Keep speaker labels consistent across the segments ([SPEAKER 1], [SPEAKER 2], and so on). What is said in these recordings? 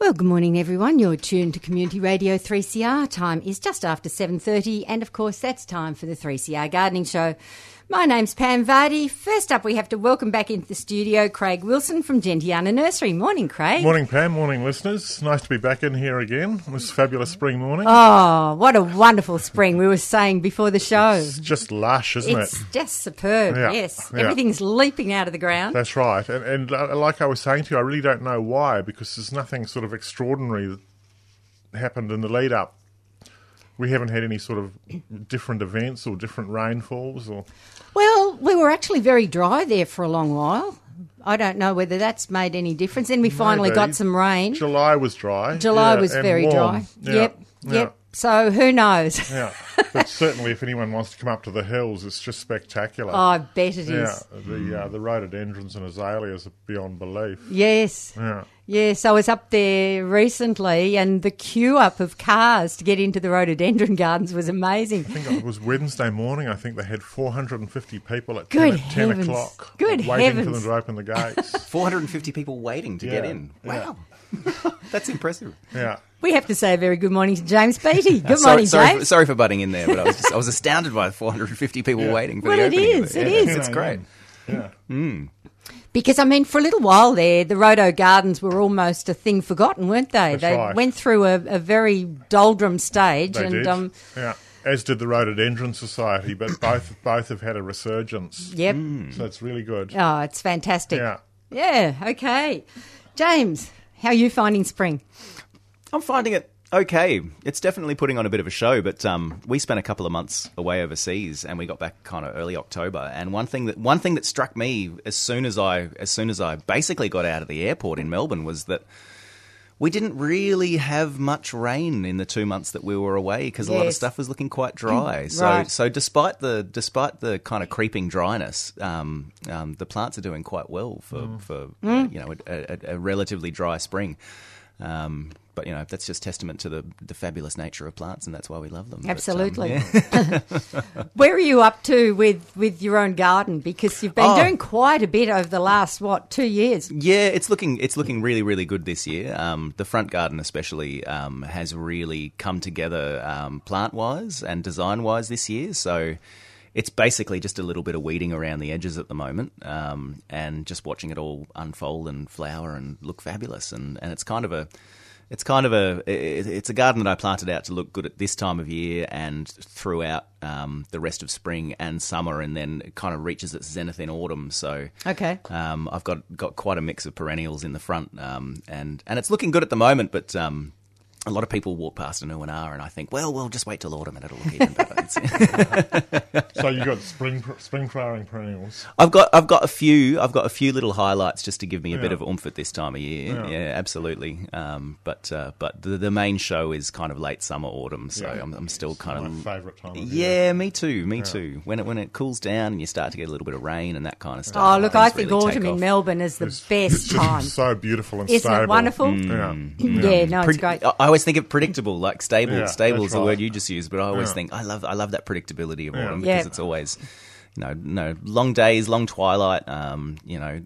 [SPEAKER 1] Well, good morning, everyone. You're tuned to Community Radio 3CR. Time is just after 7.30 and, of course, that's time for the 3CR Gardening Show. My name's Pam Vardy. First up, we have to welcome back into the studio Craig Wilson from Gentiana Nursery. Morning, Craig.
[SPEAKER 2] Morning, Pam. Morning, listeners. Nice to be back in here again on this fabulous spring morning.
[SPEAKER 1] Oh, what a wonderful spring we were saying before the show.
[SPEAKER 2] It's just lush, isn't
[SPEAKER 1] It's
[SPEAKER 2] it?
[SPEAKER 1] just superb,
[SPEAKER 2] Yeah,
[SPEAKER 1] yes.
[SPEAKER 2] yeah.
[SPEAKER 1] Everything's leaping out of the ground.
[SPEAKER 2] That's right. And, and li- like I was saying to you, I really don't know why because there's nothing sort of extraordinary that happened in the lead up. We haven't had any sort of different events or different rainfalls or.
[SPEAKER 1] Well, we were actually very dry there for a long while. I don't know whether that's made any difference. Then we finally
[SPEAKER 2] Maybe.
[SPEAKER 1] got some rain.
[SPEAKER 2] July was dry.
[SPEAKER 1] July
[SPEAKER 2] Yeah,
[SPEAKER 1] was
[SPEAKER 2] and
[SPEAKER 1] very
[SPEAKER 2] warm.
[SPEAKER 1] dry.
[SPEAKER 2] Yeah,
[SPEAKER 1] Yep,
[SPEAKER 2] yeah,
[SPEAKER 1] yep. So who knows?
[SPEAKER 2] Yeah. but certainly, if anyone wants to come up to the hills, it's just spectacular.
[SPEAKER 1] Oh, I bet it is.
[SPEAKER 2] yeah, the uh, the rhododendrons and azaleas are beyond belief.
[SPEAKER 1] Yes.
[SPEAKER 2] Yeah.
[SPEAKER 1] Yes, I was up there recently, and the queue up of cars to get into the rhododendron gardens was amazing.
[SPEAKER 2] I think it was Wednesday morning. I think they had 450 people at
[SPEAKER 1] Good
[SPEAKER 2] 10, at 10
[SPEAKER 1] heavens.
[SPEAKER 2] o'clock. waiting
[SPEAKER 1] Good
[SPEAKER 2] for them
[SPEAKER 1] heavens.
[SPEAKER 2] to open the gates.
[SPEAKER 3] 450 people waiting to get
[SPEAKER 2] Yeah,
[SPEAKER 3] in.
[SPEAKER 2] yeah.
[SPEAKER 3] Wow. That's impressive.
[SPEAKER 2] yeah.
[SPEAKER 1] We have to say a very good morning to James Beatty. Good
[SPEAKER 3] sorry,
[SPEAKER 1] morning,
[SPEAKER 3] sorry, for,
[SPEAKER 1] James.
[SPEAKER 3] sorry for butting in there, but I was, just, I was astounded by 450 people
[SPEAKER 2] Yeah.
[SPEAKER 3] waiting for
[SPEAKER 1] Well,
[SPEAKER 3] the
[SPEAKER 1] it
[SPEAKER 3] opening of
[SPEAKER 1] is,
[SPEAKER 3] Yeah,
[SPEAKER 1] it is.
[SPEAKER 3] It's great. Hmm.
[SPEAKER 2] Yeah.
[SPEAKER 1] Because, I mean, for a little while there, the Rhodo Gardens were almost a thing forgotten, weren't they?
[SPEAKER 2] That's
[SPEAKER 1] they
[SPEAKER 2] right.
[SPEAKER 1] went through a, a very doldrum stage.
[SPEAKER 2] They
[SPEAKER 1] and
[SPEAKER 2] did.
[SPEAKER 1] Um,
[SPEAKER 2] yeah. As did the Rhododendron Society, but both both have had a resurgence.
[SPEAKER 1] yep.
[SPEAKER 2] So it's really good.
[SPEAKER 1] Oh, it's fantastic.
[SPEAKER 2] Yeah.
[SPEAKER 1] Yeah, okay. James, how are you finding spring?
[SPEAKER 3] I'm finding it okay. It's definitely putting on a bit of a show, but um, we spent a couple of months away overseas, and we got back kind of early October. And one thing that one thing that struck me as soon as I as soon as I basically got out of the airport in Melbourne was that. We didn't really have much rain in the two months that we were away because a lot of
[SPEAKER 1] Yes. Mm,
[SPEAKER 3] stuff was looking quite dry. So,
[SPEAKER 1] Right.
[SPEAKER 3] so despite the despite the kind of creeping dryness, um, um, the plants are doing quite well for,
[SPEAKER 1] Mm.
[SPEAKER 3] for uh, you know a, a, a relatively dry spring. Um, but you know that's just testament to the the fabulous nature of plants, and that's why we love them. But, um,
[SPEAKER 1] Absolutely.
[SPEAKER 3] yeah.
[SPEAKER 1] Where are you up to with, with your own garden? Because you've been
[SPEAKER 3] Oh.
[SPEAKER 1] doing quite a bit over the last, what, two years?
[SPEAKER 3] Yeah, it's looking it's looking really really good this year. Um, the front garden especially um, has really come together um, plant wise and design wise this year. So it's basically just a little bit of weeding around the edges at the moment, um, and just watching it all unfold and flower and look fabulous. And, and it's kind of a it's kind of a it- it's a garden that I planted out to look good at this time of year and throughout um, the rest of spring and summer, and then it kind of reaches its zenith in autumn. So
[SPEAKER 1] Okay.
[SPEAKER 3] um, I've got got quite a mix of perennials in the front, um, and and it's looking good at the moment, but. Um, a lot of people walk past an UNR and I think, well, we'll just wait till autumn and it'll look even better. It's-
[SPEAKER 2] So you got spring spring flowering perennials.
[SPEAKER 3] I've got I've got a few I've got a few little highlights just to give me a bit
[SPEAKER 2] Yeah.
[SPEAKER 3] of oomph at this time of year.
[SPEAKER 2] Yeah.
[SPEAKER 3] Yeah, absolutely. Um, but uh, but the, the main show is kind of late summer autumn, so
[SPEAKER 2] Yeah.
[SPEAKER 3] I'm, I'm still kind
[SPEAKER 2] My
[SPEAKER 3] of
[SPEAKER 2] favourite time of year.
[SPEAKER 3] yeah, me too, me too. When it when it cools down and you start to get a little bit of rain and that kind of
[SPEAKER 1] Oh,
[SPEAKER 3] stuff.
[SPEAKER 1] look,
[SPEAKER 3] things
[SPEAKER 1] I think
[SPEAKER 3] really take
[SPEAKER 1] autumn
[SPEAKER 3] off.
[SPEAKER 1] in Melbourne is the
[SPEAKER 2] It's
[SPEAKER 1] best
[SPEAKER 2] just
[SPEAKER 1] time.
[SPEAKER 2] so beautiful and
[SPEAKER 1] Isn't
[SPEAKER 2] stable. Mm.
[SPEAKER 1] it wonderful?
[SPEAKER 2] Yeah.
[SPEAKER 1] Yeah. no, it's
[SPEAKER 3] Predi-
[SPEAKER 1] great.
[SPEAKER 3] I I always think of predictable, like stable.
[SPEAKER 2] Yeah,
[SPEAKER 3] stable
[SPEAKER 2] that's
[SPEAKER 3] is the word
[SPEAKER 2] right.
[SPEAKER 3] you just used, but I always
[SPEAKER 2] Yeah.
[SPEAKER 3] think I love I love that predictability of
[SPEAKER 2] Yeah.
[SPEAKER 3] autumn
[SPEAKER 1] Yeah.
[SPEAKER 3] because it's always. You know, no long days, long twilight. Um, you know,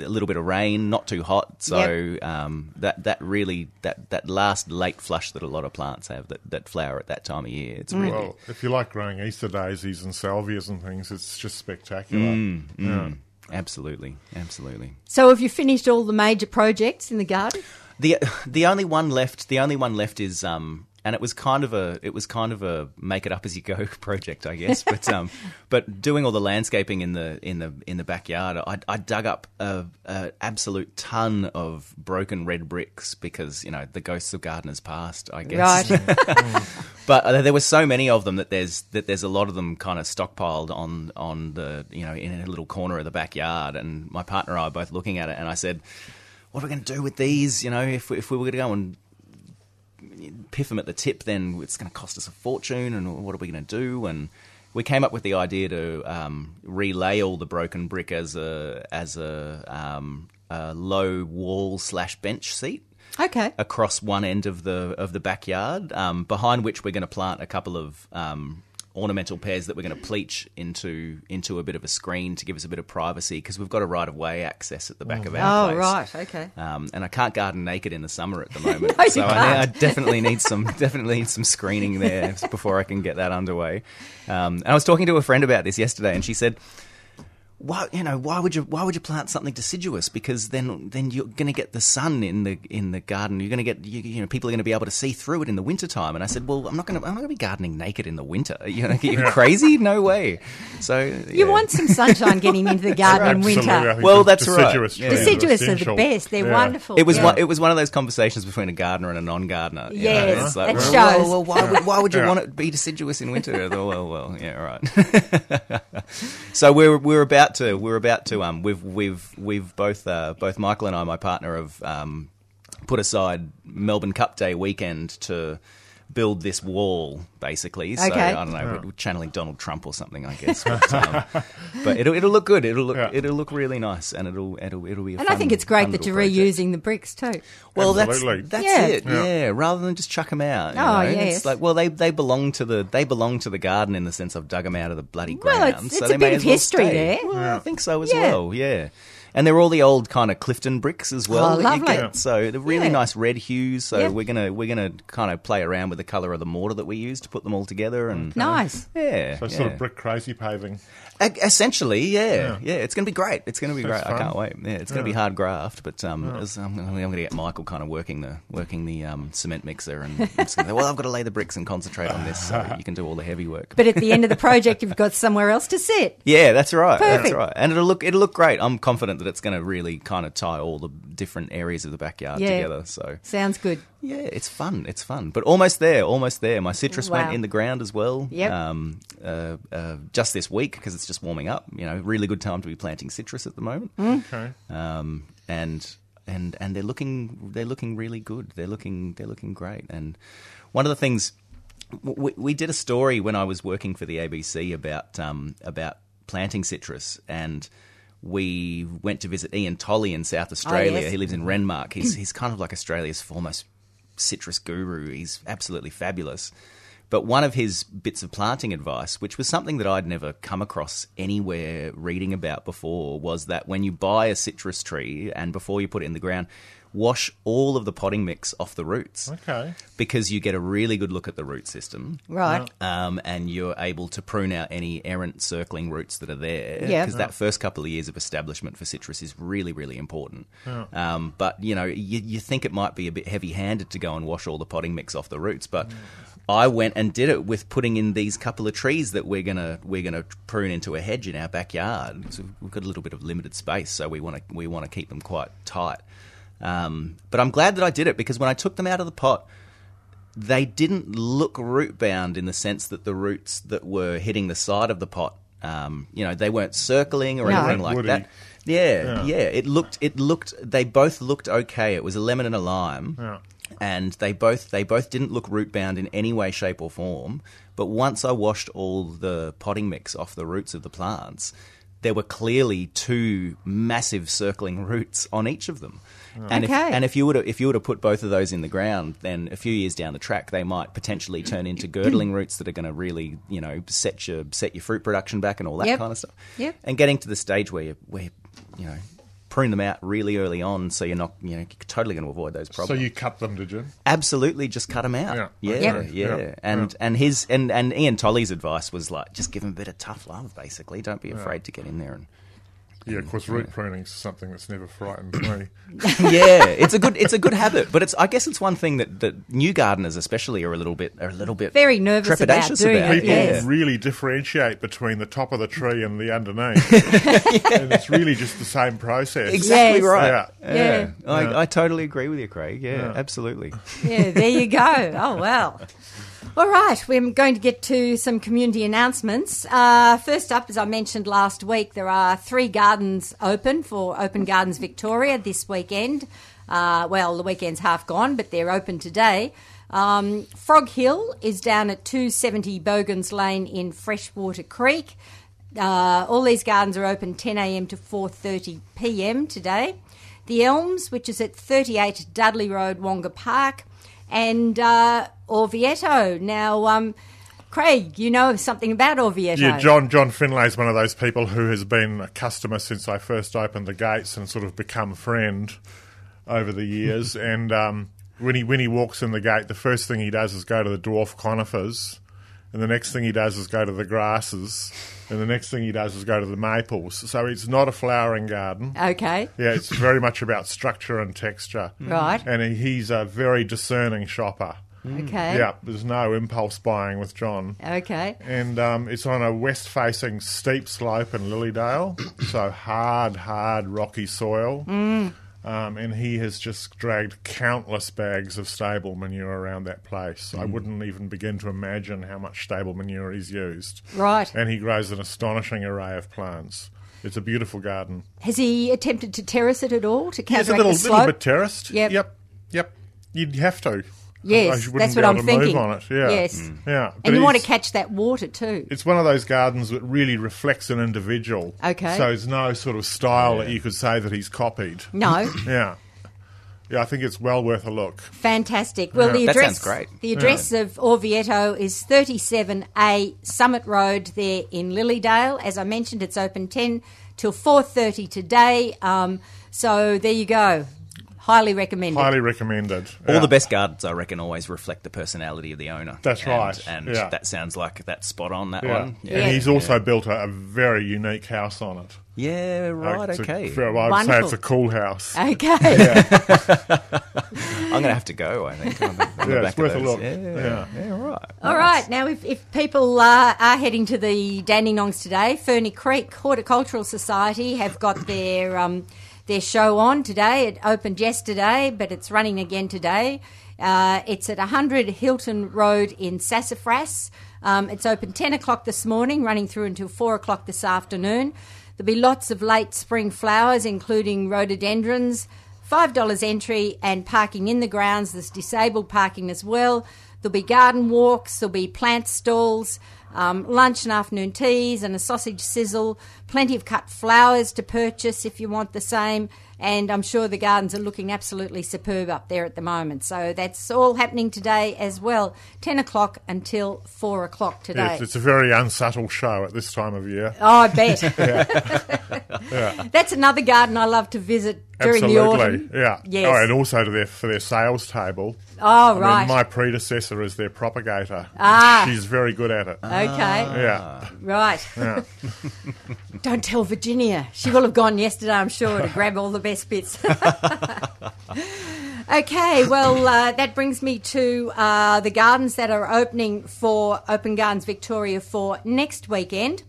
[SPEAKER 3] a little bit of rain, not too hot. So um, that that really that that last late flush that a lot of plants have that, that flower at that time of year. It's really
[SPEAKER 2] Mm. Well, if you like growing Easter daisies and salvias and things, it's just spectacular. Yeah.
[SPEAKER 3] Mm, absolutely, absolutely.
[SPEAKER 1] So have you finished all the major projects in the garden?
[SPEAKER 3] the the only one left the only one left is um and it was kind of a it was kind of a make it up as you go project I guess but um but doing all the landscaping in the in the in the backyard I, I dug up a, a absolute ton of broken red bricks because you know the ghosts of gardeners past I guess
[SPEAKER 1] Right.
[SPEAKER 3] but uh, there were so many of them that there's that there's a lot of them kind of stockpiled on on the you know in a little corner of the backyard. And my partner and I were both looking at it, and I said, "What are we going to do with these? You know, if we, if we were going to go and piff them at the tip, then it's going to cost us a fortune, and what are we going to do? And we came up with the idea to um, relay all the broken brick as a as a, um, a low wall slash bench seat
[SPEAKER 1] okay.
[SPEAKER 3] across one end of the of the backyard, um, behind which we're going to plant a couple of um, ornamental pears that we're going to pleach into into a bit of a screen to give us a bit of privacy because we've got a right of way access at the back of our
[SPEAKER 1] Oh,
[SPEAKER 3] place.
[SPEAKER 1] right, okay.
[SPEAKER 3] Um, and I can't garden naked in the summer at the moment,
[SPEAKER 1] No, you
[SPEAKER 3] so I, I
[SPEAKER 1] can't.
[SPEAKER 3] definitely need some definitely need some screening there before I can get that underway. Um, and I was talking to a friend about this yesterday, and she said. Why you know why would you why would you plant something deciduous because then then you're going to get the sun in the in the garden you're going to get you, you know people are going to be able to see through it in the wintertime and I said well I'm not going to I'm not going to be gardening naked in the winter you know you're crazy no way so
[SPEAKER 1] You want some sunshine getting into the garden in
[SPEAKER 2] Absolutely, I
[SPEAKER 1] winter.
[SPEAKER 2] think the
[SPEAKER 3] Well, that's right.
[SPEAKER 2] deciduous
[SPEAKER 3] Yeah.
[SPEAKER 2] trees are
[SPEAKER 1] Deciduous are the
[SPEAKER 2] essential.
[SPEAKER 1] best. They're
[SPEAKER 2] Yeah.
[SPEAKER 1] wonderful.
[SPEAKER 3] It was
[SPEAKER 1] yeah.
[SPEAKER 3] one, it was one of those conversations between a gardener and a non-gardener. you know,
[SPEAKER 1] Yes,
[SPEAKER 3] it's like,
[SPEAKER 1] it
[SPEAKER 3] well,
[SPEAKER 1] shows.
[SPEAKER 3] Well, well, why, would, why would you
[SPEAKER 2] Yeah.
[SPEAKER 3] want it to be deciduous in winter? well, well, well, yeah, right. so we're we're about to we're about to um we've we've we've both uh, both Michael and I, my partner, have um put aside Melbourne Cup Day weekend to. Build this wall, basically. So
[SPEAKER 1] Okay.
[SPEAKER 3] I don't know, we're channeling Donald Trump or something, I guess. But, um, but it'll, it'll look good. It'll look
[SPEAKER 2] Yeah.
[SPEAKER 3] it'll look really nice, and it'll it'll it'll be. A
[SPEAKER 1] and I
[SPEAKER 3] fun-
[SPEAKER 1] think it's great
[SPEAKER 3] fun
[SPEAKER 1] that
[SPEAKER 3] little
[SPEAKER 1] you're
[SPEAKER 3] project.
[SPEAKER 1] reusing the bricks too.
[SPEAKER 3] Well,
[SPEAKER 2] Absolutely.
[SPEAKER 3] that's that's
[SPEAKER 1] Yeah.
[SPEAKER 3] it.
[SPEAKER 2] Yeah.
[SPEAKER 3] Yeah. rather than just chuck them out. You
[SPEAKER 1] Oh,
[SPEAKER 3] know?
[SPEAKER 1] yes.
[SPEAKER 3] It's like, well, they they belong to the they belong to the garden in the sense I've dug them out of the bloody
[SPEAKER 1] Well,
[SPEAKER 3] ground.
[SPEAKER 1] it's-
[SPEAKER 3] so
[SPEAKER 1] it's
[SPEAKER 3] they
[SPEAKER 1] a
[SPEAKER 3] may
[SPEAKER 1] bit of
[SPEAKER 3] as well
[SPEAKER 1] history
[SPEAKER 3] stay.
[SPEAKER 1] there.
[SPEAKER 3] Well, I think so as
[SPEAKER 1] Yeah.
[SPEAKER 3] well. Yeah. And they're all the old kind of Clifton bricks as well. that
[SPEAKER 1] Oh,
[SPEAKER 3] you
[SPEAKER 1] lovely.
[SPEAKER 3] get.
[SPEAKER 1] Yeah.
[SPEAKER 3] So they're really
[SPEAKER 1] Yeah.
[SPEAKER 3] nice red hues. So
[SPEAKER 1] Yeah.
[SPEAKER 3] we're gonna we're gonna kind of play around with the color of the mortar that we use to put them all together. And
[SPEAKER 1] Nice.
[SPEAKER 3] yeah,
[SPEAKER 2] So
[SPEAKER 3] yeah.
[SPEAKER 2] sort of brick crazy paving.
[SPEAKER 3] E- Essentially, yeah, yeah, It's going to be great. It's going to be
[SPEAKER 2] That's
[SPEAKER 3] great. I can't
[SPEAKER 2] fun.
[SPEAKER 3] wait. Yeah, it's going to be hard graft, but um, it's- I'm, I'm going to get Michael kind of working the working the um, cement mixer, and I'm just gonna say, well, I've got to lay the bricks and concentrate on this, so you can do all the heavy work.
[SPEAKER 1] But at the end of the project, you've got somewhere else to sit.
[SPEAKER 3] yeah, that's right. That's
[SPEAKER 1] Perfect.
[SPEAKER 3] right. And it'll look it'll look great. I'm confident that it's going to really kind of tie all the different areas of the backyard
[SPEAKER 1] Yeah.
[SPEAKER 3] together. So
[SPEAKER 1] Sounds good.
[SPEAKER 3] yeah, it's fun. It's fun, but almost there, almost there. My citrus
[SPEAKER 1] Wow.
[SPEAKER 3] went in the ground as well.
[SPEAKER 1] Yep.
[SPEAKER 3] Um, uh, uh, just this week because it's just warming up. You know, really good time to be planting citrus at the moment.
[SPEAKER 1] Hmm?
[SPEAKER 2] Okay.
[SPEAKER 3] Um, and and and they're looking they're looking really good. They're looking they're looking great. And one of the things we, we did a story when I was working for the ABC about um, about planting citrus and. We went to visit Ian Tolley in South Australia.
[SPEAKER 1] Oh, yes.
[SPEAKER 3] He lives in Renmark. He's he's kind of like Australia's foremost citrus guru. He's absolutely fabulous. But one of his bits of planting advice, which was something that I'd never come across anywhere reading about before, was that when you buy a citrus tree and before you put it in the ground, wash all of the potting mix off the roots.
[SPEAKER 2] Okay.
[SPEAKER 3] Because you get a really good look at the root system
[SPEAKER 1] Right.
[SPEAKER 3] um, and you're able to prune out any errant circling roots that are there.
[SPEAKER 1] Yeah.
[SPEAKER 3] Because that first couple of years of establishment for citrus is really, really important. Um, but, you know, you, you think it might be a bit heavy handed to go and wash all the potting mix off the roots, but. I went and did it with putting in these couple of trees that we're gonna we're gonna prune into a hedge in our backyard. So we've got a little bit of limited space, so we want to we want to keep them quite tight. Um, but I'm glad that I did it because when I took them out of the pot, they didn't look root bound in the sense that the roots that were hitting the side of the pot, um, you know, they weren't circling or
[SPEAKER 1] No.
[SPEAKER 3] anything like
[SPEAKER 2] Woody.
[SPEAKER 3] that. Yeah, yeah, It looked, it looked. They both looked okay. It was a lemon and a lime, and they both they both didn't look root bound in any way, shape, or form. But once I washed all the potting mix off the roots of the plants, there were clearly two massive circling roots on each of them. And
[SPEAKER 1] Okay.
[SPEAKER 3] if, and if you were to if you were to put both of those in the ground, then a few years down the track, they might potentially turn into girdling roots that are going to really you know set your set your fruit production back and all that
[SPEAKER 1] Yep.
[SPEAKER 3] kind of stuff.
[SPEAKER 1] Yep.
[SPEAKER 3] And getting to the stage where you, where you know prune them out really early on, so you're not you know you're totally going to avoid those
[SPEAKER 2] So
[SPEAKER 3] problems.
[SPEAKER 2] you cut them, did you?
[SPEAKER 3] Absolutely, just cut them out.
[SPEAKER 2] Yeah.
[SPEAKER 3] Yeah,
[SPEAKER 2] Yep.
[SPEAKER 3] yeah,
[SPEAKER 2] Okay. Yeah.
[SPEAKER 3] And and his and and Ian Tolley's advice was like, just give them a bit of tough love, basically. Don't be afraid to get in there and.
[SPEAKER 2] Yeah, of course, root pruning's something that's never frightened me.
[SPEAKER 3] yeah, it's a good it's a good habit, but it's I guess it's one thing that, that new gardeners especially are a little bit are a little bit
[SPEAKER 1] Very nervous about
[SPEAKER 3] trepidatious
[SPEAKER 1] doing it,
[SPEAKER 2] People
[SPEAKER 1] Yes.
[SPEAKER 2] really differentiate between the top of the tree and the underneath. And it's really just the same process.
[SPEAKER 3] Exactly
[SPEAKER 1] Yes.
[SPEAKER 3] right.
[SPEAKER 2] Yeah.
[SPEAKER 1] Yeah.
[SPEAKER 3] I, I totally agree with you, Craig. Yeah, absolutely.
[SPEAKER 1] Yeah, there you go. Oh, well. All right, we're going to get to some community announcements. Uh, first up, as I mentioned last week, there are three gardens open for Open Gardens Victoria this weekend. Uh, well, the weekend's half gone, but they're open today. Um, Frog Hill is down at 270 Bogans Lane in Freshwater Creek. Uh, all these gardens are open 10 a.m. to 4:30 p.m. today. The Elms, which is at 38 Dudley Road, Wonga Park, and uh, Orvieto. Now, um, Craig, you know something about Orvieto.
[SPEAKER 2] Yeah, John John Finlay is one of those people who has been a customer since I first opened the gates and sort of become friend over the years. and um, when he when he walks in the gate, the first thing he does is go to the dwarf conifers, and the next thing he does is go to the grasses, and the next thing he does is go to the maples. So it's not a flowering garden.
[SPEAKER 1] Okay. Mm.
[SPEAKER 2] Yeah, it's very much about structure and texture.
[SPEAKER 1] Right.
[SPEAKER 2] And he- he's a very discerning shopper.
[SPEAKER 1] Okay.
[SPEAKER 2] Yeah, there's no impulse buying with John.
[SPEAKER 1] Okay.
[SPEAKER 2] And um, it's on a west facing steep slope in Lilydale. so hard, hard, rocky soil.
[SPEAKER 1] Mm.
[SPEAKER 2] Um, and he has just dragged countless bags of stable manure around that place.
[SPEAKER 1] Mm.
[SPEAKER 2] I wouldn't even begin to imagine how much stable manure he's used.
[SPEAKER 1] Right.
[SPEAKER 2] And he grows an astonishing array of plants. It's a beautiful garden.
[SPEAKER 1] Has he attempted to terrace it at all to
[SPEAKER 2] It's
[SPEAKER 1] counteract
[SPEAKER 2] a little,
[SPEAKER 1] the
[SPEAKER 2] little
[SPEAKER 1] slope?
[SPEAKER 2] bit terraced.
[SPEAKER 1] Yep.
[SPEAKER 2] Yep. Yep. You'd have to.
[SPEAKER 1] Yes,
[SPEAKER 2] Otherwise you wouldn't
[SPEAKER 1] that's
[SPEAKER 2] be
[SPEAKER 1] what
[SPEAKER 2] able
[SPEAKER 1] I'm
[SPEAKER 2] to
[SPEAKER 1] thinking.
[SPEAKER 2] Move on it. Yeah.
[SPEAKER 1] Yes. Mm.
[SPEAKER 2] Yeah. But
[SPEAKER 1] and you want to
[SPEAKER 2] he's-
[SPEAKER 1] catch that water too.
[SPEAKER 2] it's one of those gardens that really reflects an individual.
[SPEAKER 1] Okay.
[SPEAKER 2] So it's no sort of style that you could say that he's copied.
[SPEAKER 1] No,
[SPEAKER 2] Yeah. Yeah, I think it's well worth a look.
[SPEAKER 1] fantastic. Well, the
[SPEAKER 3] That sounds
[SPEAKER 1] address
[SPEAKER 3] great.
[SPEAKER 1] the address of Orvieto is 37A Summit Road there in Lilydale. As I mentioned, it's open 10 till 4:30 today. Um, so there you go. Highly recommended.
[SPEAKER 2] Highly recommended.
[SPEAKER 3] All
[SPEAKER 2] Yeah.
[SPEAKER 3] the best gardens, I reckon, always reflect the personality of the owner.
[SPEAKER 2] That's
[SPEAKER 3] And-
[SPEAKER 2] right.
[SPEAKER 3] And
[SPEAKER 2] Yeah.
[SPEAKER 3] that sounds like that's spot on, that
[SPEAKER 2] Yeah.
[SPEAKER 3] one.
[SPEAKER 1] Yeah.
[SPEAKER 2] And he's also built a, a very unique house on it. Uh,
[SPEAKER 3] Yeah, right,
[SPEAKER 2] It's a-
[SPEAKER 3] okay.
[SPEAKER 2] well, I would say
[SPEAKER 1] Wonderful.
[SPEAKER 2] it's a cool house.
[SPEAKER 1] Okay.
[SPEAKER 3] I'm going to have to go, I think. on the- on the
[SPEAKER 2] Yeah, it's
[SPEAKER 3] back of
[SPEAKER 2] worth a
[SPEAKER 3] those.
[SPEAKER 2] look.
[SPEAKER 3] Yeah,
[SPEAKER 2] Yeah.
[SPEAKER 3] yeah, right.
[SPEAKER 1] All right. Now, if, if people uh, are heading to the Dandenongs today, Ferny Creek Horticultural Society have got their um, their show on today. It opened yesterday, but it's running again today. Uh, it's at 100 Hilton Road in Sassafras. Um, it's open 10 o'clock this morning, running through until 4 o'clock this afternoon. There'll be lots of late spring flowers, including rhododendrons. $5 entry and parking in the grounds. There's disabled parking as well. There'll be garden walks, there'll be plant stalls, um, lunch and afternoon teas, and a sausage sizzle. Plenty of cut flowers to purchase if you want the same. And I'm sure the gardens are looking absolutely superb up there at the moment. So that's all happening today as well. 10 o'clock until 4 o'clock today.
[SPEAKER 2] Yes, it's a very unsubtle show at this time of year.
[SPEAKER 1] Oh, I bet. That's another garden I love to visit during the
[SPEAKER 2] Absolutely.
[SPEAKER 1] autumn.
[SPEAKER 2] yeah.
[SPEAKER 1] Yes.
[SPEAKER 2] Oh, and also to their for their sales table.
[SPEAKER 1] Oh,
[SPEAKER 2] I
[SPEAKER 1] right.
[SPEAKER 2] mean, my predecessor is their propagator.
[SPEAKER 1] Ah.
[SPEAKER 2] She's very good at it. Ah.
[SPEAKER 1] Okay,
[SPEAKER 2] Yeah.
[SPEAKER 1] right.
[SPEAKER 2] Yeah.
[SPEAKER 1] Don't tell Virginia. She will have gone yesterday, I'm sure, to grab all the best bits. okay, well, uh, that brings me to uh, the gardens that are opening for Open Gardens Victoria for next weekend.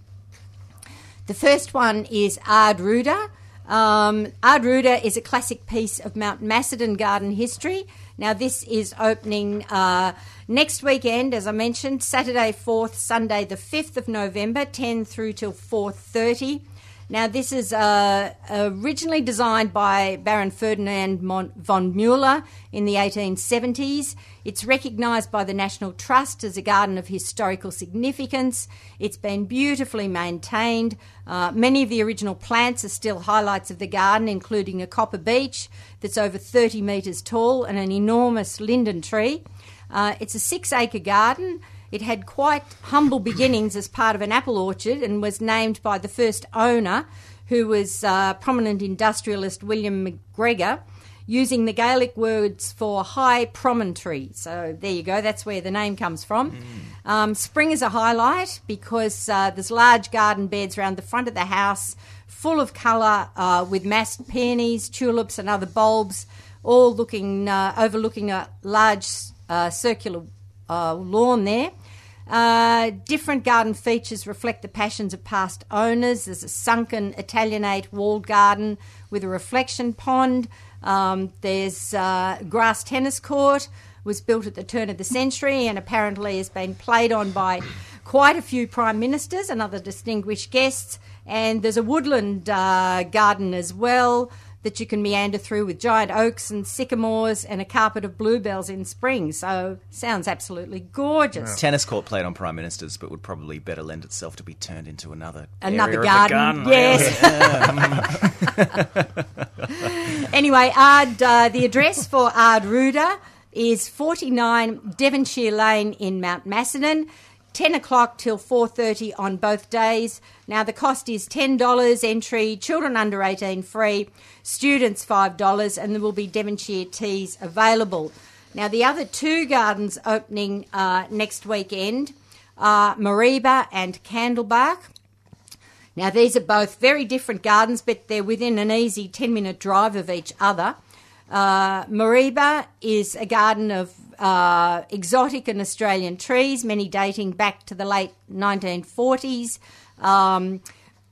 [SPEAKER 1] The first one is Ard Ruda. Um, Ard Ruda is a classic piece of Mount Macedon garden history. Now, this is opening uh, next weekend, as I mentioned, Saturday 4th, Sunday the 5th of November, 10 through till 4.30. Now, this is uh, originally designed by Baron Ferdinand Mon- von Mueller in the 1870s. It's recognised by the National Trust as a garden of historical significance. It's been beautifully maintained. Uh, many of the original plants are still highlights of the garden, including a copper beech that's over 30 metres tall and an enormous linden tree. Uh, it's a six acre garden. It had quite humble beginnings as part of an apple orchard and was named by the first owner, who was uh, prominent industrialist William McGregor, using the Gaelic words for high promontory. So there you go, that's where the name comes from. Um, spring is a highlight because uh, there's large garden beds around the front of the house full of colour uh, with massed peonies, tulips, and other bulbs, all looking uh, overlooking a large uh, circular uh, lawn there. Uh, different garden features reflect the passions of past owners. There's a sunken Italianate walled garden with a reflection pond. Um, there's uh, grass tennis court was built at the turn of the century and apparently has been played on by quite a few prime ministers and other distinguished guests. And there's a woodland uh, garden as well that you can meander through with giant oaks and sycamores and a carpet of bluebells in spring. So sounds absolutely gorgeous.
[SPEAKER 3] Tennis court played on prime ministers, but would probably better lend itself to be turned into another
[SPEAKER 1] Another
[SPEAKER 3] area of the
[SPEAKER 1] garden,
[SPEAKER 3] garden.
[SPEAKER 1] yes. anyway, Ard, uh, the address for Ard Ruder is 49 Devonshire Lane in Mount Macedon. 10 o'clock till 4.30 on both days. Now, the cost is $10 entry, children under 18 free, students $5, and there will be Devonshire teas available. Now, the other two gardens opening uh, next weekend are Mariba and Candlebark. Now, these are both very different gardens, but they're within an easy 10 minute drive of each other. Uh, Mariba is a garden of uh, exotic and Australian trees, many dating back to the late 1940s. Um,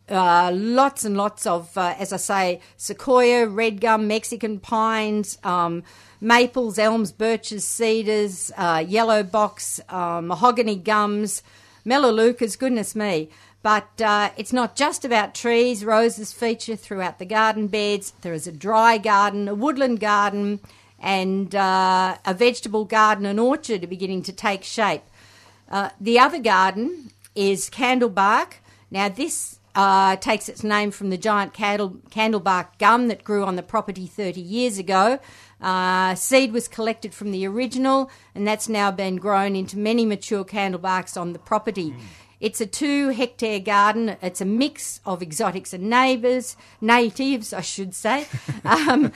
[SPEAKER 1] uh, lots and lots of, uh, as I say, sequoia, red gum, Mexican pines, um, maples, elms, birches, cedars, uh, yellow box, uh, mahogany gums, melaleucas, goodness me. But uh, it's not just about trees. Roses feature throughout the garden beds. There is a dry garden, a woodland garden, and uh, a vegetable garden and orchard are beginning to take shape. Uh, the other garden is Candlebark. Now, this uh, takes its name from the giant candle, candlebark gum that grew on the property 30 years ago. Uh, seed was collected from the original, and that's now been grown into many mature candlebarks on the property. It's a two hectare garden. It's a mix of exotics and neighbours, natives, I should say. um,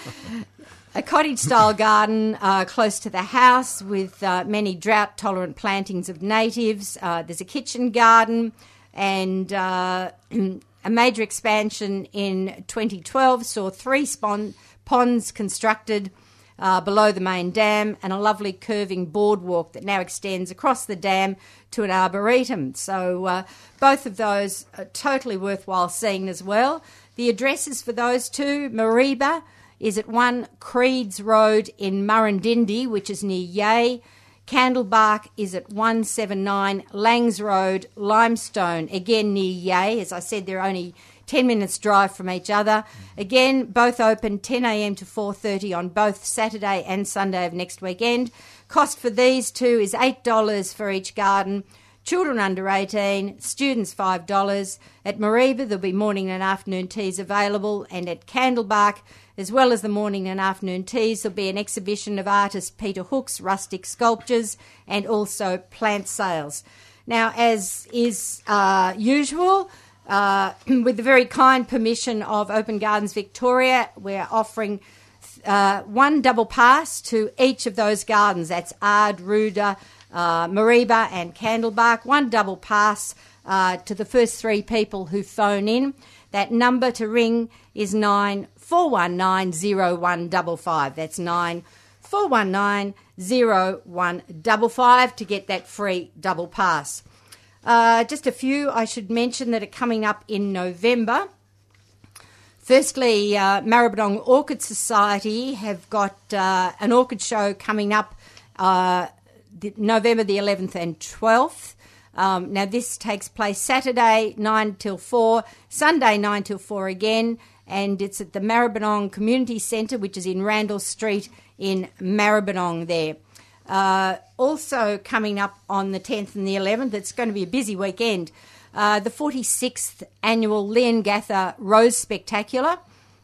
[SPEAKER 1] a cottage style garden uh, close to the house with uh, many drought tolerant plantings of natives. Uh, there's a kitchen garden and uh, a major expansion in 2012 saw three spon- ponds constructed uh, below the main dam and a lovely curving boardwalk that now extends across the dam to an arboretum. So, uh, both of those are totally worthwhile seeing as well. The addresses for those two Mariba is at 1 Creeds Road in Murrindindi, which is near Yea. Candlebark is at 179 Langs Road, Limestone, again near Yea. As I said, they're only 10 minutes drive from each other. Again, both open 10am to 4.30 on both Saturday and Sunday of next weekend. Cost for these two is $8 for each garden. Children under 18, students $5. At Mariba, there'll be morning and afternoon teas available, and at Candlebark, as well as the morning and afternoon teas, there'll be an exhibition of artist Peter Hook's rustic sculptures and also plant sales. Now, as is uh, usual, uh, with the very kind permission of Open Gardens Victoria, we're offering uh, one double pass to each of those gardens. That's Ard, Ruda, uh, Mariba, and Candlebark. One double pass uh, to the first three people who phone in. That number to ring is nine four one nine zero one double five. That's nine four one nine zero one double five to get that free double pass. Uh, just a few I should mention that are coming up in November. Firstly, uh, Maribyrnong Orchid Society have got uh, an orchid show coming up uh, the, November the 11th and 12th. Um, now, this takes place Saturday 9 till 4, Sunday 9 till 4 again, and it's at the Maribyrnong Community Centre, which is in Randall Street in Maribyrnong there. Uh, also coming up on the 10th and the 11th, it's going to be a busy weekend. Uh, the 46th annual Leongatha Rose Spectacular.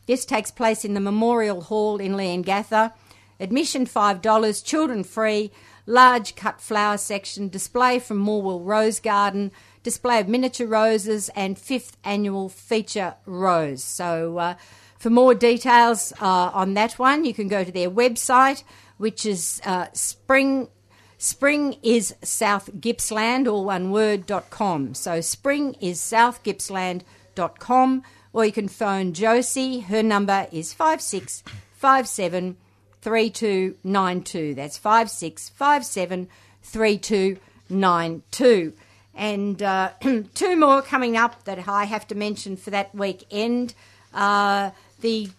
[SPEAKER 1] This takes place in the Memorial Hall in Leongatha. Admission $5, children free, large cut flower section, display from Morwell Rose Garden, display of miniature roses, and fifth annual feature rose. So, uh, for more details uh, on that one, you can go to their website, which is uh, spring. Spring is South Gippsland, all one word, dot com. So spring is South Gippsland dot com, or you can phone Josie. Her number is five six five seven three two nine two. That's five six five seven three two nine two. And uh, two more coming up that I have to mention for that weekend. Uh, the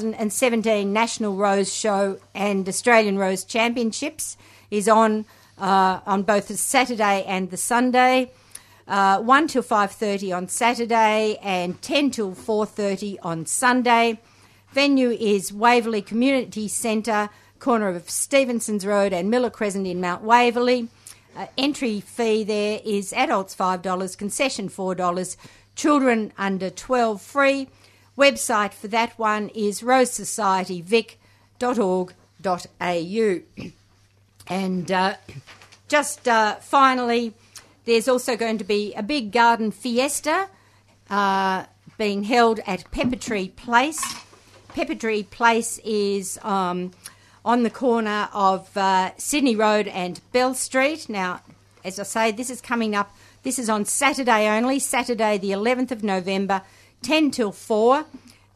[SPEAKER 1] 2017 National Rose Show and Australian Rose Championships is on uh, on both the Saturday and the Sunday. Uh, 1 till 5.30 on Saturday and 10 till 4.30 on Sunday. Venue is Waverley Community Centre, corner of Stevenson's Road and Miller Crescent in Mount Waverley. Uh, entry fee there is adults $5, concession $4, children under 12 free. Website for that one is rosesocietyvic.org.au. And uh, just uh, finally, There's also going to be a big garden fiesta uh, being held at Pepper Tree Place. Pepper Tree Place is um, on the corner of uh, Sydney Road and Bell Street. Now, as I say, this is coming up. This is on Saturday only, Saturday the 11th of November, 10 till 4.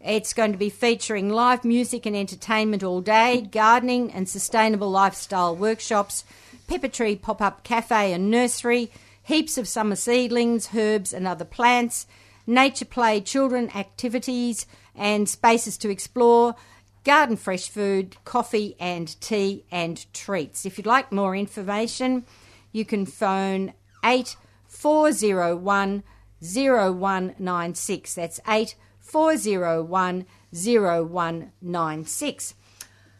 [SPEAKER 1] It's going to be featuring live music and entertainment all day, gardening and sustainable lifestyle workshops, pepper tree pop up cafe and nursery, heaps of summer seedlings, herbs, and other plants, nature play, children activities, and spaces to explore, garden fresh food, coffee and tea and treats. If you'd like more information, you can phone 8401 0196. That's 8401 0196.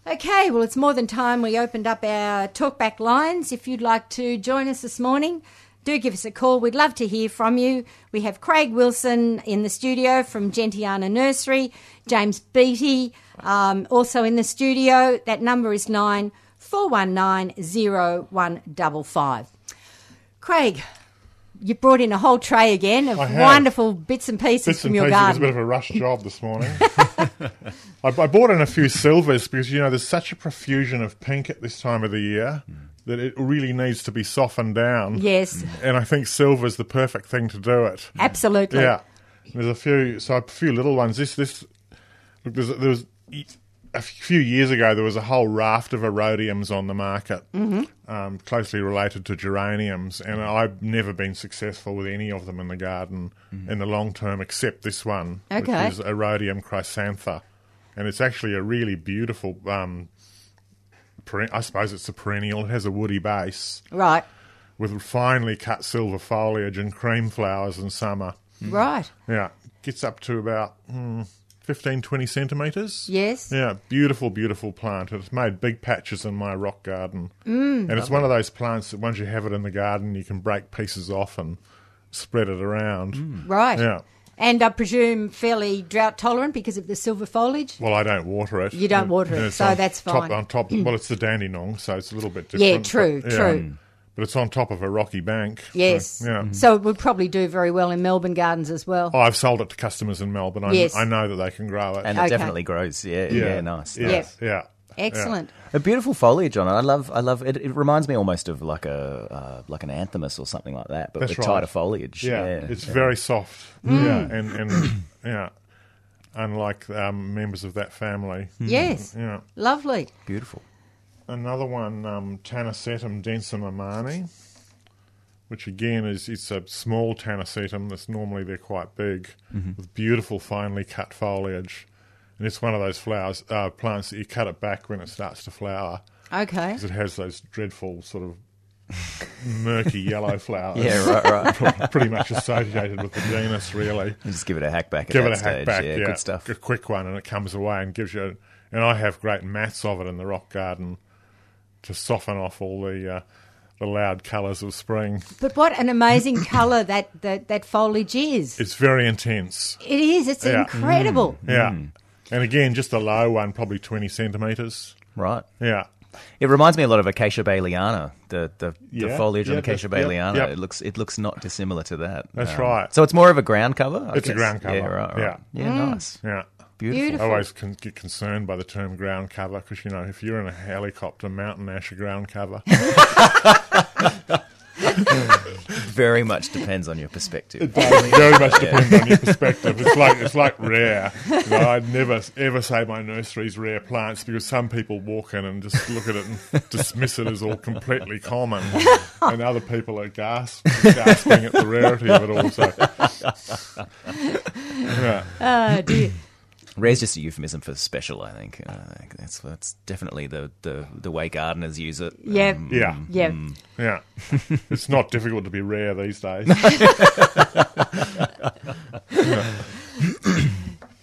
[SPEAKER 1] Okay, well, it's more than time we opened up our talkback lines. If you'd like to join us this morning, do give us a call. We'd love to hear from you. We have Craig Wilson in the studio from Gentiana Nursery, James Beattie um, also in the studio. That number is 94190155. Craig, you brought in a whole tray again of
[SPEAKER 2] I have.
[SPEAKER 1] wonderful bits and pieces
[SPEAKER 2] Bits
[SPEAKER 1] from
[SPEAKER 2] and
[SPEAKER 1] your
[SPEAKER 2] pieces. It was a
[SPEAKER 1] garden.
[SPEAKER 2] bit of a rush job this morning. I, I bought in a few silvers because you know there's such a profusion of pink at this time of the year that it really needs to be softened down.
[SPEAKER 1] Yes,
[SPEAKER 2] And I think silver's the perfect thing to do it.
[SPEAKER 1] absolutely.
[SPEAKER 2] Yeah, there's a few. So a few little ones. This this look. There's, there was a few years ago. There was a whole raft of erodiums on the market,
[SPEAKER 1] Mm-hmm.
[SPEAKER 2] um, closely related to geraniums, and I've never been successful with any of them in the garden in the long term, except this one,
[SPEAKER 1] Okay.
[SPEAKER 2] which is erodium chrysantha, and it's actually a really beautiful. Um, peren- I suppose it's a perennial. It has a woody base
[SPEAKER 1] Right,
[SPEAKER 2] with finely cut silver foliage and cream flowers in summer.
[SPEAKER 1] right.
[SPEAKER 2] Yeah, gets up to about mm, 15, 20 centimetres.
[SPEAKER 1] Yes.
[SPEAKER 2] Yeah, beautiful, beautiful plant. It's made big patches in my rock garden. Mm, and it's one of those plants that once you have it in the garden, you can break pieces off and spread it around.
[SPEAKER 3] Mm.
[SPEAKER 1] Right.
[SPEAKER 2] Yeah.
[SPEAKER 1] And I presume fairly drought tolerant because of the silver foliage.
[SPEAKER 2] Well, I don't water it.
[SPEAKER 1] You don't water
[SPEAKER 2] And
[SPEAKER 1] it,
[SPEAKER 2] it's
[SPEAKER 1] so
[SPEAKER 2] on
[SPEAKER 1] that's
[SPEAKER 2] top-
[SPEAKER 1] fine. Mm.
[SPEAKER 2] On top, well, it's the dandelion, so it's a little bit different.
[SPEAKER 1] Yeah, true,
[SPEAKER 2] but-
[SPEAKER 1] true.
[SPEAKER 2] But it's on top of a rocky bank. so,
[SPEAKER 1] Yes.
[SPEAKER 2] yeah.
[SPEAKER 3] Mm-hmm.
[SPEAKER 2] Mm-hmm.
[SPEAKER 1] So it would probably do very well in Melbourne gardens as well.
[SPEAKER 2] Oh, I've sold it to customers in Melbourne. I,
[SPEAKER 1] Yes.
[SPEAKER 2] I know that they can grow it.
[SPEAKER 3] And
[SPEAKER 1] Okay.
[SPEAKER 3] it definitely grows. Yeah, yeah, nice.
[SPEAKER 2] Yeah.
[SPEAKER 3] nice.
[SPEAKER 2] yeah.
[SPEAKER 1] Excellent.
[SPEAKER 3] A beautiful foliage on it. I love. I love it. It reminds me almost of like a uh, like an anthemus or something like that, but
[SPEAKER 2] That's
[SPEAKER 3] with
[SPEAKER 2] right.
[SPEAKER 3] tighter foliage.
[SPEAKER 2] Yeah, it's very soft.
[SPEAKER 1] Mm.
[SPEAKER 2] Yeah, and and yeah, unlike um, members of that family.
[SPEAKER 1] Yes.
[SPEAKER 2] Yeah,
[SPEAKER 1] Hmm. Lovely.
[SPEAKER 3] beautiful.
[SPEAKER 2] another one, um, Tanacetum densimamani, which again is it's a small Tanacetum. That's normally they're quite big,
[SPEAKER 3] Mm-hmm.
[SPEAKER 2] with beautiful finely cut foliage, and it's one of those flowers uh, plants that you cut it back when it starts to flower
[SPEAKER 1] Okay.
[SPEAKER 2] because it has those dreadful sort of murky yellow flowers.
[SPEAKER 3] Yeah, right, right.
[SPEAKER 2] Pre- pretty much associated with the genus, really.
[SPEAKER 3] You just give it a hack back. At
[SPEAKER 2] Give
[SPEAKER 3] that
[SPEAKER 2] it a
[SPEAKER 3] stage.
[SPEAKER 2] hack back, yeah,
[SPEAKER 3] good stuff.
[SPEAKER 2] A quick one, and it comes away and gives you. And I have great mats of it in the rock garden to soften off all the uh, the loud colours of spring.
[SPEAKER 1] But what an amazing colour that, that, that foliage is.
[SPEAKER 2] It's very intense.
[SPEAKER 1] It is. It's
[SPEAKER 2] Yeah.
[SPEAKER 1] incredible.
[SPEAKER 3] Mm.
[SPEAKER 2] Yeah, and again, just a low one, probably twenty centimetres.
[SPEAKER 3] Right.
[SPEAKER 2] Yeah,
[SPEAKER 3] It reminds me a lot of Acacia baeliana. The the,
[SPEAKER 2] Yeah,
[SPEAKER 3] the foliage
[SPEAKER 2] yeah,
[SPEAKER 3] on Acacia
[SPEAKER 2] that's- yeah,
[SPEAKER 3] baeliana.
[SPEAKER 2] yeah.
[SPEAKER 3] It looks it looks not dissimilar to that.
[SPEAKER 2] That's right.
[SPEAKER 3] Um, So it's more of a ground cover. I
[SPEAKER 2] It's a
[SPEAKER 3] guess?
[SPEAKER 2] ground cover,
[SPEAKER 3] Yeah, right. right.
[SPEAKER 2] yeah.
[SPEAKER 3] yeah, nice.
[SPEAKER 2] yeah.
[SPEAKER 3] Beautiful.
[SPEAKER 2] I
[SPEAKER 1] Beautiful.
[SPEAKER 2] always con- get concerned by the term ground cover because you know if you're in a helicopter, mountain ash, a ground cover.
[SPEAKER 3] Very much depends on your perspective.
[SPEAKER 2] It very much depends on your perspective. It's like it's like rare. You know, I'd never ever say my nursery's rare plants because some people walk in and just look at it and dismiss it as all completely common, and other people are gasp, gasping at the rarity of it all. So, yeah.
[SPEAKER 1] Oh, dear.
[SPEAKER 3] Rare's just a euphemism for special, I think. Uh, I think that's that's definitely the, the, the way gardeners use it. Um, mm.
[SPEAKER 1] Yeah.
[SPEAKER 2] yeah,
[SPEAKER 1] Yeah.
[SPEAKER 2] yeah. It's not difficult to be rare these days.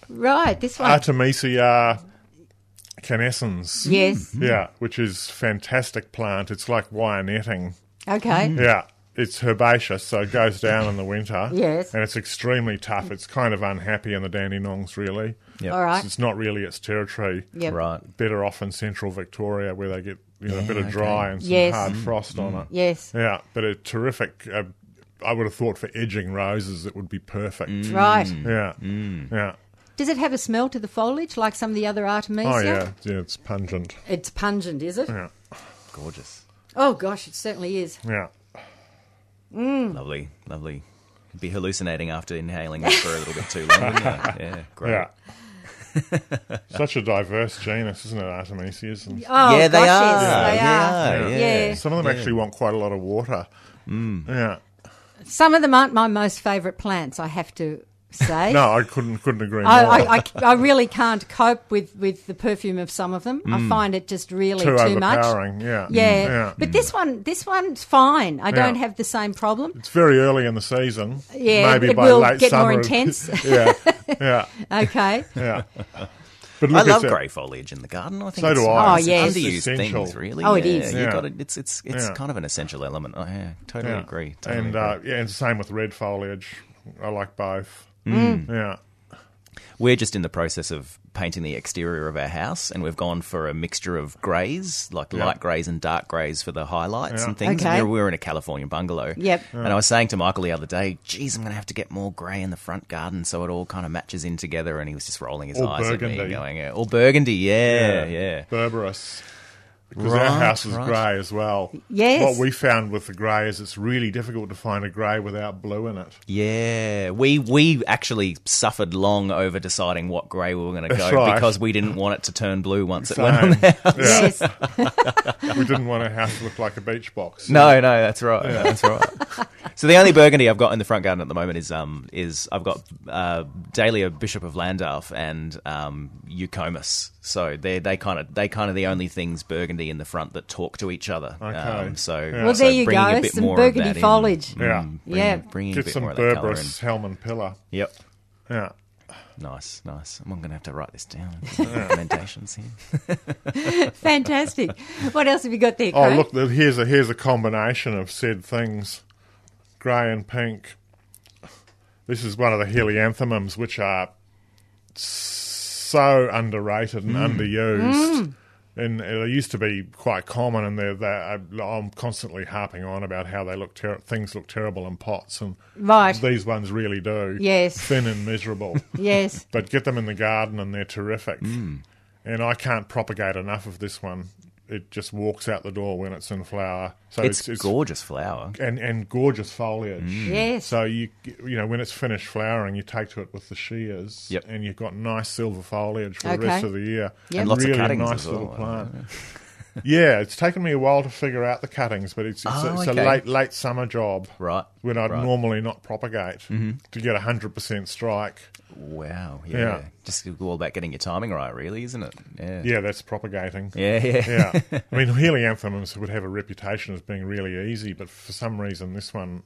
[SPEAKER 1] Right. This one.
[SPEAKER 2] Artemisia canescens.
[SPEAKER 1] yes.
[SPEAKER 2] Yeah, which is fantastic plant. It's like wire netting.
[SPEAKER 1] Okay.
[SPEAKER 2] Yeah, it's herbaceous, so it goes down in the winter.
[SPEAKER 1] Yes.
[SPEAKER 2] And it's extremely tough. It's kind of unhappy in the Dandenongs, really.
[SPEAKER 3] Yep.
[SPEAKER 1] All right.
[SPEAKER 2] It's not really its territory.
[SPEAKER 1] Yep.
[SPEAKER 3] Right.
[SPEAKER 2] Better off in central Victoria where they get you know, a bit of
[SPEAKER 3] okay.
[SPEAKER 2] dry and some
[SPEAKER 1] Yes.
[SPEAKER 2] hard frost on it.
[SPEAKER 1] Yes.
[SPEAKER 2] Yeah, but a terrific uh, I would have thought for edging roses, it would be perfect.
[SPEAKER 1] Mm. Right.
[SPEAKER 2] Yeah,
[SPEAKER 3] Mm.
[SPEAKER 2] yeah.
[SPEAKER 1] Does it have a smell to the foliage like some of the other artemisia?
[SPEAKER 2] Oh yeah, yeah. It's pungent.
[SPEAKER 1] It's pungent, is it?
[SPEAKER 2] Yeah,
[SPEAKER 3] Gorgeous.
[SPEAKER 1] Oh gosh, it certainly is.
[SPEAKER 2] yeah.
[SPEAKER 1] Mm.
[SPEAKER 3] Lovely, lovely. You'd be hallucinating after inhaling that for a little bit too long. wouldn't you? Yeah, great.
[SPEAKER 2] Yeah. Such a diverse genus, isn't it, Artemisias? And
[SPEAKER 1] Oh
[SPEAKER 3] yeah, they
[SPEAKER 1] gosh,
[SPEAKER 3] are.
[SPEAKER 1] Yes, they are.
[SPEAKER 3] are,
[SPEAKER 1] Yeah. Yeah.
[SPEAKER 2] Some of them actually want quite a lot of water. Mm. Yeah.
[SPEAKER 1] Some of them aren't my most favourite plants. I have to say.
[SPEAKER 2] No, I couldn't couldn't agree more.
[SPEAKER 1] Eh? I, I, I, I really can't cope with, with the perfume of some of them. I find it just really
[SPEAKER 2] Mm. Too
[SPEAKER 1] too, much.
[SPEAKER 2] overpowering. Yeah. Mm.
[SPEAKER 1] Yeah.
[SPEAKER 2] Yeah.
[SPEAKER 1] but this one, this one's fine. I don't
[SPEAKER 2] Yeah.
[SPEAKER 1] have the same problem.
[SPEAKER 2] It's very early in the season.
[SPEAKER 1] Yeah,
[SPEAKER 2] Maybe
[SPEAKER 1] it
[SPEAKER 2] by
[SPEAKER 1] will
[SPEAKER 2] late
[SPEAKER 1] get more
[SPEAKER 2] summer.
[SPEAKER 1] intense.
[SPEAKER 2] yeah. Yeah.
[SPEAKER 1] Okay,
[SPEAKER 2] Yeah. But
[SPEAKER 3] I
[SPEAKER 2] look,
[SPEAKER 3] love
[SPEAKER 2] it's a-
[SPEAKER 3] grey foliage in the garden. I think
[SPEAKER 2] So
[SPEAKER 3] it's
[SPEAKER 2] do
[SPEAKER 1] I.
[SPEAKER 3] one of
[SPEAKER 1] Oh,
[SPEAKER 3] the
[SPEAKER 1] yes.
[SPEAKER 3] underused
[SPEAKER 2] It's essential.
[SPEAKER 3] things, really.
[SPEAKER 1] Oh, it
[SPEAKER 3] yeah,
[SPEAKER 1] is.
[SPEAKER 3] You
[SPEAKER 2] Yeah.
[SPEAKER 3] got it. It's it's it's
[SPEAKER 2] Yeah.
[SPEAKER 3] kind of an essential element. I yeah, totally
[SPEAKER 2] yeah.
[SPEAKER 3] agree. Totally
[SPEAKER 2] and
[SPEAKER 3] agree.
[SPEAKER 2] uh, yeah, and same with red foliage. I like both.
[SPEAKER 3] Mm.
[SPEAKER 1] Mm.
[SPEAKER 3] Hmm.
[SPEAKER 2] Yeah.
[SPEAKER 3] We're just in the process of painting the exterior of our house, and we've gone for a mixture of greys, like light greys and dark greys for the highlights
[SPEAKER 2] Yeah.
[SPEAKER 3] and things.
[SPEAKER 1] Okay.
[SPEAKER 3] And we were, we were in a California bungalow.
[SPEAKER 1] Yep.
[SPEAKER 3] And I was saying to Michael the other day, geez, I'm going to have to get more grey in the front garden so it all kind of matches in together. And he was just rolling his
[SPEAKER 2] Or
[SPEAKER 3] eyes at me and
[SPEAKER 2] burgundy.
[SPEAKER 3] going, "Yeah, all burgundy, yeah, yeah.
[SPEAKER 2] Berberus. Because
[SPEAKER 3] Right,
[SPEAKER 2] our house is
[SPEAKER 3] right.
[SPEAKER 2] grey as well.
[SPEAKER 1] Yes.
[SPEAKER 2] What we found with the grey is it's really difficult to find a grey without blue in it.
[SPEAKER 3] Yeah, we we actually suffered long over deciding what grey we were going to go
[SPEAKER 2] That's right.
[SPEAKER 3] because we didn't want it to turn blue once it went on
[SPEAKER 2] Same.
[SPEAKER 3] the house.
[SPEAKER 2] Yeah.
[SPEAKER 1] yes,
[SPEAKER 2] we didn't want our house to look like a beach box.
[SPEAKER 3] No, no, that's right. That's right. so the only burgundy I've got in the front garden at the moment is um is I've got uh, Dahlia Bishop of Landalf and um, Eucomus. So they they kind of they kind of the only things burgundy in the front that talk to each other.
[SPEAKER 2] Okay.
[SPEAKER 3] Um, so
[SPEAKER 2] Yeah.
[SPEAKER 1] Well,
[SPEAKER 3] so
[SPEAKER 1] there you
[SPEAKER 3] bringing
[SPEAKER 1] go,
[SPEAKER 3] A bit
[SPEAKER 1] some
[SPEAKER 3] more of that
[SPEAKER 1] burgundy
[SPEAKER 3] in.
[SPEAKER 1] foliage.
[SPEAKER 2] Yeah.
[SPEAKER 3] Bringing,
[SPEAKER 1] Yeah.
[SPEAKER 3] bringing a
[SPEAKER 2] Get
[SPEAKER 3] bit
[SPEAKER 2] some
[SPEAKER 3] more of that colour in.
[SPEAKER 2] Berberus, Helm and Pillar.
[SPEAKER 3] Yep.
[SPEAKER 2] Yeah.
[SPEAKER 3] Nice, nice. I'm going to have to write this down. Recommendations here.
[SPEAKER 1] fantastic. What else have you got there?
[SPEAKER 2] Oh,
[SPEAKER 1] Craig?
[SPEAKER 2] look, th- here's a here's a combination of said things: grey and pink. This is one of the helianthemums, which are so underrated and
[SPEAKER 1] Mm.
[SPEAKER 2] underused. And uh, they used to be quite common, and they're, they're, I'm constantly harping on about how they look ter- things look terrible in pots, and
[SPEAKER 1] Right.
[SPEAKER 2] these ones really do.
[SPEAKER 1] Yes.
[SPEAKER 2] thin and miserable.
[SPEAKER 1] Yes.
[SPEAKER 2] but get them in the garden and they're terrific.
[SPEAKER 3] Mm.
[SPEAKER 2] And I can't propagate enough of this one. It just walks out the door when it's in flower. So
[SPEAKER 3] It's,
[SPEAKER 2] it's,
[SPEAKER 3] gorgeous Mm. flower.
[SPEAKER 2] and and gorgeous foliage.
[SPEAKER 1] Yes.
[SPEAKER 2] So you you know when it's finished flowering, you take to it with the shears,
[SPEAKER 3] Yep.
[SPEAKER 2] and you've got nice silver foliage for
[SPEAKER 1] Okay.
[SPEAKER 2] the rest of the year.
[SPEAKER 1] Yep.
[SPEAKER 3] And lots of
[SPEAKER 2] really
[SPEAKER 3] cuttings
[SPEAKER 2] nice
[SPEAKER 3] as well,
[SPEAKER 2] little
[SPEAKER 3] I
[SPEAKER 2] plant. yeah, it's taken me a while to figure out the cuttings, but it's it's,
[SPEAKER 3] Oh,
[SPEAKER 2] it's
[SPEAKER 3] okay.
[SPEAKER 2] a late late summer job.
[SPEAKER 3] Right,
[SPEAKER 2] When I'd
[SPEAKER 3] right. Mm-hmm.
[SPEAKER 2] normally not propagate to get a hundred percent strike.
[SPEAKER 3] Wow. Yeah.
[SPEAKER 2] Yeah.
[SPEAKER 3] Just all about getting your timing right, really, isn't it? Yeah.
[SPEAKER 2] Yeah, that's propagating.
[SPEAKER 3] Yeah. Yeah.
[SPEAKER 2] yeah. I mean, helianthemums would have a reputation as being really easy, but for some reason, this one,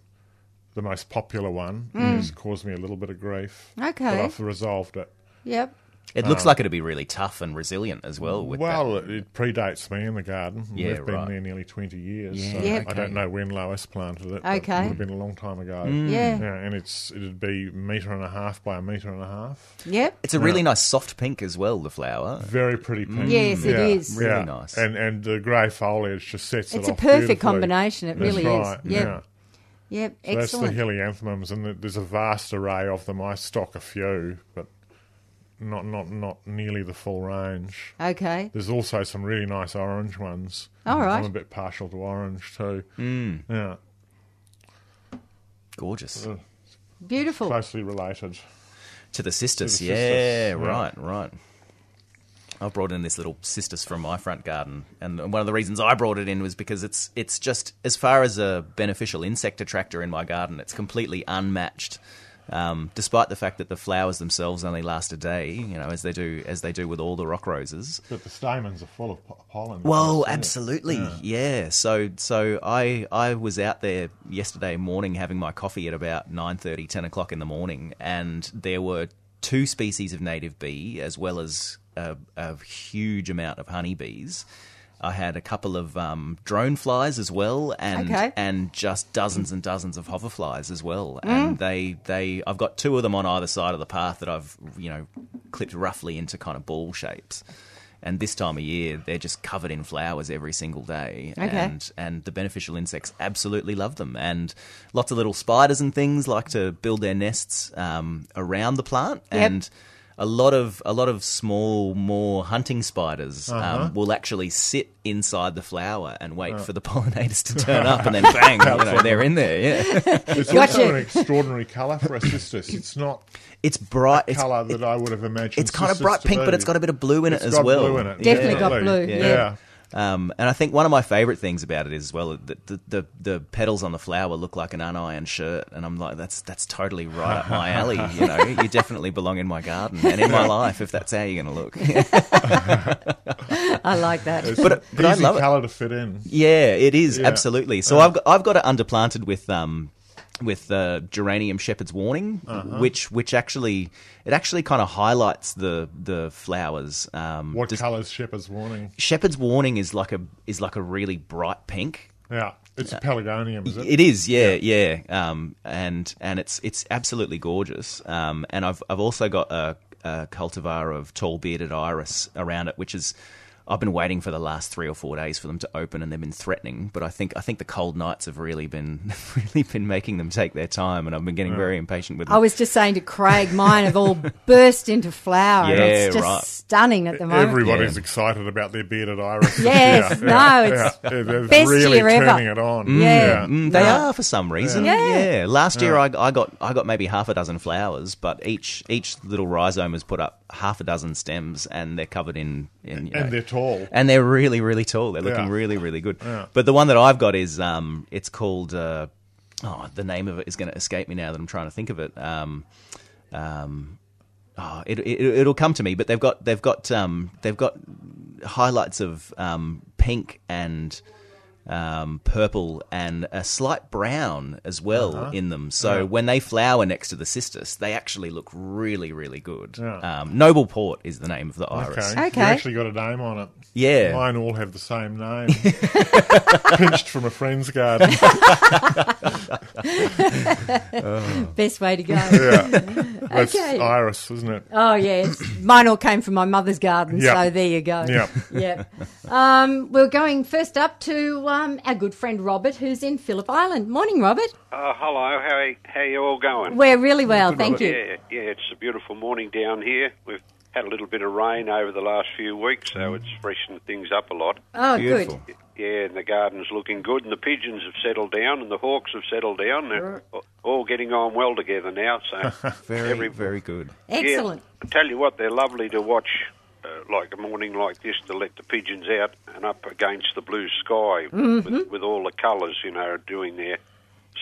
[SPEAKER 2] the most popular one,
[SPEAKER 3] Mm.
[SPEAKER 2] has caused me a little bit of grief. But
[SPEAKER 1] Okay.
[SPEAKER 2] I've resolved it.
[SPEAKER 1] Yep.
[SPEAKER 3] It looks like it'd be really tough and resilient as well. With
[SPEAKER 2] Uh, well, it, it predates me in the garden. and
[SPEAKER 3] Yeah,
[SPEAKER 2] We've been
[SPEAKER 3] right.
[SPEAKER 2] there nearly 20 years.
[SPEAKER 3] Yeah,
[SPEAKER 2] so
[SPEAKER 1] Yeah.
[SPEAKER 2] I
[SPEAKER 3] okay.
[SPEAKER 2] don't know when Lois planted it. but
[SPEAKER 1] Okay.
[SPEAKER 2] It would have been a long time ago.
[SPEAKER 3] Mm.
[SPEAKER 1] Yeah.
[SPEAKER 2] Yeah, and it's it'd be metre and a half by a metre and a half.
[SPEAKER 1] Yep.
[SPEAKER 3] that. it's a really nice soft pink as well. The flower.
[SPEAKER 2] Very pretty pink.
[SPEAKER 1] Yes, it is.
[SPEAKER 3] Really nice.
[SPEAKER 2] And and the grey foliage just sets
[SPEAKER 1] It's
[SPEAKER 2] it
[SPEAKER 1] a
[SPEAKER 2] off
[SPEAKER 1] perfect
[SPEAKER 2] beautifully.
[SPEAKER 1] combination. It
[SPEAKER 2] That's
[SPEAKER 1] really
[SPEAKER 2] right,
[SPEAKER 1] is. Yep.
[SPEAKER 2] Yeah.
[SPEAKER 1] Yep.
[SPEAKER 2] That's the
[SPEAKER 1] Excellent.
[SPEAKER 2] helianthemums, and th- there's a vast array of them. I stock a few, but not not not nearly the full range.
[SPEAKER 1] okay.
[SPEAKER 2] There's also some really nice orange ones.
[SPEAKER 1] All right.
[SPEAKER 2] I'm a bit partial to orange too. Yeah,
[SPEAKER 3] Hmm. Gorgeous.
[SPEAKER 1] Beautiful.
[SPEAKER 2] closely related.
[SPEAKER 3] To the cistus.
[SPEAKER 2] To the
[SPEAKER 3] yeah,
[SPEAKER 2] cistus, yeah.
[SPEAKER 3] Right. Right. I've brought in this little cistus from my front garden, and one of the reasons I brought it in was because it's it's just as far as a beneficial insect attractor in my garden, it's completely unmatched. Um, despite the fact that the flowers themselves only last a day, you know, as they do as they do with all the rock roses,
[SPEAKER 2] But the stamens are full of po- pollen.
[SPEAKER 3] Whoa,
[SPEAKER 2] Yeah.
[SPEAKER 3] absolutely. Yeah. So so I I was out there yesterday morning having my coffee at about 9:30, 10 o'clock in the morning, and there were two species of native bee as well as a, a huge amount of honeybees. I had a couple of um, drone flies as well, and
[SPEAKER 1] Okay. Mm.
[SPEAKER 3] and just dozens and dozens of hoverflies as well. And they they I've got two of them on either side of the path that I've you know clipped roughly into kind of ball shapes. And this time of year, they're just covered in flowers every single day.
[SPEAKER 1] Okay.
[SPEAKER 3] And, and the beneficial insects absolutely love them. And lots of little spiders and things like to build their nests um, around the plant. And a lot of a lot of small, more hunting spiders
[SPEAKER 1] Uh-huh.
[SPEAKER 3] um, will actually sit inside the flower and wait
[SPEAKER 1] Uh.
[SPEAKER 3] for the pollinators to turn up, and then bang, you know, they're in there. Yeah,
[SPEAKER 2] It's
[SPEAKER 1] Gotcha.
[SPEAKER 2] also an extraordinary colour for a cistus. It's not
[SPEAKER 3] it's bright.
[SPEAKER 2] a
[SPEAKER 3] It's,
[SPEAKER 2] colour that I would have imagined.
[SPEAKER 3] it's kind of
[SPEAKER 2] cistus
[SPEAKER 3] bright
[SPEAKER 2] to
[SPEAKER 3] pink, but
[SPEAKER 2] be.
[SPEAKER 3] it's got a bit of blue in
[SPEAKER 2] It's
[SPEAKER 3] it as
[SPEAKER 2] got
[SPEAKER 3] well.
[SPEAKER 2] blue in it.
[SPEAKER 1] Definitely got blue, yeah.
[SPEAKER 2] yeah.
[SPEAKER 3] Um, and I think one of my favourite things about it is as well that the, the the petals on the flower look like an unironed shirt, and I'm like, that's that's totally right up my alley. You know, you definitely belong in my garden and in my life if that's how you're going to look.
[SPEAKER 1] I like that.
[SPEAKER 2] It's
[SPEAKER 3] But-
[SPEAKER 2] an
[SPEAKER 3] but I
[SPEAKER 2] easy
[SPEAKER 3] love it.
[SPEAKER 2] colour to fit in.
[SPEAKER 3] Yeah, it is
[SPEAKER 2] Yeah.
[SPEAKER 3] absolutely. So I've got, I've got it underplanted with um with uh, geranium shepherd's warning,
[SPEAKER 2] Uh-huh.
[SPEAKER 3] which which actually it actually kind of highlights the the flowers. Um,
[SPEAKER 2] What
[SPEAKER 3] just-
[SPEAKER 2] colours Shepherd's warning?
[SPEAKER 3] shepherd's warning is like a is like a really bright pink.
[SPEAKER 2] Yeah, it's a pelargonium, is it?
[SPEAKER 3] Uh, It is, yeah, yeah, Um, and and it's it's absolutely gorgeous. Um, and I've I've also got a, a cultivar of tall bearded iris around it, which is. I've been waiting for the last three or four days for them to open, and they've been threatening. But I think I think the cold nights have really been really been making them take their time, and I've been getting very impatient with them.
[SPEAKER 1] I was just saying to Craig, mine have all burst into flower. and it's
[SPEAKER 3] Yeah,
[SPEAKER 1] just
[SPEAKER 3] right.
[SPEAKER 1] stunning at the moment.
[SPEAKER 2] Everybody's excited about their bearded iris.
[SPEAKER 1] Yes, no, it's
[SPEAKER 2] yeah. They're
[SPEAKER 1] best
[SPEAKER 2] really
[SPEAKER 1] year ever.
[SPEAKER 2] turning it on.
[SPEAKER 1] Yeah.
[SPEAKER 3] Mm, they are for some reason.
[SPEAKER 1] Yeah. Yeah.
[SPEAKER 3] Yeah. Last year I, I got I got maybe half a dozen flowers, but each each little rhizome has put up half a dozen stems, and they're covered in. in you know-
[SPEAKER 2] And they're tall.
[SPEAKER 3] and they're really really tall. They're looking
[SPEAKER 2] Yeah.
[SPEAKER 3] really really good. But the one that I've got is um, it's called uh, oh the name of it is going to escape me now that I'm trying to think of it. Um, um, oh, it, it it'll come to me. But they've got they've got um, they've got highlights of um, pink and. Um, purple and a slight brown as well
[SPEAKER 2] Uh-huh.
[SPEAKER 3] in them. So when they flower next to the cistus, they actually look really, really good. Um, Noble Port is the name of the iris.
[SPEAKER 2] Okay.
[SPEAKER 1] Okay.
[SPEAKER 2] You actually got a name on it.
[SPEAKER 3] Yeah.
[SPEAKER 2] Mine all have the same name. Pinched from a friend's garden.
[SPEAKER 1] Best way to go.
[SPEAKER 2] That's
[SPEAKER 1] Okay.
[SPEAKER 2] iris, isn't it?
[SPEAKER 1] Oh yes, mine all came from my mother's garden.
[SPEAKER 2] Yeah.
[SPEAKER 1] So there you go.
[SPEAKER 2] Yeah.
[SPEAKER 1] Yep. Um, we're going first up to um, our good friend Robert, who's in Phillip Island. Morning, Robert.
[SPEAKER 4] Oh, hello. How are, how you all going?
[SPEAKER 1] We're really well, thank you.
[SPEAKER 4] Yeah, yeah, it's a beautiful morning down here. We've had a little bit of rain over the last few weeks, so it's freshened things up a lot.
[SPEAKER 1] Oh,
[SPEAKER 3] Beautiful.
[SPEAKER 4] Yeah, and the garden's looking good, and the pigeons have settled down, and the hawks have settled down. They're all getting on well together now. So,
[SPEAKER 3] Very,
[SPEAKER 4] Every-
[SPEAKER 3] very good.
[SPEAKER 1] good.
[SPEAKER 4] Yeah,
[SPEAKER 1] Excellent.
[SPEAKER 4] I tell you what, they're lovely to watch. Uh, like a morning like this, to let the pigeons out and up against the blue sky with, with all the colours, you know, doing their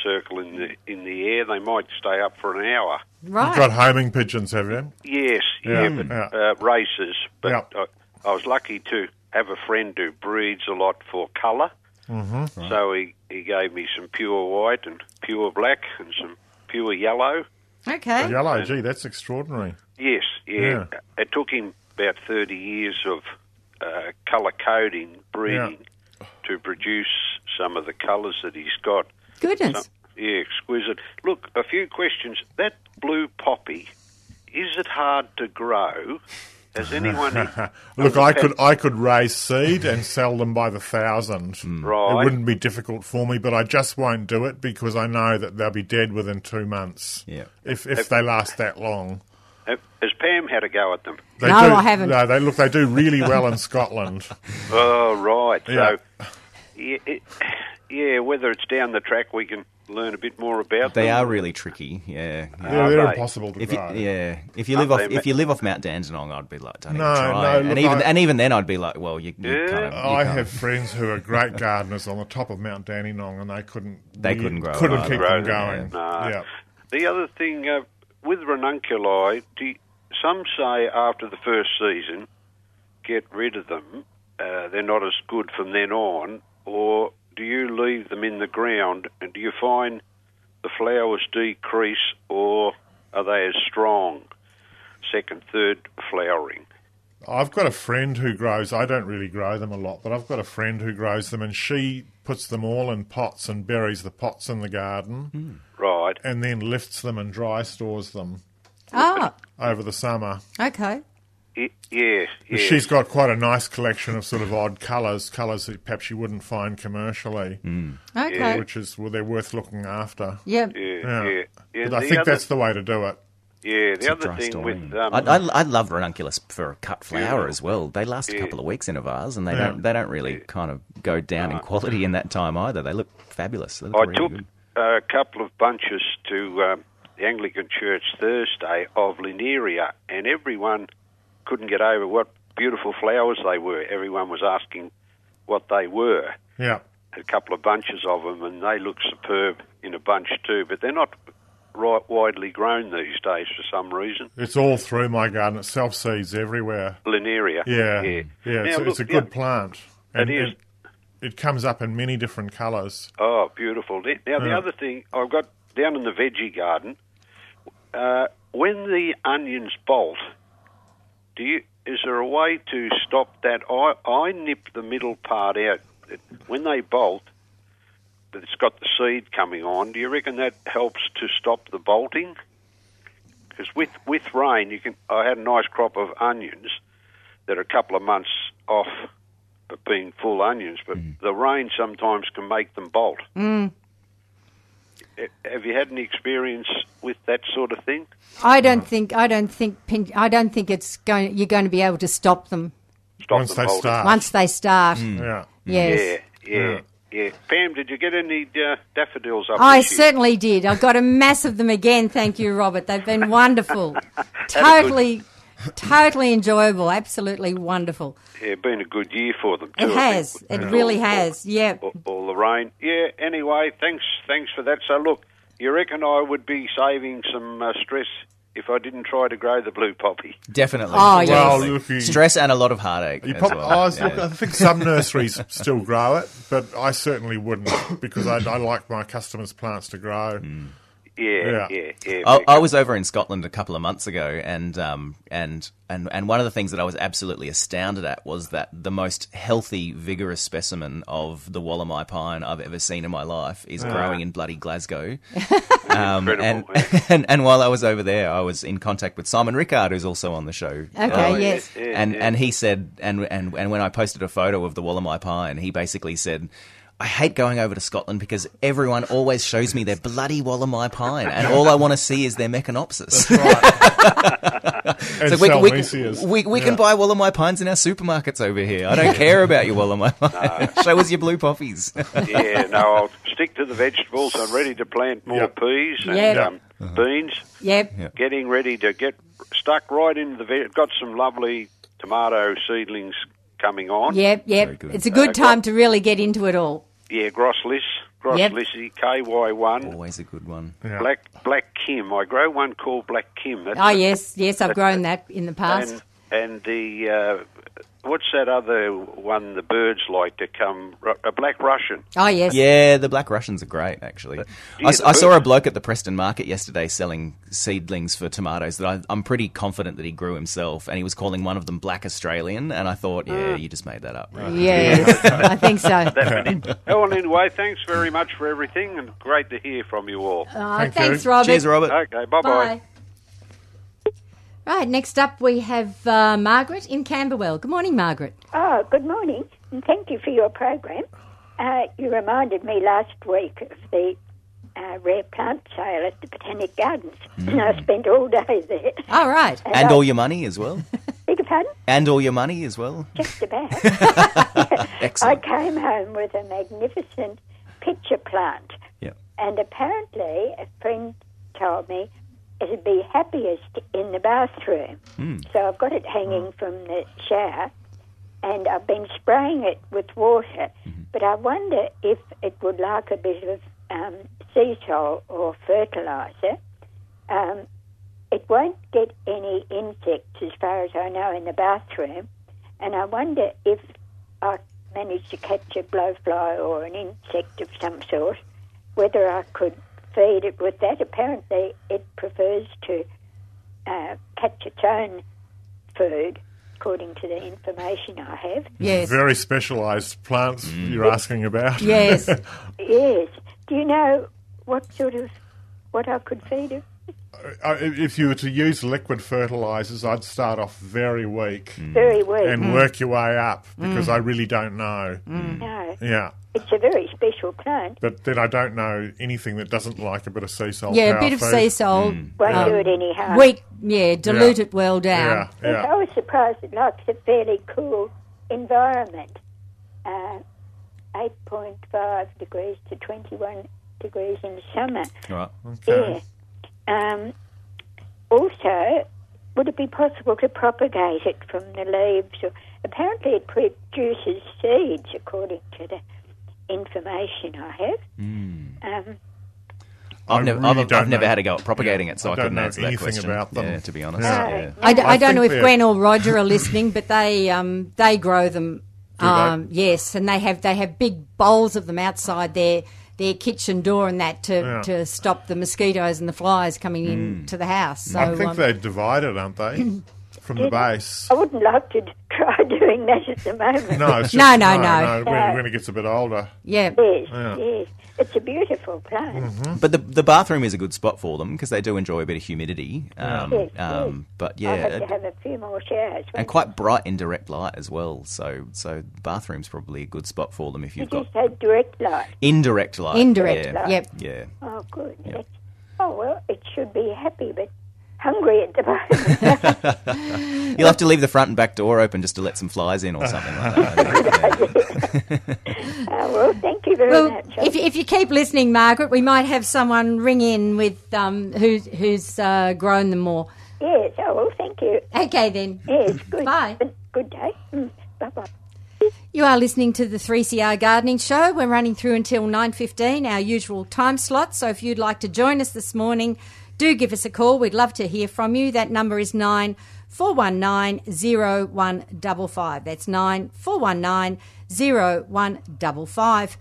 [SPEAKER 4] circle in the in the air. They might stay up for an hour.
[SPEAKER 1] Right.
[SPEAKER 2] You've got homing pigeons, have you?
[SPEAKER 4] Yes,
[SPEAKER 2] Yeah,
[SPEAKER 4] yeah, but,
[SPEAKER 2] yeah.
[SPEAKER 4] Uh, races. But
[SPEAKER 2] Yeah.
[SPEAKER 4] I, I was lucky to have a friend who breeds a lot for color Mm-hmm, So he, he gave me some pure white and pure black and some pure yellow.
[SPEAKER 1] Okay.
[SPEAKER 2] Yellow, gee, that's extraordinary.
[SPEAKER 4] Yes, yeah.
[SPEAKER 2] Yeah.
[SPEAKER 4] It took him about 30 years of uh, colour coding, breeding, to produce some of the colours that he's got.
[SPEAKER 1] Goodness.
[SPEAKER 4] Yeah, exquisite. Look, a few questions. That blue poppy, is it hard to grow? Has anyone?
[SPEAKER 2] Look, I could I could raise seed and sell them by the thousand.
[SPEAKER 3] Hmm.
[SPEAKER 4] Right.
[SPEAKER 2] It wouldn't be difficult for me, but I just won't do it because I know that they'll be dead within two months.
[SPEAKER 3] Yeah.
[SPEAKER 2] If if they last that long.
[SPEAKER 4] Has Pam had a go at them?
[SPEAKER 2] They
[SPEAKER 1] No,
[SPEAKER 2] do,
[SPEAKER 1] I haven't.
[SPEAKER 2] No, they look they do really well in Scotland.
[SPEAKER 4] Oh, right.
[SPEAKER 2] Yeah.
[SPEAKER 4] So, yeah, it, yeah, whether it's down the track, we can learn a bit more about
[SPEAKER 3] They
[SPEAKER 4] them.
[SPEAKER 3] are really tricky. Yeah.
[SPEAKER 2] They're, they're
[SPEAKER 4] they?
[SPEAKER 2] impossible to
[SPEAKER 3] If you,
[SPEAKER 2] grow.
[SPEAKER 3] yeah, if you live off
[SPEAKER 4] they ma-
[SPEAKER 3] if you live off Mount Dandenong, I'd be like, don't
[SPEAKER 2] No,
[SPEAKER 3] even try.
[SPEAKER 2] no,
[SPEAKER 3] and
[SPEAKER 2] look,
[SPEAKER 3] even
[SPEAKER 2] I-
[SPEAKER 3] and even then, I'd be like, well, you, you
[SPEAKER 4] Yeah.
[SPEAKER 3] kind of. You
[SPEAKER 2] I
[SPEAKER 3] can't-
[SPEAKER 2] have friends who are great gardeners on the top of Mount Dandenong, and they couldn't
[SPEAKER 3] They
[SPEAKER 2] we
[SPEAKER 3] couldn't grow
[SPEAKER 2] couldn't
[SPEAKER 3] it
[SPEAKER 2] keep
[SPEAKER 4] either.
[SPEAKER 2] them going.
[SPEAKER 4] Nah.
[SPEAKER 2] Yeah.
[SPEAKER 4] The other thing uh, with ranunculi, do you- some say after the first season, get rid of them. Uh, they're not as good from then on. Or do you leave them in the ground and do you find the flowers decrease or are they as strong? Second, third flowering.
[SPEAKER 2] I've got a friend who grows. I don't really grow them a lot, but I've got a friend who grows them, and she puts them all in pots and buries the pots in the garden,
[SPEAKER 4] Hmm. Right.
[SPEAKER 2] and then lifts them and dry stores them
[SPEAKER 1] Oh,
[SPEAKER 2] over the summer.
[SPEAKER 1] okay.
[SPEAKER 4] Y- yeah, yeah.
[SPEAKER 2] She's got quite a nice collection of sort of odd colours, colours that perhaps you wouldn't find commercially,
[SPEAKER 1] Okay.
[SPEAKER 2] which is well, they're worth looking after.
[SPEAKER 1] Yep.
[SPEAKER 4] yeah, yeah. yeah.
[SPEAKER 2] But I
[SPEAKER 4] the
[SPEAKER 2] think
[SPEAKER 4] other,
[SPEAKER 2] that's the way to do it.
[SPEAKER 4] yeah. The
[SPEAKER 3] It's a
[SPEAKER 4] other
[SPEAKER 3] dry
[SPEAKER 4] thing
[SPEAKER 3] store,
[SPEAKER 4] with
[SPEAKER 3] isn't it?
[SPEAKER 4] um,
[SPEAKER 3] I, I, I love ranunculus for a cut flower
[SPEAKER 4] Yeah.
[SPEAKER 3] as well. They last a couple of weeks in a vase, and they
[SPEAKER 2] Yeah.
[SPEAKER 3] don't they don't really kind of go down in quality in that time either. They look fabulous. They look
[SPEAKER 4] Uh-huh. I
[SPEAKER 3] really
[SPEAKER 4] took
[SPEAKER 3] good.
[SPEAKER 4] uh, a couple of bunches to um, the Anglican Church Thursday of Lineria, and everyone couldn't get over what beautiful flowers they were. Everyone was asking what they were.
[SPEAKER 2] Yeah.
[SPEAKER 4] A couple of bunches of them, and they look superb in a bunch too. But they're not right widely grown these days for some reason.
[SPEAKER 2] It's all through my garden. It self seeds everywhere.
[SPEAKER 4] Lineria.
[SPEAKER 2] Yeah. Yeah.
[SPEAKER 4] yeah.
[SPEAKER 2] it's,
[SPEAKER 4] Now,
[SPEAKER 2] it's a
[SPEAKER 4] look,
[SPEAKER 2] good
[SPEAKER 4] yeah.
[SPEAKER 2] plant.
[SPEAKER 4] It is.
[SPEAKER 2] It, it comes up in many different colours.
[SPEAKER 4] Oh, beautiful. Now, the
[SPEAKER 2] Yeah.
[SPEAKER 4] other thing I've got down in the veggie garden, uh, when the onions bolt, do you, is there a way to stop that? I, I nip the middle part out. It- When they bolt, but it's got the seed coming on, do you reckon that helps to stop the bolting? Because with, with rain, you can. I had a nice crop of onions that are a couple of months off of being full onions, but the rain sometimes can make them bolt.
[SPEAKER 1] Mm,
[SPEAKER 4] Eh, Have you had any experience with that sort of thing?
[SPEAKER 1] I don't think I don't think pin, I don't think it's going. You're going to be able to stop them
[SPEAKER 4] Stop
[SPEAKER 2] Once
[SPEAKER 4] them
[SPEAKER 2] they
[SPEAKER 4] bolting.
[SPEAKER 2] start. Mm.
[SPEAKER 1] once they start.
[SPEAKER 2] Yeah.
[SPEAKER 1] Yes.
[SPEAKER 4] Yeah, yeah, yeah, Pam, did you get any uh, daffodils up
[SPEAKER 1] I
[SPEAKER 4] this year?
[SPEAKER 1] certainly did. I got a mass of them again. Thank you, Robert. They've been wonderful. totally, totally enjoyable. Absolutely wonderful.
[SPEAKER 4] Yeah, been a good year for them too. I
[SPEAKER 1] It
[SPEAKER 4] think,
[SPEAKER 1] has.
[SPEAKER 4] with
[SPEAKER 1] It
[SPEAKER 4] all-
[SPEAKER 1] really
[SPEAKER 4] all-
[SPEAKER 1] has. Yep.
[SPEAKER 4] All, all the rain. Yeah. Anyway, thanks. Thanks for that. So look, you reckon I would be saving some uh, stress if I didn't try to grow the blue poppy?
[SPEAKER 3] Definitely.
[SPEAKER 1] Oh,
[SPEAKER 2] Ah,
[SPEAKER 1] yes.
[SPEAKER 2] Well,
[SPEAKER 3] Definitely.
[SPEAKER 2] look, you-
[SPEAKER 3] stress and a lot of heartache.
[SPEAKER 2] You
[SPEAKER 3] as
[SPEAKER 2] prob-
[SPEAKER 3] well.
[SPEAKER 2] I, was-
[SPEAKER 3] Yeah.
[SPEAKER 2] look, I think some nurseries still grow it, but I certainly wouldn't because I, I like my customers' plants to grow.
[SPEAKER 4] Yeah.
[SPEAKER 2] Yeah.
[SPEAKER 4] Yeah. Yeah.
[SPEAKER 3] I,
[SPEAKER 4] Vic.
[SPEAKER 3] I was over in Scotland a couple of months ago, and um, and and and one of the things that I was absolutely astounded at was that the most healthy, vigorous specimen of the Wallamai pine I've ever seen in my life is
[SPEAKER 1] Ah.
[SPEAKER 3] growing in bloody Glasgow. um, and,
[SPEAKER 4] Incredible, eh?
[SPEAKER 3] and and while I was over there, I was in contact with Simon Rickard, who's also on the show. Um,
[SPEAKER 1] Okay,
[SPEAKER 5] Oh,
[SPEAKER 1] yes.
[SPEAKER 4] yeah,
[SPEAKER 3] and
[SPEAKER 4] yeah.
[SPEAKER 3] and he said, and and and when I posted a photo of the Wallamai pine, he basically said. I hate going over to Scotland because everyone always shows me their bloody Wallamai pine, and all I want to see is their Mechanopsis.
[SPEAKER 2] And
[SPEAKER 3] So we, we,
[SPEAKER 2] Salmesias.
[SPEAKER 3] we, we can
[SPEAKER 2] Yeah.
[SPEAKER 3] buy Wallamai pines in our supermarkets over here. I don't care about your Wallamai pine. Show us your blue poppies.
[SPEAKER 4] yeah. No, I'll stick to the vegetables. I'm ready to plant more
[SPEAKER 2] Yeah.
[SPEAKER 4] peas and
[SPEAKER 1] Yeah.
[SPEAKER 4] um, beans.
[SPEAKER 1] Yep.
[SPEAKER 4] Getting ready to get stuck right into the. Ve- got some lovely tomato seedlings coming on.
[SPEAKER 1] Yep. Yep.
[SPEAKER 3] good.
[SPEAKER 1] It's a good
[SPEAKER 4] Uh,
[SPEAKER 1] time to really get into it all.
[SPEAKER 4] Yeah. Grossless.
[SPEAKER 1] Yep.
[SPEAKER 4] Grosslissy. KY one.
[SPEAKER 3] Always a good one.
[SPEAKER 2] Yeah.
[SPEAKER 4] Black Black Kim. I grow one called Black Kim. That's
[SPEAKER 1] Oh yes, yes. I've grown that in the past.
[SPEAKER 4] and, and the uh, what's that other one the birds like to come? Ru- A black Russian.
[SPEAKER 1] Oh yes.
[SPEAKER 3] Yeah, the Black Russians are great, actually. I, s-
[SPEAKER 4] the
[SPEAKER 3] I saw a
[SPEAKER 4] birds-
[SPEAKER 3] bloke at the Preston market yesterday selling seedlings for tomatoes that I, I'm pretty confident that he grew himself, and he was calling one of them Black Australian, and I thought, yeah, you just made that up.
[SPEAKER 1] Ah. Yes. I think so.
[SPEAKER 4] oh, well, anyway, thanks very much for everything, and great to hear from you all.
[SPEAKER 1] Oh,
[SPEAKER 2] Thank you.
[SPEAKER 1] thanks, Robert.
[SPEAKER 3] Cheers, Robert.
[SPEAKER 4] Okay, bye bye.
[SPEAKER 1] Bye. Right. Next up, we have uh, Margaret in Camberwell. Good morning, Margaret.
[SPEAKER 5] Oh, good morning, and thank you for your program. Uh, you reminded me last week of the uh, rare plant sale at the Botanic Gardens. I spent all day there.
[SPEAKER 1] Mm. All right.
[SPEAKER 3] And all your money as well.
[SPEAKER 5] Beg your pardon?
[SPEAKER 3] And all your money as well. Ah,
[SPEAKER 5] Just about. I
[SPEAKER 3] Excellent.
[SPEAKER 5] came home with a magnificent picture plant,
[SPEAKER 3] Yeah.
[SPEAKER 5] and apparently a friend told me it'd be happiest in the bathroom.
[SPEAKER 2] Hmm.
[SPEAKER 5] So I've got it hanging from the shower, and I've been spraying it with water. But I wonder if it would like a bit of um, sea salt or fertilizer. Um, it won't get any insects, as far as I know, in the bathroom. And I wonder if I manage to catch a blowfly or an insect of some sort, whether I could feed it with that. Apparently, it prefers to uh, catch its own food, according to the information I have.
[SPEAKER 1] Yes.
[SPEAKER 2] Very specialised plants you're asking about.
[SPEAKER 1] Yes.
[SPEAKER 5] Yes. Do you know what sort of what I could feed it
[SPEAKER 2] I, Uh, if you were to use liquid fertilizers, I'd start off very weak
[SPEAKER 1] Mm.
[SPEAKER 5] Very weak.
[SPEAKER 2] and work your way up because I really don't know.
[SPEAKER 1] Mm.
[SPEAKER 5] no,
[SPEAKER 2] Yeah.
[SPEAKER 5] it's a very special plant.
[SPEAKER 2] But then I don't know anything that doesn't like a bit of sea salt.
[SPEAKER 1] Yeah, a
[SPEAKER 2] power
[SPEAKER 1] bit of
[SPEAKER 2] food.
[SPEAKER 1] sea salt.
[SPEAKER 5] Won't do it any harm.
[SPEAKER 1] um, Weak, yeah, dilute
[SPEAKER 2] Mm. Yeah.
[SPEAKER 1] it well down.
[SPEAKER 2] Yeah,
[SPEAKER 5] Yes, I
[SPEAKER 2] yeah.
[SPEAKER 5] was surprised it likes a fairly cool environment. Uh, 8.5 degrees to 21 degrees in summer.
[SPEAKER 3] Right.
[SPEAKER 2] Okay.
[SPEAKER 5] Yeah. Um, also, would it be possible to propagate it from the leaves? Or, apparently, it produces seeds, according to the information I have.
[SPEAKER 2] Hmm.
[SPEAKER 5] Um,
[SPEAKER 3] I've
[SPEAKER 2] I
[SPEAKER 3] never,
[SPEAKER 2] really
[SPEAKER 3] I've,
[SPEAKER 2] don't
[SPEAKER 3] I've never
[SPEAKER 2] know.
[SPEAKER 3] had a go at propagating it, so
[SPEAKER 2] I
[SPEAKER 3] I,
[SPEAKER 2] don't
[SPEAKER 3] couldn't
[SPEAKER 2] know
[SPEAKER 3] answer that
[SPEAKER 2] anything
[SPEAKER 3] question.
[SPEAKER 2] about them.
[SPEAKER 3] Yeah, to be honest.
[SPEAKER 5] No.
[SPEAKER 3] Yeah.
[SPEAKER 1] I, d-
[SPEAKER 2] I
[SPEAKER 1] I don't know
[SPEAKER 2] think
[SPEAKER 1] if
[SPEAKER 2] they're-
[SPEAKER 1] Gwen or Roger are listening, but they um, they grow them.
[SPEAKER 2] they?
[SPEAKER 1] Um, yes, and they have they have big bowls of them outside their their kitchen door and that to,
[SPEAKER 2] Yeah. Mm.
[SPEAKER 1] to stop the mosquitoes and the flies coming in to the house. So
[SPEAKER 2] I think
[SPEAKER 1] um, Mm.
[SPEAKER 2] they're divided, aren't they? From the base.
[SPEAKER 5] I wouldn't like to try doing that at the moment.
[SPEAKER 2] No, it's just,
[SPEAKER 1] No, no, no.
[SPEAKER 2] no. When, when it gets a bit older.
[SPEAKER 1] yeah,
[SPEAKER 5] Yes,
[SPEAKER 2] Yeah. Mm-hmm.
[SPEAKER 5] yes. It's a beautiful plant.
[SPEAKER 3] Mm-hmm. But the, the bathroom is a good spot for them because they do enjoy a bit of humidity. Um,
[SPEAKER 5] Yes,
[SPEAKER 3] um, but yeah,
[SPEAKER 5] I'll have to
[SPEAKER 3] it-
[SPEAKER 5] have a few more showers.
[SPEAKER 3] and quite bright in direct light as well. So so the bathroom's probably a good spot for them if
[SPEAKER 5] You
[SPEAKER 3] you've got
[SPEAKER 5] just had direct light.
[SPEAKER 3] indirect light.
[SPEAKER 1] indirect.
[SPEAKER 3] Yeah.
[SPEAKER 1] Yep.
[SPEAKER 3] Yeah.
[SPEAKER 5] Oh, good. That's- Oh, well, it should be happy, but hungry at the moment.
[SPEAKER 3] You'll have to leave the front and back door open just to let some flies in or something like that. Yeah.
[SPEAKER 5] oh, well, thank you very
[SPEAKER 1] Well,
[SPEAKER 5] much.
[SPEAKER 1] if, you- if you keep listening, Margaret, we might have someone ring in with um, who's who's uh, grown them more.
[SPEAKER 5] yes, oh, well, thank you.
[SPEAKER 1] Okay, then.
[SPEAKER 5] Yes, good.
[SPEAKER 1] Bye.
[SPEAKER 5] Good day. Mm, bye-bye.
[SPEAKER 1] You are listening to the 3CR Gardening Show. We're running through until 9:15, our usual time slot. So if you'd like to join us this morning, do give us a call. We'd love to hear from you. That number is 94190155. That's 94190155.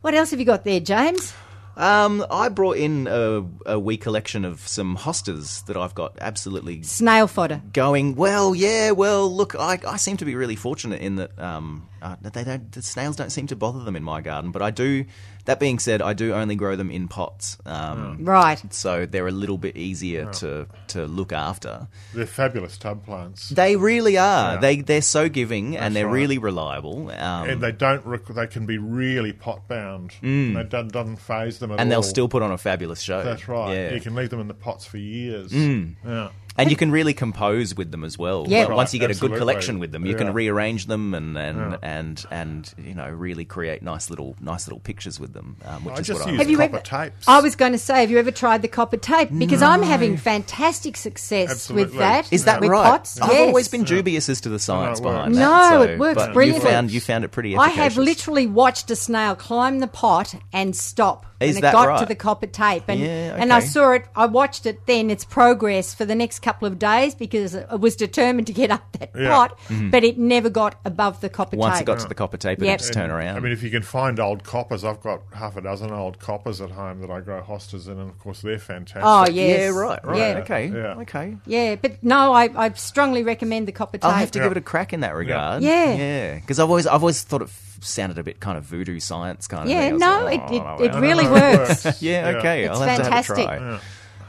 [SPEAKER 1] What else have you got there, James?
[SPEAKER 3] Um, I brought in a, a wee collection of some hostas that I've got absolutely
[SPEAKER 1] Snail fodder.
[SPEAKER 3] going well. Yeah, well, look, I, I seem to be really fortunate in that um, uh, that they don't the snails don't seem to bother them in my garden. But I do. That being said, I do only grow them in pots, um,
[SPEAKER 1] Right.
[SPEAKER 3] so they're a little bit easier to to look after.
[SPEAKER 2] They're fabulous tub plants.
[SPEAKER 3] They really are. They they're so giving and they're
[SPEAKER 2] right.
[SPEAKER 3] really reliable. Um,
[SPEAKER 2] and they don't. Rec- they can be really pot bound.
[SPEAKER 1] Mm.
[SPEAKER 2] They do- doesn't phase them at all.
[SPEAKER 3] and they'll still put on a fabulous show.
[SPEAKER 2] That's right.
[SPEAKER 3] Yeah.
[SPEAKER 2] You can leave them in the pots for years.
[SPEAKER 1] Mm.
[SPEAKER 2] Yeah.
[SPEAKER 3] Mm. and you can really compose with them as well.
[SPEAKER 1] Yeah.
[SPEAKER 3] Like, Once you get a
[SPEAKER 2] Absolutely.
[SPEAKER 3] good collection with them, you
[SPEAKER 2] Yeah.
[SPEAKER 3] can rearrange them and and, and and you know really create nice little nice little pictures with them, um, which
[SPEAKER 2] I
[SPEAKER 3] is
[SPEAKER 2] just
[SPEAKER 3] what
[SPEAKER 2] use
[SPEAKER 3] I
[SPEAKER 1] Have you
[SPEAKER 2] copper
[SPEAKER 1] ever-
[SPEAKER 2] tapes.
[SPEAKER 1] I was going to say, have you ever tried the copper tape? Because I'm having fantastic success with
[SPEAKER 2] Absolutely.
[SPEAKER 1] that.
[SPEAKER 3] Is that
[SPEAKER 1] with
[SPEAKER 3] right?
[SPEAKER 1] Pots.
[SPEAKER 3] I've
[SPEAKER 1] yes.
[SPEAKER 3] always been dubious as to the science
[SPEAKER 2] No, it
[SPEAKER 3] behind
[SPEAKER 1] works.
[SPEAKER 3] that.
[SPEAKER 1] No,
[SPEAKER 3] so-
[SPEAKER 1] it works
[SPEAKER 3] but
[SPEAKER 1] brilliantly.
[SPEAKER 3] You found you found it pretty.
[SPEAKER 1] I
[SPEAKER 3] Efficacious.
[SPEAKER 1] have literally watched a snail climb the pot and stop.
[SPEAKER 3] Is
[SPEAKER 1] and it
[SPEAKER 3] that
[SPEAKER 1] got to
[SPEAKER 3] right?
[SPEAKER 1] the copper tape. And,
[SPEAKER 3] Yeah,
[SPEAKER 1] and I
[SPEAKER 3] okay.
[SPEAKER 1] saw it, I watched it then, its progress for the next couple of days because it was determined to get up that
[SPEAKER 2] Yeah.
[SPEAKER 1] pot, but it never got above the copper
[SPEAKER 3] Mm-hmm. once
[SPEAKER 1] tape.
[SPEAKER 3] it got to the copper tape,
[SPEAKER 1] Yep.
[SPEAKER 3] it just turn around.
[SPEAKER 2] I mean, if you can find old coppers, I've got half a dozen old coppers at home that I grow hostas in, and of course they're fantastic.
[SPEAKER 1] Oh, yes.
[SPEAKER 3] yeah, right, right,
[SPEAKER 1] Yeah.
[SPEAKER 3] okay,
[SPEAKER 2] Yeah.
[SPEAKER 3] okay.
[SPEAKER 1] Yeah, but no, I, I strongly recommend the copper tape.
[SPEAKER 3] I'll have to
[SPEAKER 2] Yeah.
[SPEAKER 3] give it a crack in that regard.
[SPEAKER 1] Yeah.
[SPEAKER 3] yeah. Because I've always, I've always thought it f- sounded a bit kind of voodoo science kind of.
[SPEAKER 1] Yeah,
[SPEAKER 3] thing. I was
[SPEAKER 1] no,
[SPEAKER 3] like,
[SPEAKER 1] it-
[SPEAKER 3] "Oh,
[SPEAKER 1] it-
[SPEAKER 3] no,
[SPEAKER 1] it
[SPEAKER 3] no,
[SPEAKER 1] really
[SPEAKER 3] no."
[SPEAKER 1] works.
[SPEAKER 3] Yeah, okay.
[SPEAKER 1] It's
[SPEAKER 3] I'll have to
[SPEAKER 1] fantastic.
[SPEAKER 3] have a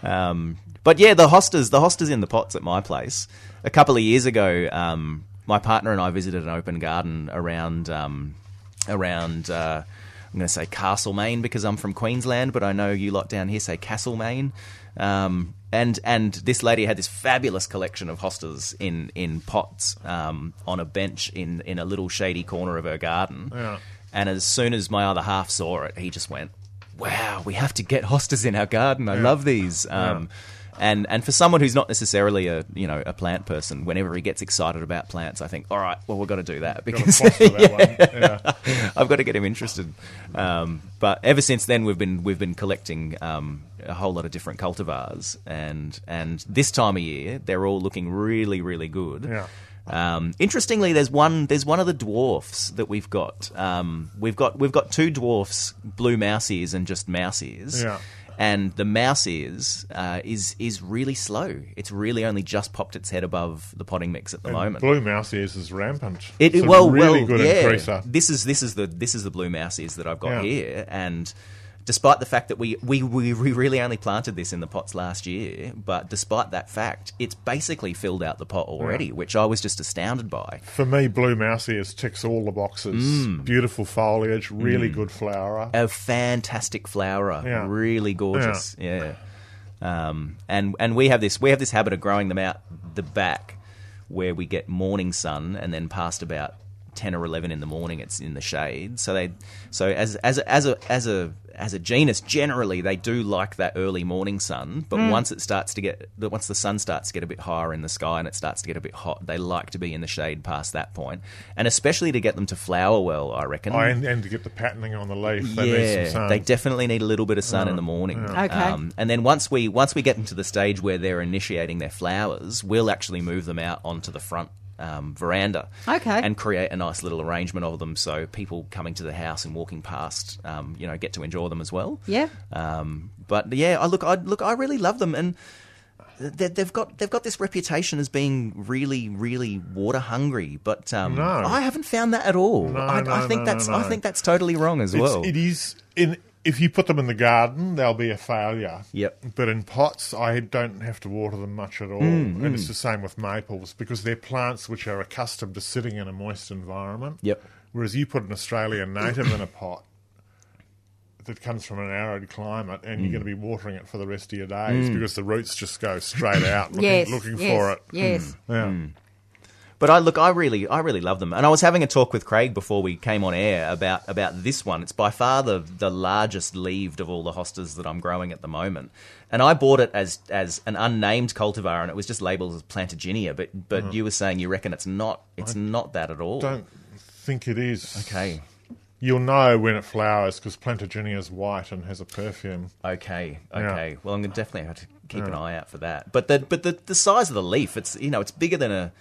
[SPEAKER 3] try. Um, but yeah, the hostas, the hostas in the pots at my place. A couple of years ago, um, my partner and I visited an open garden around um, around. Uh, I'm going to say Castlemaine because I'm from Queensland, but I know you lot down here say Castlemaine. Um, and and this lady had this fabulous collection of hostas in in pots um, on a bench in in a little shady corner of her garden.
[SPEAKER 2] Yeah.
[SPEAKER 3] And as soon as my other half saw it, he just went, "Wow, we have to get hostas in our garden. I love these." Um, And and for someone who's not necessarily a you know a plant person, whenever he gets excited about plants, I think, "All right, well, we've got to do that
[SPEAKER 2] Got a
[SPEAKER 3] because
[SPEAKER 2] foster that one. Yeah.
[SPEAKER 3] I've got to get him interested." Um, but ever since then, we've been we've been collecting um, a whole lot of different cultivars, and and this time of year, they're all looking really really good.
[SPEAKER 2] Yeah.
[SPEAKER 3] Um, interestingly, there's one. There's one of the dwarfs that we've got. Um, we've got we've got two dwarfs, blue mouse ears and just mouse ears.
[SPEAKER 2] Yeah.
[SPEAKER 3] And the mouse ears uh, is is really slow. It's really only just popped its head above the potting mix at the moment.
[SPEAKER 2] Blue mouse ears is rampant.
[SPEAKER 3] It,
[SPEAKER 2] It's a
[SPEAKER 3] well,
[SPEAKER 2] really
[SPEAKER 3] well,
[SPEAKER 2] good
[SPEAKER 3] yeah.
[SPEAKER 2] increaser.
[SPEAKER 3] This is this is the this is the blue mouse ears that I've got
[SPEAKER 2] Yeah.
[SPEAKER 3] here, and despite the fact that we, we, we, we really only planted this in the pots last year, but despite that fact, it's basically filled out the pot already, which I was just astounded by.
[SPEAKER 2] For me, blue mouse ears ticks all the boxes.
[SPEAKER 3] Mm.
[SPEAKER 2] Beautiful foliage, really good flower.
[SPEAKER 3] A fantastic flower,
[SPEAKER 2] Yeah.
[SPEAKER 3] really gorgeous, yeah. Um, and and we have this we have this habit of growing them out the back, where we get morning sun, and then past about ten or eleven in the morning, it's in the shade. So they so as as a, as a as a as a genus, generally they do like that early morning sun.
[SPEAKER 2] Mm.
[SPEAKER 3] But once it starts to get the- once the sun starts to get a bit higher in the sky and it starts to get a bit hot, they like to be in the shade past that point, and especially to get them to flower well, I reckon.
[SPEAKER 2] Oh, and, and to get the patterning on the leaf, they need some
[SPEAKER 3] Yeah,
[SPEAKER 2] sun. Uh-huh.
[SPEAKER 3] they definitely need a little bit of sun in the morning. Um,
[SPEAKER 1] Okay.
[SPEAKER 3] and then once we once we get into the stage where they're initiating their flowers, we'll actually move them out onto the front um, veranda.
[SPEAKER 1] Okay.
[SPEAKER 3] And create a nice little arrangement of them so people coming to the house and walking past, um, you know, get to enjoy them as well.
[SPEAKER 1] Yeah.
[SPEAKER 3] Um, but yeah, I look, I look, I really love them, and they- they've got they've got this reputation as being really, really water hungry. But um,
[SPEAKER 2] No.
[SPEAKER 3] I haven't found that at all. I,
[SPEAKER 2] no,
[SPEAKER 3] I think
[SPEAKER 2] no,
[SPEAKER 3] that's
[SPEAKER 2] no,
[SPEAKER 3] I
[SPEAKER 2] no.
[SPEAKER 3] think that's totally wrong as
[SPEAKER 2] It's-
[SPEAKER 3] well.
[SPEAKER 2] It is in. If you put them in the garden, they'll be a failure.
[SPEAKER 3] Yep.
[SPEAKER 2] But in pots, I don't have to water them much at all,
[SPEAKER 3] Mm,
[SPEAKER 2] and it's the same with maples because they're plants which are accustomed to sitting in a moist environment.
[SPEAKER 3] Yep.
[SPEAKER 2] Whereas you put an Australian native in a pot that comes from an arid climate, and
[SPEAKER 3] Mm.
[SPEAKER 2] you're going to be watering it for the rest of your days because the roots just go straight out looking,
[SPEAKER 1] yes.
[SPEAKER 2] looking
[SPEAKER 1] yes,
[SPEAKER 2] for it. Hmm.
[SPEAKER 1] Yes.
[SPEAKER 2] Yeah.
[SPEAKER 3] Hmm. But I look, I really, I really love them. And I was having a talk with Craig before we came on air about about this one. It's by far the the largest leaved of all the hostas that I'm growing at the moment. And I bought it as as an unnamed cultivar, and it was just labelled as Plantaginia. But but you were saying you reckon it's not it's not that at all.
[SPEAKER 2] Mm-hmm. Don't think it is.
[SPEAKER 3] Okay,
[SPEAKER 2] You'll know when it flowers because Plantaginia is white and has a perfume.
[SPEAKER 3] okay, okay. Well, I'm gonna definitely have to keep an eye out for that. But the but the the size of the leaf, it's you know, it's bigger than a.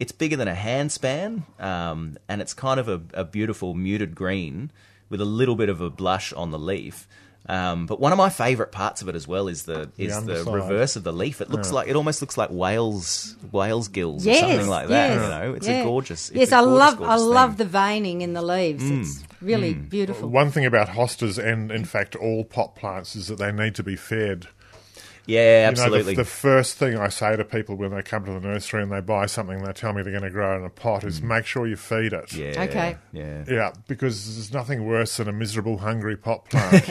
[SPEAKER 3] It's bigger than a hand span, um, and it's kind of a, a beautiful muted green with a little bit of a blush on the leaf. Um, but one of my favourite parts of it as well is the is the,
[SPEAKER 2] underside.
[SPEAKER 3] reverse of the leaf. It looks like it almost looks like whales whales gills
[SPEAKER 1] Yes,
[SPEAKER 3] or something like that.
[SPEAKER 1] yes,
[SPEAKER 3] You know, it's
[SPEAKER 1] yeah.
[SPEAKER 3] a gorgeous. Mm. It's
[SPEAKER 1] yes,
[SPEAKER 3] I
[SPEAKER 1] I love I love the veining in the leaves. It's really beautiful.
[SPEAKER 2] One thing about hostas and, in fact, all pot plants is that they need to be fed.
[SPEAKER 3] yeah,
[SPEAKER 2] You know, the-
[SPEAKER 3] absolutely.
[SPEAKER 2] the, first thing I say to people when they come to the nursery and they buy something, they tell me they're going to grow in a pot is make sure you feed it.
[SPEAKER 3] Mm. yeah,
[SPEAKER 1] Okay.
[SPEAKER 3] yeah.
[SPEAKER 2] Yeah, because there's nothing worse than a miserable, hungry pot plant.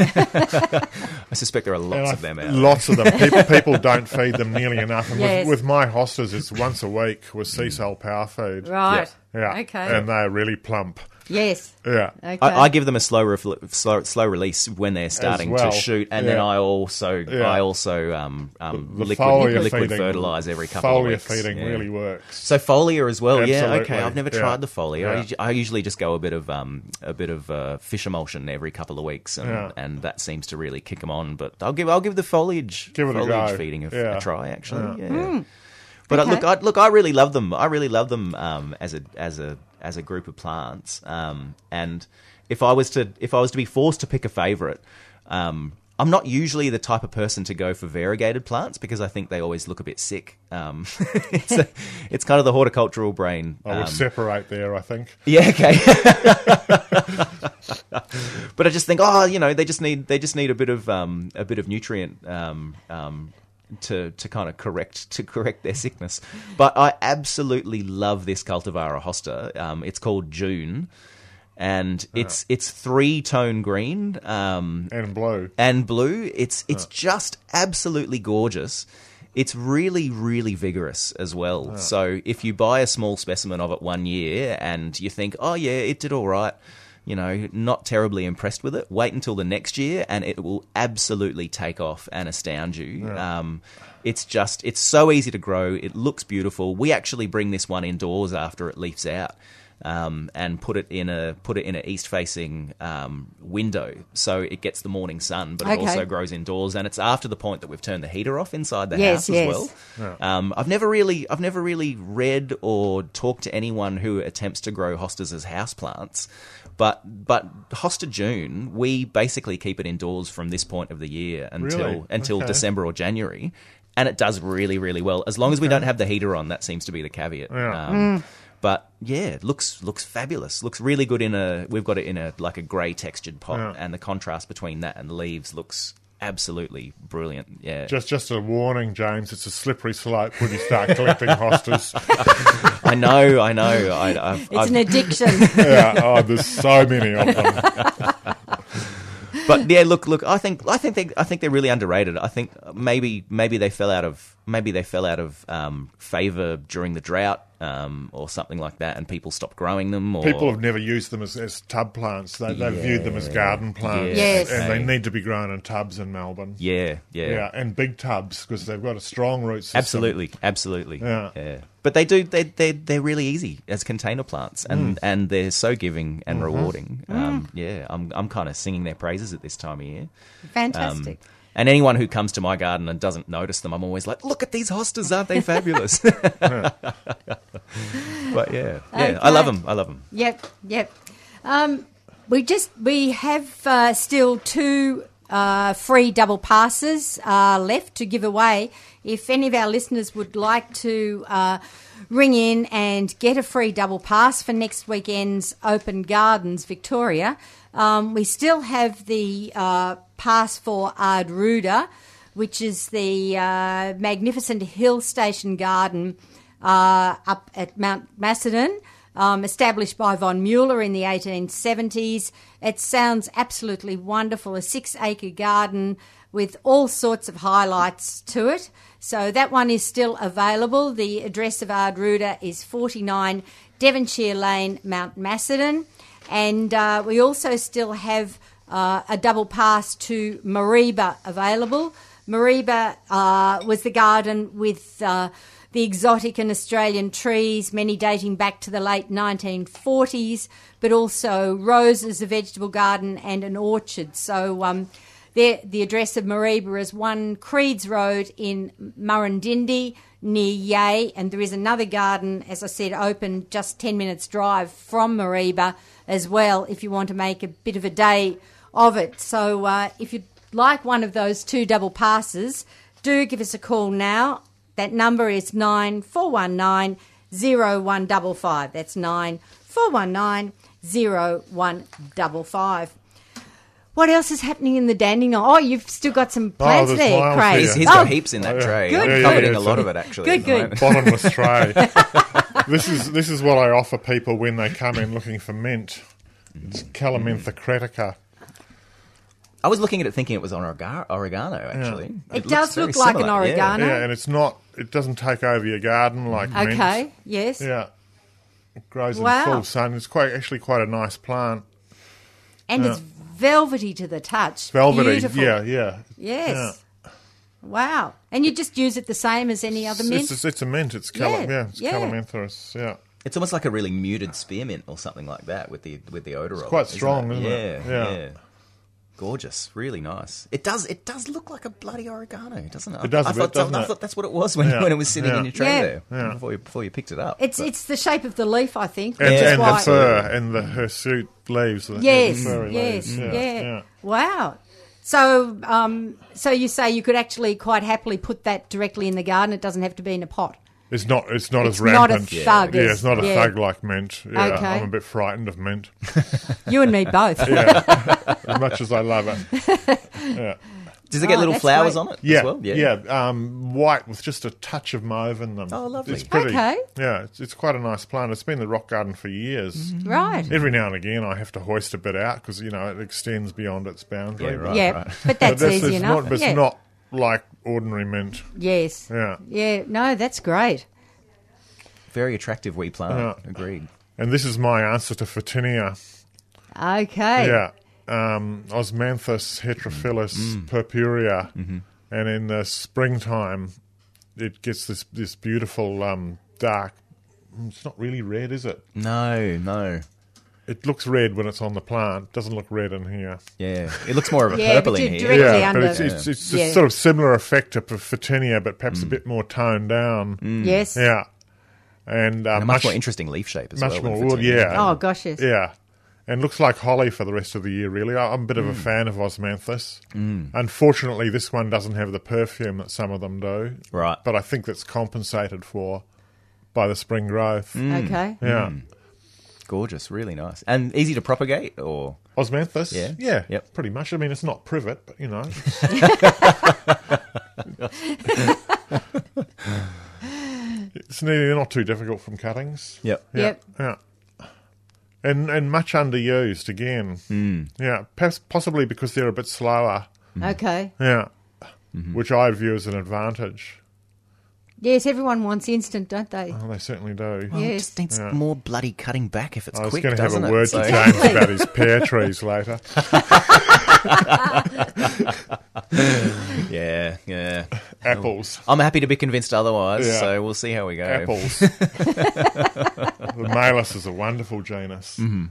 [SPEAKER 3] I suspect there are
[SPEAKER 2] And
[SPEAKER 3] lots
[SPEAKER 2] I-
[SPEAKER 3] of them out. there.
[SPEAKER 2] Lots of them. People, people don't feed them nearly enough. And
[SPEAKER 1] Yes.
[SPEAKER 2] with, with my hostas, it's once a week
[SPEAKER 3] Mm.
[SPEAKER 2] with sea salt power feed.
[SPEAKER 1] Right.
[SPEAKER 2] Yeah.
[SPEAKER 1] Okay.
[SPEAKER 2] And they're really plump.
[SPEAKER 1] yes.
[SPEAKER 2] Yeah.
[SPEAKER 1] Okay.
[SPEAKER 3] I, I give them a slow, refl- slow, slow release when they're starting
[SPEAKER 2] well,
[SPEAKER 3] to shoot, and then
[SPEAKER 2] yeah.
[SPEAKER 3] I also,
[SPEAKER 2] Yeah.
[SPEAKER 3] I also um, um,
[SPEAKER 2] The
[SPEAKER 3] liquid, liquid fertilize every couple
[SPEAKER 2] foliar
[SPEAKER 3] of weeks.
[SPEAKER 2] feeding
[SPEAKER 3] Yeah.
[SPEAKER 2] really works.
[SPEAKER 3] So foliar as well, yeah.
[SPEAKER 2] Absolutely,
[SPEAKER 3] Okay, I've never
[SPEAKER 2] yeah.
[SPEAKER 3] tried the foliar. I
[SPEAKER 2] Yeah.
[SPEAKER 3] usu- I, usually just go a bit of um, a bit of uh, fish emulsion every couple of weeks, and,
[SPEAKER 2] Yeah.
[SPEAKER 3] and that seems to really kick them on. But I'll give I'll give the foliage
[SPEAKER 2] Give it a
[SPEAKER 3] foliage
[SPEAKER 2] go.
[SPEAKER 3] feeding a,
[SPEAKER 2] Yeah.
[SPEAKER 3] a try actually. Yeah. But I, look,
[SPEAKER 1] Okay.
[SPEAKER 3] I, look, I really love them. I really love them um, as a as a as a group of plants. Um, and if I was to if I was to be forced to pick a favorite. Um, I'm not usually the type of person to go for variegated plants because I think they always look a bit sick. Um, it's, a- it's kind of the horticultural brain.
[SPEAKER 2] I would
[SPEAKER 3] um,
[SPEAKER 2] separate there, I think.
[SPEAKER 3] yeah, okay. but I just think, oh, you know, they just need they just need a bit of um, a bit of nutrient um, um, to to kind of correct to correct their sickness. But I absolutely love this cultivar hosta. Um, it's called June, and it's it's three tone green. Um,
[SPEAKER 2] Ah. And blue. Ah.
[SPEAKER 3] and blue. It's it's just absolutely gorgeous. It's really really vigorous as well.
[SPEAKER 2] Ah.
[SPEAKER 3] So if you buy a small specimen of it one year and you think, "Oh yeah, it did all right." You know, not terribly impressed with it. Wait until the next year, and it will absolutely take off and astound you. Um, it's just, it's so easy to grow. It looks beautiful. We actually bring this one indoors after it leaves out um, and put it in a put it in an east facing um, window so it gets the morning sun, but it
[SPEAKER 1] Okay.
[SPEAKER 3] also grows indoors. And it's after the point that we've turned the heater off inside the
[SPEAKER 1] Yes,
[SPEAKER 3] house
[SPEAKER 1] yes.
[SPEAKER 3] as well. Um, I've never really I've never really read or talked to anyone who attempts to grow hostas as houseplants. But but hosta June, we basically keep it indoors from this point of the year until
[SPEAKER 2] Really?
[SPEAKER 3] until
[SPEAKER 2] Okay.
[SPEAKER 3] December or January. And it does really, really well. As long as we don't have the heater on, that seems to be the caveat. Um, But yeah, it looks looks fabulous. Looks really good in a. We've got it in a like a grey textured pot,
[SPEAKER 2] Yeah.
[SPEAKER 3] and the contrast between that and leaves looks absolutely brilliant. Yeah,
[SPEAKER 2] Just, just a warning, James. It's a slippery slope when you start collecting hostas.
[SPEAKER 3] I know, I know. I, I've,
[SPEAKER 1] It's
[SPEAKER 3] I've,
[SPEAKER 1] an addiction.
[SPEAKER 2] Yeah, oh, there's so many of them.
[SPEAKER 3] but yeah, look, look. I think, I think, they, I think they're really underrated. I think maybe, maybe they fell out of, maybe they fell out of um, favor during the drought um, or something like that, and people stopped growing them. Or
[SPEAKER 2] People have never used them as, as tub plants. They, They've viewed them as garden plants,
[SPEAKER 1] Yes.
[SPEAKER 2] and
[SPEAKER 3] Okay.
[SPEAKER 2] they need to be grown in tubs in Melbourne.
[SPEAKER 3] yeah, yeah,
[SPEAKER 2] Yeah, and big tubs because they've got a strong root system.
[SPEAKER 3] absolutely, absolutely,
[SPEAKER 2] Yeah.
[SPEAKER 3] But they do, they, they, they're really easy as container plants,
[SPEAKER 2] Hmm.
[SPEAKER 3] and and they're so giving and
[SPEAKER 2] Mm-hmm.
[SPEAKER 3] rewarding.
[SPEAKER 1] Mm.
[SPEAKER 3] Um, yeah, I'm, I'm kind of singing their praises at this time of year. Um,
[SPEAKER 1] Fantastic.
[SPEAKER 3] and anyone who comes to my garden and doesn't notice them, I'm always like, "Look at these hostas, aren't they fabulous?" but yeah, yeah, I love them. I love them.
[SPEAKER 1] Yep, yep. Um, we just we have uh, still two uh, free double passes uh, left to give away. If any of our listeners would like to uh, ring in and get a free double pass for next weekend's Open Gardens Victoria, um, we still have the uh, pass for Ard Ruda, which is the uh, magnificent hill station garden uh, up at Mount Macedon, um, established by von Mueller in the 1870s. It sounds absolutely wonderful a six acre garden with all sorts of highlights to it. So that one is still available. The address of Ardruda is 49 Devonshire Lane, Mount Macedon. And uh, we also still have uh, a double pass to Mariba available. Mariba uh, was the garden with uh, the exotic and Australian trees, many dating back to the late 1940s, but also roses, a vegetable garden, and an orchard. So um, there, the address of Mariba is 1 Creeds Road in Murrindindi near Yay, and there is another garden, as I said, open just 10 minutes' drive from Mariba as well if you want to make a bit of a day of it. So uh, if you'd like one of those two double passes, do give us a call now. That number is 9419 0155. That's 9419 0155. What else is happening in the Dandenong? Oh, you've still got some plants
[SPEAKER 2] Oh, there's
[SPEAKER 1] there,
[SPEAKER 2] miles
[SPEAKER 1] Craig.
[SPEAKER 2] here.
[SPEAKER 3] He's, he's
[SPEAKER 1] oh,
[SPEAKER 3] got heaps in that
[SPEAKER 2] Oh, yeah.
[SPEAKER 3] tray.
[SPEAKER 2] Good,
[SPEAKER 3] I'm
[SPEAKER 2] good.
[SPEAKER 3] covered
[SPEAKER 2] Yeah,
[SPEAKER 3] in
[SPEAKER 2] yeah,
[SPEAKER 3] a lot
[SPEAKER 2] so-
[SPEAKER 3] of it actually.
[SPEAKER 1] Good,
[SPEAKER 3] at the
[SPEAKER 1] good.
[SPEAKER 3] moment.
[SPEAKER 2] Bottomless tray. this is this is what I offer people when they come in looking for mint. It's Calamintha cretica.
[SPEAKER 3] I was looking at it thinking it was on orega- oregano actually.
[SPEAKER 1] It
[SPEAKER 3] looks
[SPEAKER 1] does
[SPEAKER 3] very
[SPEAKER 1] look like an
[SPEAKER 3] similar, yeah.
[SPEAKER 1] oregano.
[SPEAKER 2] Yeah, and it's not. It doesn't take over your garden like mint.
[SPEAKER 1] Okay, yes.
[SPEAKER 2] Yeah, it grows
[SPEAKER 1] Wow.
[SPEAKER 2] in full sun. It's quite actually quite a nice plant.
[SPEAKER 1] And it's velvety to the touch.
[SPEAKER 2] Velvety.
[SPEAKER 1] Beautiful.
[SPEAKER 2] Yeah, yeah.
[SPEAKER 1] Yes. Wow. And you just use it the same as any other
[SPEAKER 2] It's,
[SPEAKER 1] mint?
[SPEAKER 2] it's, it's, a mint. It's cala-
[SPEAKER 1] Yeah,
[SPEAKER 2] yeah, it's
[SPEAKER 1] yeah.
[SPEAKER 2] calamanthus. Yeah,
[SPEAKER 3] It's almost like a really muted spearmint or something like that with the with the odor. It's
[SPEAKER 2] quite
[SPEAKER 3] of it,
[SPEAKER 2] strong, isn't
[SPEAKER 3] isn't it?
[SPEAKER 2] it?
[SPEAKER 3] Yeah,
[SPEAKER 2] Yeah.
[SPEAKER 3] yeah. Gorgeous, really nice. It does. It does look like a bloody oregano, doesn't it?
[SPEAKER 2] It does
[SPEAKER 3] I,
[SPEAKER 2] a bit,
[SPEAKER 3] thought,
[SPEAKER 2] doesn't
[SPEAKER 3] I
[SPEAKER 2] it?
[SPEAKER 3] thought that's what it was when,
[SPEAKER 2] Yeah.
[SPEAKER 3] when it was sitting
[SPEAKER 2] Yeah.
[SPEAKER 3] in your tray
[SPEAKER 1] Yeah.
[SPEAKER 3] there before you before you picked it up.
[SPEAKER 1] It's it's the shape of the leaf, I think.
[SPEAKER 2] and,
[SPEAKER 1] which is
[SPEAKER 2] and the
[SPEAKER 1] why-
[SPEAKER 2] fur and the hirsute leaves. the-
[SPEAKER 1] Yes,
[SPEAKER 2] the furry
[SPEAKER 1] yes,
[SPEAKER 2] leaves.
[SPEAKER 1] yeah.
[SPEAKER 2] yeah.
[SPEAKER 1] Wow. So, um, so you say you could actually quite happily put that directly in the garden. It doesn't have to be in a pot.
[SPEAKER 2] It's not. It's not
[SPEAKER 1] It's
[SPEAKER 2] as
[SPEAKER 1] not a
[SPEAKER 2] rampant.
[SPEAKER 1] thug
[SPEAKER 2] yeah,
[SPEAKER 1] as-
[SPEAKER 2] it's not a
[SPEAKER 1] yeah.
[SPEAKER 2] thug like mint. Yeah,
[SPEAKER 1] Okay.
[SPEAKER 2] I'm a bit frightened of mint,
[SPEAKER 1] You and me both.
[SPEAKER 2] as much as I love it.
[SPEAKER 3] Does it get
[SPEAKER 1] Oh,
[SPEAKER 3] little
[SPEAKER 1] that's
[SPEAKER 3] flowers
[SPEAKER 1] great.
[SPEAKER 3] on it
[SPEAKER 2] Yeah,
[SPEAKER 3] as well?
[SPEAKER 2] yeah. um, white with just a touch of mauve in them.
[SPEAKER 3] Oh, lovely.
[SPEAKER 2] It's pretty.
[SPEAKER 1] Okay.
[SPEAKER 2] Yeah, it's, it's quite a nice plant. It's been in the rock garden for years.
[SPEAKER 1] Mm-hmm. Right.
[SPEAKER 2] Every now and again, I have to hoist a bit out because you know it extends beyond its boundary.
[SPEAKER 3] Yeah, right.
[SPEAKER 1] yeah, but
[SPEAKER 2] But
[SPEAKER 1] that's
[SPEAKER 2] this
[SPEAKER 1] easy
[SPEAKER 2] is
[SPEAKER 1] enough.
[SPEAKER 2] Not, but
[SPEAKER 1] yeah.
[SPEAKER 2] It's not like ordinary mint.
[SPEAKER 1] Yes.
[SPEAKER 2] Yeah.
[SPEAKER 1] Yeah. No, that's great.
[SPEAKER 3] Very attractive wee plant. Agreed.
[SPEAKER 2] And this is my answer to Fatinia.
[SPEAKER 1] Okay.
[SPEAKER 2] Yeah. Um, Osmanthus heterophyllus
[SPEAKER 3] Mm.
[SPEAKER 2] purpurea.
[SPEAKER 3] Mm-hmm.
[SPEAKER 2] And in the springtime, it gets this, this beautiful um, dark. mm, It's not really red, is it?
[SPEAKER 3] No, no.
[SPEAKER 2] It looks red when it's on the plant. Doesn't look red in here.
[SPEAKER 3] Yeah, it looks more of a
[SPEAKER 1] Yeah,
[SPEAKER 3] purple
[SPEAKER 1] but
[SPEAKER 3] in
[SPEAKER 1] you
[SPEAKER 3] here.
[SPEAKER 1] direct- Directly
[SPEAKER 2] yeah,
[SPEAKER 1] under.
[SPEAKER 2] but it's, it's, it's a
[SPEAKER 1] Yeah.
[SPEAKER 2] sort of similar effect to P- Fatinia, but
[SPEAKER 3] Mm.
[SPEAKER 2] perhaps a bit more toned down.
[SPEAKER 1] Yes.
[SPEAKER 2] Yeah, and, uh,
[SPEAKER 3] And a much, more interesting leaf shape as
[SPEAKER 2] much
[SPEAKER 3] well.
[SPEAKER 2] more
[SPEAKER 3] than
[SPEAKER 2] wood,
[SPEAKER 3] Fatinia.
[SPEAKER 2] yeah.
[SPEAKER 1] Oh gosh, yes.
[SPEAKER 2] Yeah. And looks like holly for the rest of the year, really. I- I'm a bit
[SPEAKER 3] Mm.
[SPEAKER 2] of a fan of Osmanthus. Mm. Unfortunately, this one doesn't have the perfume that some of them do.
[SPEAKER 3] Right.
[SPEAKER 2] But I think that's compensated for by the spring growth.
[SPEAKER 3] Mm.
[SPEAKER 1] Okay.
[SPEAKER 2] Yeah.
[SPEAKER 3] Gorgeous, really nice, and easy to propagate. Or
[SPEAKER 2] Osmanthus?
[SPEAKER 3] Yeah.
[SPEAKER 2] Yeah.
[SPEAKER 3] Yep.
[SPEAKER 2] Pretty much. I mean, it's not privet, but you know. it's nearly they're not too difficult from cuttings.
[SPEAKER 3] Yep.
[SPEAKER 2] Yeah.
[SPEAKER 1] Yep.
[SPEAKER 2] Yeah. And, and much underused again.
[SPEAKER 3] Hmm.
[SPEAKER 2] Mm. Yeah. Perhaps, possibly because they're a bit slower.
[SPEAKER 1] Okay.
[SPEAKER 2] Yeah.
[SPEAKER 3] Mm-hmm.
[SPEAKER 2] Which I view as an advantage.
[SPEAKER 1] Yes, everyone wants instant, don't they?
[SPEAKER 2] Oh, they certainly do.
[SPEAKER 1] Yeah.
[SPEAKER 3] it
[SPEAKER 1] Yes.
[SPEAKER 3] just needs more bloody cutting back if it's
[SPEAKER 2] I was
[SPEAKER 3] quick,
[SPEAKER 2] going to have
[SPEAKER 3] doesn't
[SPEAKER 2] a
[SPEAKER 3] it?
[SPEAKER 2] word
[SPEAKER 3] So-
[SPEAKER 2] to James about his pear trees later.
[SPEAKER 3] yeah, yeah. Oh.
[SPEAKER 2] Apples.
[SPEAKER 3] I'm happy to be convinced otherwise.
[SPEAKER 2] Yeah.
[SPEAKER 3] So we'll see how we go.
[SPEAKER 2] apples. the malus is a wonderful genus. Yeah.
[SPEAKER 3] Mm-hmm.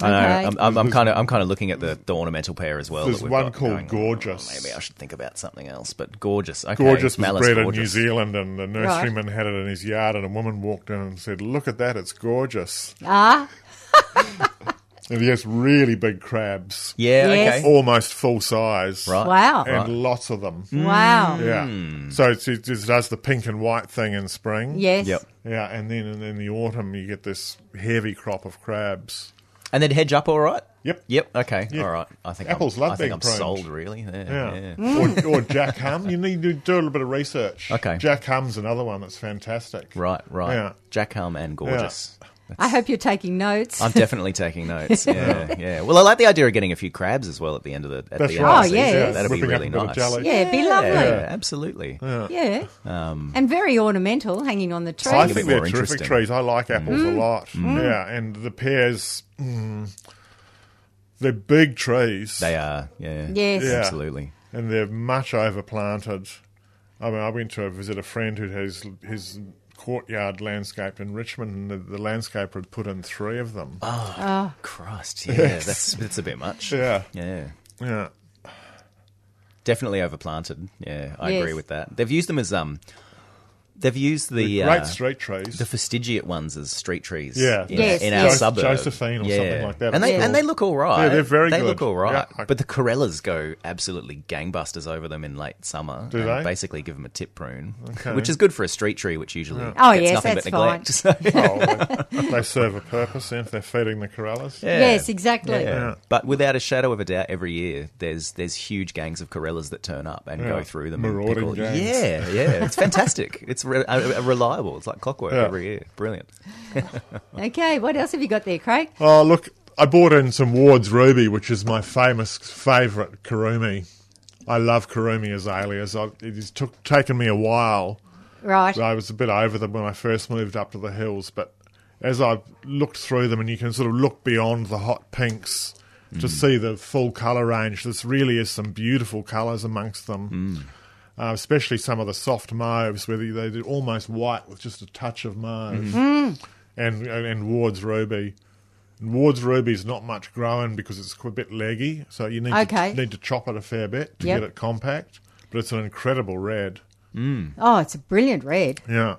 [SPEAKER 3] I know.
[SPEAKER 1] Okay.
[SPEAKER 3] I'm- I'm, I'm kind of I'm kind of looking at the, the ornamental pair as well.
[SPEAKER 2] There's
[SPEAKER 3] that we've
[SPEAKER 2] one
[SPEAKER 3] got
[SPEAKER 2] called
[SPEAKER 3] going on.
[SPEAKER 2] Gorgeous.
[SPEAKER 3] maybe I should think about something else. But gorgeous, okay.
[SPEAKER 2] Gorgeous was
[SPEAKER 3] Malus
[SPEAKER 2] bred in New
[SPEAKER 3] gorgeous.
[SPEAKER 2] Zealand, and the nurseryman had it in his yard, and a woman walked in and said, "Look at that! It's gorgeous."
[SPEAKER 1] Ah,
[SPEAKER 2] And he has really big crabs,
[SPEAKER 3] Yeah,
[SPEAKER 1] Yes.
[SPEAKER 3] okay.
[SPEAKER 2] almost full size,
[SPEAKER 3] Right.
[SPEAKER 1] wow. Mm.
[SPEAKER 2] And lots of them.
[SPEAKER 1] Wow.
[SPEAKER 2] Yeah. So it's, it just does the pink and white thing in spring.
[SPEAKER 1] Yes.
[SPEAKER 3] Yep.
[SPEAKER 2] Yeah, and then in, in the autumn you get this heavy crop of crabs.
[SPEAKER 3] And then hedge up, all right.
[SPEAKER 2] Yep.
[SPEAKER 3] Yep. Okay.
[SPEAKER 2] Yeah.
[SPEAKER 3] All right. I think
[SPEAKER 2] Apples
[SPEAKER 3] I'm,
[SPEAKER 2] love
[SPEAKER 3] I think
[SPEAKER 2] being
[SPEAKER 3] I'm
[SPEAKER 2] pruned.
[SPEAKER 3] sold. Really. Yeah.
[SPEAKER 2] Yeah.
[SPEAKER 3] yeah.
[SPEAKER 1] Mm.
[SPEAKER 2] Or, or Jack Hum. You need to do a little bit of research.
[SPEAKER 3] Okay.
[SPEAKER 2] Jack Hum's another one that's fantastic.
[SPEAKER 3] Right. Right.
[SPEAKER 2] Yeah.
[SPEAKER 3] Jack Hum and gorgeous.
[SPEAKER 1] I hope you're taking notes.
[SPEAKER 3] I'm definitely taking notes. Yeah, yeah. Well, I like the idea of getting a few crabs as well at the end of the at
[SPEAKER 2] That's
[SPEAKER 3] the
[SPEAKER 2] right.
[SPEAKER 3] end
[SPEAKER 1] Oh,
[SPEAKER 3] of the season.
[SPEAKER 1] yes.
[SPEAKER 3] That'd be
[SPEAKER 2] Whipping up
[SPEAKER 3] really
[SPEAKER 2] a bit of
[SPEAKER 3] nice.
[SPEAKER 2] jelly.
[SPEAKER 1] yeah, it'd be lovely.
[SPEAKER 3] Yeah,
[SPEAKER 1] Yeah.
[SPEAKER 3] absolutely. Um,
[SPEAKER 1] and very ornamental, hanging on the tree.
[SPEAKER 2] I
[SPEAKER 3] a bit
[SPEAKER 2] think
[SPEAKER 3] more
[SPEAKER 2] they're terrific
[SPEAKER 3] interesting. Mm.
[SPEAKER 2] trees. I like apples
[SPEAKER 1] Mm.
[SPEAKER 2] a lot. Yeah, and the pears, mm, they're big trees.
[SPEAKER 3] They are. Yeah.
[SPEAKER 1] Yes. Yeah.
[SPEAKER 3] Absolutely.
[SPEAKER 2] and they're much overplanted. I mean, I went to visit a friend who has his courtyard landscape in Richmond, and the, the landscaper had put in three of them.
[SPEAKER 1] Oh,
[SPEAKER 3] oh, Christ. Yeah. That's that's a bit much.
[SPEAKER 2] Yeah,
[SPEAKER 3] Yeah.
[SPEAKER 2] yeah.
[SPEAKER 3] Definitely overplanted. Yeah, I
[SPEAKER 1] Yes.
[SPEAKER 3] agree with that. They've used them as um, they've used the uh,
[SPEAKER 2] Great street trees.
[SPEAKER 3] the fastigiate ones as street trees.
[SPEAKER 2] Yeah,
[SPEAKER 3] in,
[SPEAKER 1] Yes,
[SPEAKER 3] in
[SPEAKER 1] yeah.
[SPEAKER 3] our
[SPEAKER 1] Jo-
[SPEAKER 3] suburb,
[SPEAKER 2] Josephine or something like that,
[SPEAKER 3] And they
[SPEAKER 2] it's
[SPEAKER 3] and they
[SPEAKER 2] called.
[SPEAKER 3] look all right.
[SPEAKER 2] Yeah, they're very
[SPEAKER 3] They
[SPEAKER 2] good.
[SPEAKER 3] look all right.
[SPEAKER 2] Yeah, I-
[SPEAKER 3] But the Corellas go absolutely gangbusters over them in late summer.
[SPEAKER 2] Do
[SPEAKER 3] and
[SPEAKER 2] they?
[SPEAKER 3] Basically, give them a tip prune,
[SPEAKER 2] Okay.
[SPEAKER 3] which is good for a street tree, which usually
[SPEAKER 1] Oh,
[SPEAKER 3] gets
[SPEAKER 1] yes,
[SPEAKER 3] nothing but
[SPEAKER 1] that's fine.
[SPEAKER 3] neglect. So,
[SPEAKER 2] oh, they, they serve a purpose, and if they're feeding the corellas,
[SPEAKER 3] yeah.
[SPEAKER 1] Yes, exactly.
[SPEAKER 3] Yeah. But without a shadow of a doubt, every year there's there's huge gangs of Corellas that turn up and go
[SPEAKER 2] Yeah.
[SPEAKER 3] through them. and
[SPEAKER 2] Marauding
[SPEAKER 3] pick all-
[SPEAKER 2] gangs.
[SPEAKER 3] Yeah, yeah, it's fantastic. it's re- uh, uh, reliable. It's like clockwork
[SPEAKER 2] Yeah.
[SPEAKER 3] every year. Brilliant.
[SPEAKER 1] Okay, what else have you got there, Craig?
[SPEAKER 2] Oh, look, I bought in some Ward's Ruby, which is my famous favourite Karumi. I love Karumi azaleas. I, it has took, taken me a while.
[SPEAKER 1] Right.
[SPEAKER 2] I was a bit over them when I first moved up to the hills, but as I looked through them, and you can sort of look beyond the hot pinks to see the full colour range, this really is some beautiful colours amongst them. Uh, especially some of the soft mauves, where they, they're almost white with just a touch of mauve, and, and and Ward's ruby. Ward's ruby's not much growing because it's a bit leggy, so you need
[SPEAKER 1] Okay.
[SPEAKER 2] to, need to chop it a fair bit to
[SPEAKER 1] Yep.
[SPEAKER 2] get it compact. But it's an incredible red.
[SPEAKER 3] Mm.
[SPEAKER 1] Oh, it's a brilliant red.
[SPEAKER 2] Yeah,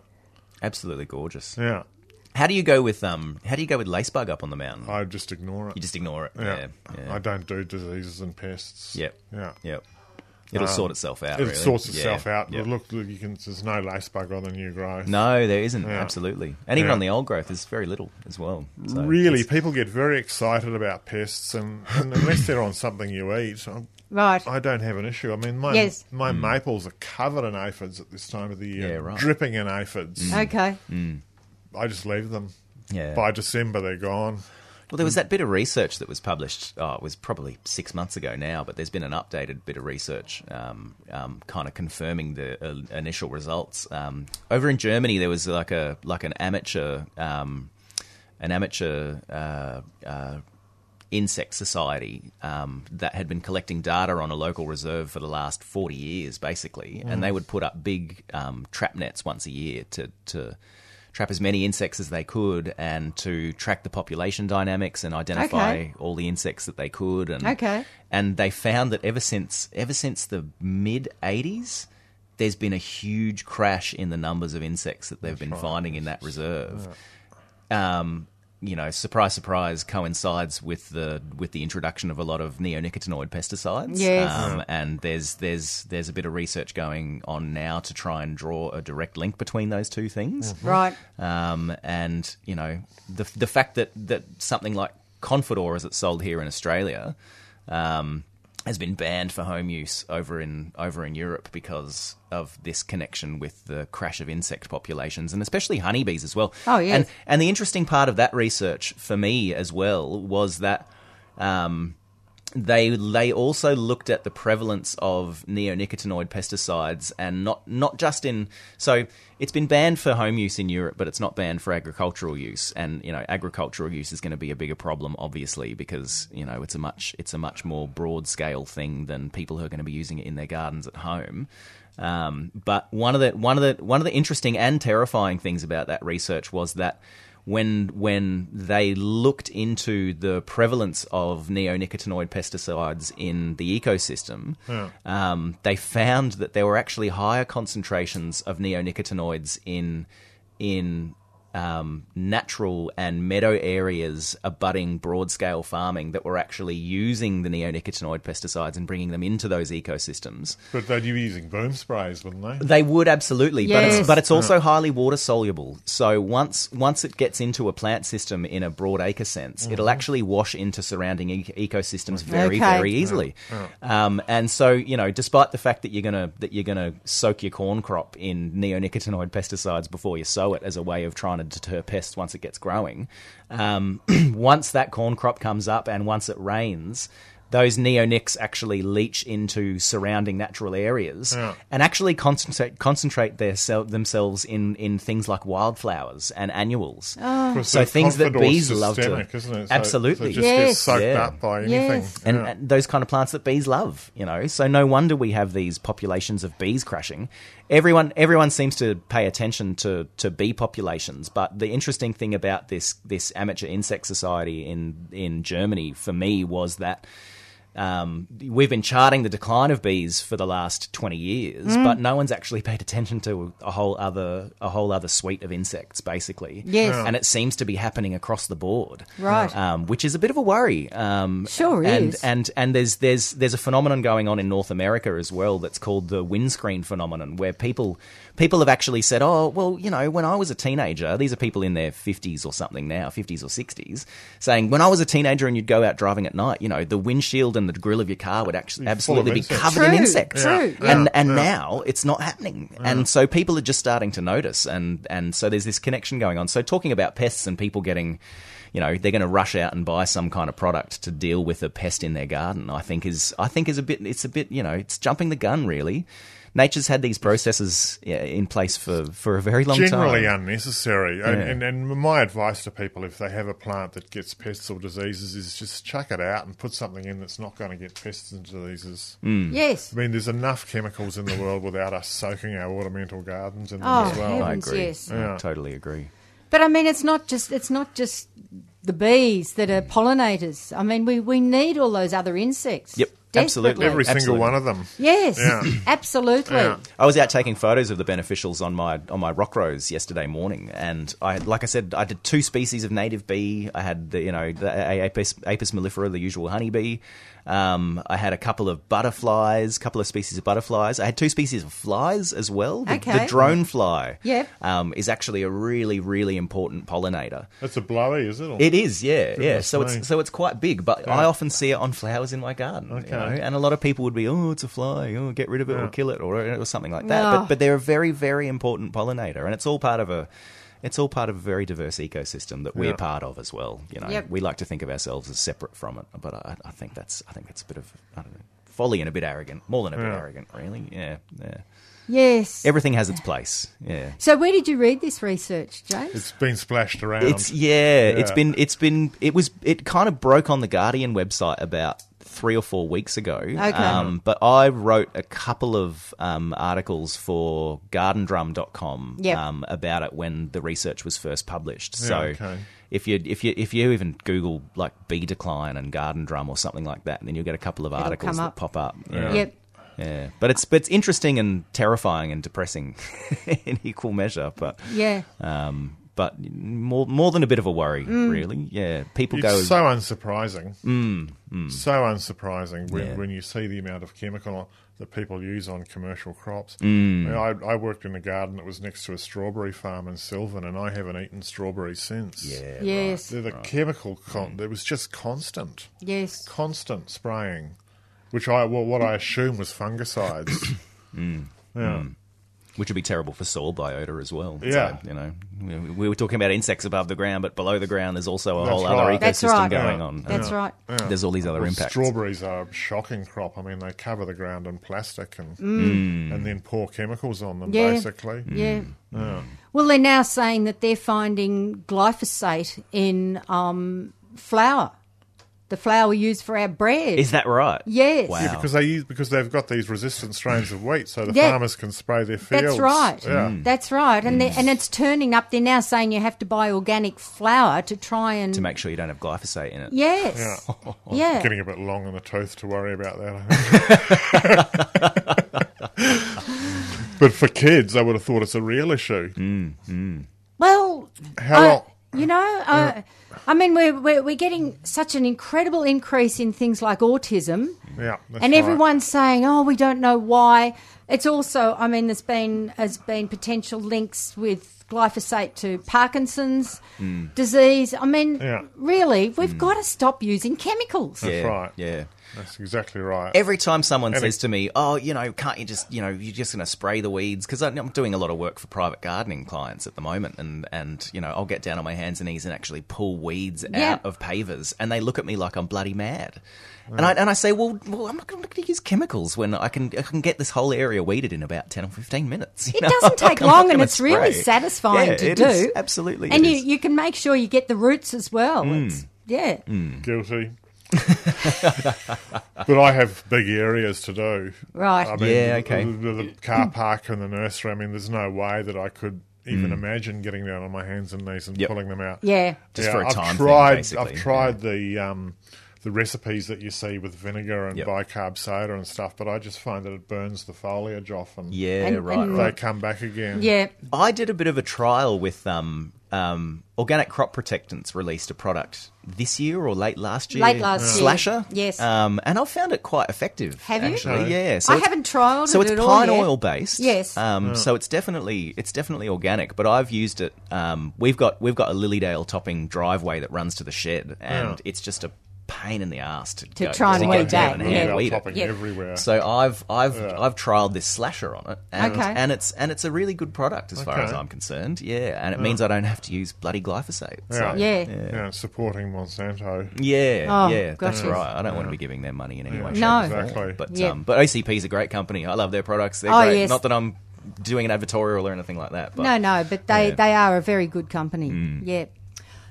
[SPEAKER 3] Absolutely gorgeous.
[SPEAKER 2] yeah.
[SPEAKER 3] How do you go with um? How do you go with lacebug up on the mountain?
[SPEAKER 2] I just ignore it.
[SPEAKER 3] You just ignore it.
[SPEAKER 2] yeah.
[SPEAKER 3] Yeah, yeah.
[SPEAKER 2] I don't do diseases and pests.
[SPEAKER 3] Yep.
[SPEAKER 2] Yeah.
[SPEAKER 3] Yep. It'll sort itself out.
[SPEAKER 2] It
[SPEAKER 3] really.
[SPEAKER 2] sorts itself
[SPEAKER 3] Yeah,
[SPEAKER 2] out.
[SPEAKER 3] yeah.
[SPEAKER 2] Look, look, you can. There's no lacebug on the new growth.
[SPEAKER 3] No, there isn't.
[SPEAKER 2] Yeah.
[SPEAKER 3] Absolutely. And even
[SPEAKER 2] Yeah.
[SPEAKER 3] on the old growth, there's very little as well. So
[SPEAKER 2] really,
[SPEAKER 3] it's-
[SPEAKER 2] people get very excited about pests, and, and unless they're on something you eat, I,
[SPEAKER 1] Right.
[SPEAKER 2] I don't have an issue. I mean, my
[SPEAKER 1] Yes.
[SPEAKER 2] my maples are covered in aphids at this time of the year,
[SPEAKER 3] Mm. Yeah, right. Mm.
[SPEAKER 2] dripping in aphids.
[SPEAKER 1] Okay.
[SPEAKER 2] I just leave them.
[SPEAKER 3] Yeah.
[SPEAKER 2] By December, they're gone.
[SPEAKER 3] Well, there was that bit of research that was published. Oh, it was probably six months ago now, but there's been an updated bit of research, um, um, kind of confirming the uh, initial results. Um, over in Germany, there was like a like an amateur um, an amateur uh, uh, insect society um, that had been collecting data on a local reserve for the last 40 years, basically. And
[SPEAKER 1] Mm.
[SPEAKER 3] they would put up big um, trap nets once a year to, to trap as many insects as they could and to track the population dynamics and identify
[SPEAKER 1] Okay.
[SPEAKER 3] all the insects that they could. And,
[SPEAKER 1] Okay.
[SPEAKER 3] And they found that ever since ever since the mid 80s, there's been a huge crash in the numbers of insects that they've been finding in that reserve. Um, you know, surprise, surprise, coincides with the with the introduction of a lot of neonicotinoid pesticides.
[SPEAKER 1] Yes.
[SPEAKER 3] Um, and there's there's there's a bit of research going on now to try and draw a direct link between those two things.
[SPEAKER 1] Right.
[SPEAKER 3] Um, and you know, the the fact that that something like Confidor, as it's sold here in Australia, um, has been banned for home use over in over in Europe because of this connection with the crash of insect populations and especially honeybees as well.
[SPEAKER 1] Oh, yes.
[SPEAKER 3] And and the interesting part of that research for me as well was that um, they they also looked at the prevalence of neonicotinoid pesticides and not not just in so it's been banned for home use in Europe but it's not banned for agricultural use and you know agricultural use is going to be a bigger problem obviously because you know it's a much it's a much more broad scale thing than people who are going to be using it in their gardens at home um, but one of the one of the one of the interesting and terrifying things about that research was that when when they looked into the prevalence of neonicotinoid pesticides in the ecosystem, um, they found that there were actually higher concentrations of neonicotinoids in in um, natural and meadow areas abutting broad scale farming that were actually using the neonicotinoid pesticides and bringing them into those ecosystems.
[SPEAKER 2] But they'd be using boom sprays, wouldn't they?
[SPEAKER 3] They would absolutely, but
[SPEAKER 1] Yes.
[SPEAKER 3] it's, but it's also highly water soluble. So once once it gets into a plant system in a broad acre sense, it'll actually wash into surrounding e- ecosystems very
[SPEAKER 1] Okay.
[SPEAKER 3] very easily. Um, and so you know, despite the fact that you're gonna that you're gonna soak your corn crop in neonicotinoid pesticides before you sow it as a way of trying to deter pests once it gets growing, um, once that corn crop comes up and once it rains. Those neonics actually leach into surrounding natural areas, and actually concentrate concentrate their sel- themselves in, in things like wildflowers and annuals. Ah. So things that bees love to-
[SPEAKER 2] isn't it? So-
[SPEAKER 3] Absolutely.
[SPEAKER 2] so it just
[SPEAKER 1] Yes.
[SPEAKER 2] gets soaked
[SPEAKER 3] Yeah.
[SPEAKER 2] up by anything.
[SPEAKER 1] Yes.
[SPEAKER 3] and,
[SPEAKER 2] Yeah.
[SPEAKER 3] and those kind of plants that bees love, you know. So no wonder we have these populations of bees crashing. Everyone everyone seems to pay attention to, to bee populations, but the interesting thing about this this amateur insect society in in Germany for me was that um, we've been charting the decline of bees for the last twenty years,
[SPEAKER 2] Mm.
[SPEAKER 3] but no one's actually paid attention to a whole other a whole other suite of insects, basically.
[SPEAKER 1] Yes. Yeah.
[SPEAKER 3] and it seems to be happening across the board,
[SPEAKER 1] Right.
[SPEAKER 3] Um, which is a bit of a worry. Um,
[SPEAKER 1] Sure
[SPEAKER 3] and,
[SPEAKER 1] is.
[SPEAKER 3] And and there's there's there's a phenomenon going on in North America as well that's called the windscreen phenomenon, where people people have actually said, oh well, you know, when I was a teenager, these are people in their fifties or something now, fifties or sixties, saying when I was a teenager and you'd go out driving at night, you know, the windshield and the grill of your car would actually absolutely be
[SPEAKER 2] insects.
[SPEAKER 3] covered in
[SPEAKER 1] True,
[SPEAKER 3] insects,
[SPEAKER 1] true, Yeah,
[SPEAKER 3] and and now it's not happening,
[SPEAKER 1] Mm.
[SPEAKER 3] and so people are just starting to notice, and and so there's this connection going on. So talking about pests and people getting you know they're going to rush out and buy some kind of product to deal with a pest in their garden. I think is I think is a bit it's a bit you know it's jumping the gun really. Nature's had these processes yeah, in place for for a very long
[SPEAKER 2] Generally
[SPEAKER 3] time.
[SPEAKER 2] unnecessary. And, and, and my advice to people if they have a plant that gets pests or diseases is just chuck it out and put something in that's not going to get pests and diseases.
[SPEAKER 3] Mm.
[SPEAKER 1] Yes.
[SPEAKER 2] I mean, there's enough chemicals in the world without us soaking our ornamental gardens in them
[SPEAKER 1] Oh,
[SPEAKER 2] as well.
[SPEAKER 1] heavens.
[SPEAKER 3] I agree.
[SPEAKER 1] Yes.
[SPEAKER 3] I totally agree.
[SPEAKER 1] But I mean, it's not just it's not just the bees that are pollinators. I mean, we, we need all those other insects.
[SPEAKER 3] Yep,
[SPEAKER 1] desperately.
[SPEAKER 3] absolutely.
[SPEAKER 2] Every single
[SPEAKER 3] Absolutely.
[SPEAKER 2] one of them.
[SPEAKER 1] Yes,
[SPEAKER 2] Yeah.
[SPEAKER 1] absolutely.
[SPEAKER 2] Yeah.
[SPEAKER 3] I was out taking photos of the beneficials on my on my rock rose yesterday morning, and I like I said, I did two species of native bee. I had the you know the Apis, Apis mellifera, the usual honeybee. Um, I had a couple of butterflies, couple of species of butterflies. I had two species of flies as well. The,
[SPEAKER 1] Okay.
[SPEAKER 3] the drone fly,
[SPEAKER 1] Yep.
[SPEAKER 3] um, is actually a really really important pollinator.
[SPEAKER 2] That's a blowy, is it? Or-
[SPEAKER 3] It is, yeah, yeah.
[SPEAKER 2] Goodness
[SPEAKER 3] So
[SPEAKER 2] me.
[SPEAKER 3] it's so it's quite big, but I often see it on flowers in my garden. You
[SPEAKER 2] Okay.
[SPEAKER 3] know? And a lot of people would be, oh, it's a fly, oh, get rid of it or kill it or, or something like that.
[SPEAKER 1] Oh.
[SPEAKER 3] But but they're a very very important pollinator, and it's all part of a. It's all part of a very diverse ecosystem that we're
[SPEAKER 2] Yeah.
[SPEAKER 3] part of as well. You know,
[SPEAKER 1] Yep.
[SPEAKER 3] we like to think of ourselves as separate from it, but I, I think that's I think that's a bit of I don't know, folly and a bit arrogant, more than a bit arrogant, really. Yeah, yeah.
[SPEAKER 1] Yes.
[SPEAKER 3] Everything has its place. Yeah.
[SPEAKER 1] so, where did you read this research, James?
[SPEAKER 2] It's been splashed around.
[SPEAKER 3] It's yeah, It's
[SPEAKER 2] Yeah.
[SPEAKER 3] been. It's been. It was. It kind of broke on the Guardian website about three or four weeks ago. Okay. Um, but I wrote a couple of um, articles for GardenDrum.com
[SPEAKER 1] Yep.
[SPEAKER 3] um, about it when the research was first published. so.
[SPEAKER 2] okay.
[SPEAKER 3] If you if you if you even Google like bee decline and garden drum or something like that, then you'll get a couple of
[SPEAKER 1] come
[SPEAKER 3] articles
[SPEAKER 1] up.
[SPEAKER 3] that pop up. Yeah.
[SPEAKER 1] Yep.
[SPEAKER 3] yeah, but it's but it's interesting and terrifying and depressing in equal measure. But
[SPEAKER 1] Yeah.
[SPEAKER 3] um, but more more than a bit of a worry,
[SPEAKER 1] Mm.
[SPEAKER 3] really. Yeah, people
[SPEAKER 2] It's
[SPEAKER 3] go. Mm.
[SPEAKER 2] so unsurprising. So unsurprising when,
[SPEAKER 3] Yeah.
[SPEAKER 2] when you see the amount of chemical that people use on commercial crops.
[SPEAKER 3] Mm.
[SPEAKER 2] You know, I, I worked in a garden that was next to a strawberry farm in Sylvan, and I haven't eaten strawberries since.
[SPEAKER 3] yeah, Mm.
[SPEAKER 1] yes,
[SPEAKER 2] The, the chemical, con- it was just constant,
[SPEAKER 1] yes.
[SPEAKER 2] constant spraying, which I, well, what I assume was fungicides. Yeah.
[SPEAKER 3] mm, which would be terrible for soil biota as well.
[SPEAKER 2] Yeah.
[SPEAKER 3] So, you know, we, we were talking about insects above the ground, but below the ground there's also a
[SPEAKER 2] That's
[SPEAKER 3] whole other
[SPEAKER 2] right.
[SPEAKER 3] ecosystem
[SPEAKER 1] That's right.
[SPEAKER 3] going
[SPEAKER 2] Yeah.
[SPEAKER 3] on.
[SPEAKER 1] That's
[SPEAKER 3] Uh,
[SPEAKER 1] right.
[SPEAKER 3] There's all these other
[SPEAKER 2] Well,
[SPEAKER 3] impacts.
[SPEAKER 2] Strawberries are a shocking crop. I mean, they cover the ground in plastic and
[SPEAKER 3] Mm.
[SPEAKER 2] and then pour chemicals on them,
[SPEAKER 1] Mm. Yeah.
[SPEAKER 2] basically.
[SPEAKER 1] Yeah. Well, they're now saying that they're finding glyphosate in um, flour, the flour we use for our bread.
[SPEAKER 3] Is that right?
[SPEAKER 1] Yes.
[SPEAKER 3] Wow.
[SPEAKER 1] Yeah,
[SPEAKER 2] Because they use because they've got these resistant strains of wheat, so the
[SPEAKER 1] Yeah.
[SPEAKER 2] farmers can spray their fields.
[SPEAKER 1] That's right.
[SPEAKER 2] Yeah.
[SPEAKER 3] Mm.
[SPEAKER 1] That's right. And they're- and it's turning up. They're now saying you have to buy organic flour to try and
[SPEAKER 3] to make sure you don't have glyphosate in it.
[SPEAKER 1] yes, yeah.
[SPEAKER 2] Getting a bit long in the tooth to worry about that. I think. but for kids, I would have thought it's a real issue.
[SPEAKER 3] Mm,
[SPEAKER 1] Well,
[SPEAKER 2] How
[SPEAKER 1] I-
[SPEAKER 2] long?
[SPEAKER 1] You know, uh, I mean, we're, we're we're getting such an incredible increase in things like autism.
[SPEAKER 2] Yeah, that's
[SPEAKER 1] and
[SPEAKER 2] right.
[SPEAKER 1] everyone's saying, "Oh, we don't know why." It's also, I mean, there's been has been potential links with glyphosate to Parkinson's
[SPEAKER 3] Hmm.
[SPEAKER 1] disease. I mean,
[SPEAKER 2] Mm. Yeah. Mm.
[SPEAKER 1] really, we've got to stop using chemicals.
[SPEAKER 3] yeah,
[SPEAKER 2] right.
[SPEAKER 3] Yeah.
[SPEAKER 2] That's exactly right.
[SPEAKER 3] Every time someone
[SPEAKER 2] Every-
[SPEAKER 3] says to me, "Oh, you know, can't you just, you know, you're just going to spray the weeds?" Because I'm I'm doing a lot of work for private gardening clients at the moment, and and you know, I'll get down on my hands and knees and actually pull weeds
[SPEAKER 1] Yeah.
[SPEAKER 3] out of pavers, and they look at me like I'm bloody mad. And I and I say, "Well, well, I'm not going to use chemicals when I can I can get this whole area weeded in about ten or fifteen minutes." you
[SPEAKER 1] It
[SPEAKER 3] know?
[SPEAKER 1] doesn't take
[SPEAKER 3] I'm not
[SPEAKER 1] long, and
[SPEAKER 3] gonna
[SPEAKER 1] it's really
[SPEAKER 3] spray.
[SPEAKER 1] satisfying
[SPEAKER 3] Yeah,
[SPEAKER 1] to
[SPEAKER 3] it
[SPEAKER 1] do.
[SPEAKER 3] is. Absolutely,
[SPEAKER 1] and
[SPEAKER 3] it
[SPEAKER 1] you
[SPEAKER 3] is.
[SPEAKER 1] you can make sure you get the roots as well.
[SPEAKER 2] Mm.
[SPEAKER 1] It's, yeah,
[SPEAKER 3] Hmm.
[SPEAKER 2] Guilty. but I have big areas to do.
[SPEAKER 1] right.
[SPEAKER 2] I mean, the-
[SPEAKER 3] Yeah, okay.
[SPEAKER 2] The, the, the car park and the nursery. I mean, there's no way that I could even imagine getting down on my hands and knees and
[SPEAKER 3] Hmm. Yep.
[SPEAKER 2] pulling them out.
[SPEAKER 1] yeah.
[SPEAKER 3] Just
[SPEAKER 2] Yeah,
[SPEAKER 3] for a time
[SPEAKER 2] I've
[SPEAKER 3] thing,
[SPEAKER 2] tried.
[SPEAKER 3] basically.
[SPEAKER 2] I've tried the um, the recipes that you see with vinegar and
[SPEAKER 3] Yep.
[SPEAKER 2] bicarb soda and stuff, but I just find that it burns the foliage off and
[SPEAKER 3] Yeah,
[SPEAKER 1] And-
[SPEAKER 3] right,
[SPEAKER 1] and-
[SPEAKER 3] right.
[SPEAKER 2] they come back again.
[SPEAKER 1] Yeah,
[SPEAKER 3] I did a bit of a trial with um, um, Organic Crop Protectants released a product this year or late last year.
[SPEAKER 1] Late last year.
[SPEAKER 3] Slasher.
[SPEAKER 1] Yes.
[SPEAKER 3] Um, and I found it quite effective.
[SPEAKER 1] Have you?
[SPEAKER 3] Actually,
[SPEAKER 2] No.
[SPEAKER 3] yeah.
[SPEAKER 1] I
[SPEAKER 3] it's-
[SPEAKER 1] haven't trialed
[SPEAKER 3] So
[SPEAKER 1] it
[SPEAKER 3] it's
[SPEAKER 1] at all
[SPEAKER 3] pine
[SPEAKER 1] yet.
[SPEAKER 3] oil based.
[SPEAKER 1] Yes.
[SPEAKER 3] Um, So it's definitely it's definitely organic. But I've used it. Um, we've got we've got a Lilydale topping driveway that runs to the shed,
[SPEAKER 1] Oh.
[SPEAKER 3] and it's just a pain in the ass to,
[SPEAKER 1] To
[SPEAKER 3] go-
[SPEAKER 1] try and
[SPEAKER 3] get
[SPEAKER 1] weed
[SPEAKER 3] down
[SPEAKER 1] that,
[SPEAKER 3] and
[SPEAKER 2] They
[SPEAKER 1] yeah.
[SPEAKER 3] hand
[SPEAKER 2] are
[SPEAKER 3] weed it.
[SPEAKER 2] popping
[SPEAKER 1] Yeah.
[SPEAKER 2] everywhere.
[SPEAKER 3] So I've I've I've trialed this slasher on it, and
[SPEAKER 1] Okay.
[SPEAKER 3] and it's and it's a really good product as far
[SPEAKER 2] Okay.
[SPEAKER 3] as I'm concerned. Yeah, and it means I don't have to use bloody glyphosate. So,
[SPEAKER 1] Yeah.
[SPEAKER 2] yeah. supporting Monsanto.
[SPEAKER 3] yeah,
[SPEAKER 1] Oh,
[SPEAKER 3] yeah, that's
[SPEAKER 1] gotcha.
[SPEAKER 3] right. I don't want to be giving them money in any way. shape,
[SPEAKER 1] No.
[SPEAKER 3] or form.
[SPEAKER 2] Exactly.
[SPEAKER 3] But
[SPEAKER 1] Yeah.
[SPEAKER 3] um, but OCP's a great company. I love their products. They're
[SPEAKER 1] Oh,
[SPEAKER 3] great.
[SPEAKER 1] yes.
[SPEAKER 3] Not that I'm doing an advertorial or anything like that. But
[SPEAKER 1] no, no, but they
[SPEAKER 3] Yeah. Mm.
[SPEAKER 1] they are a very good company. Yeah.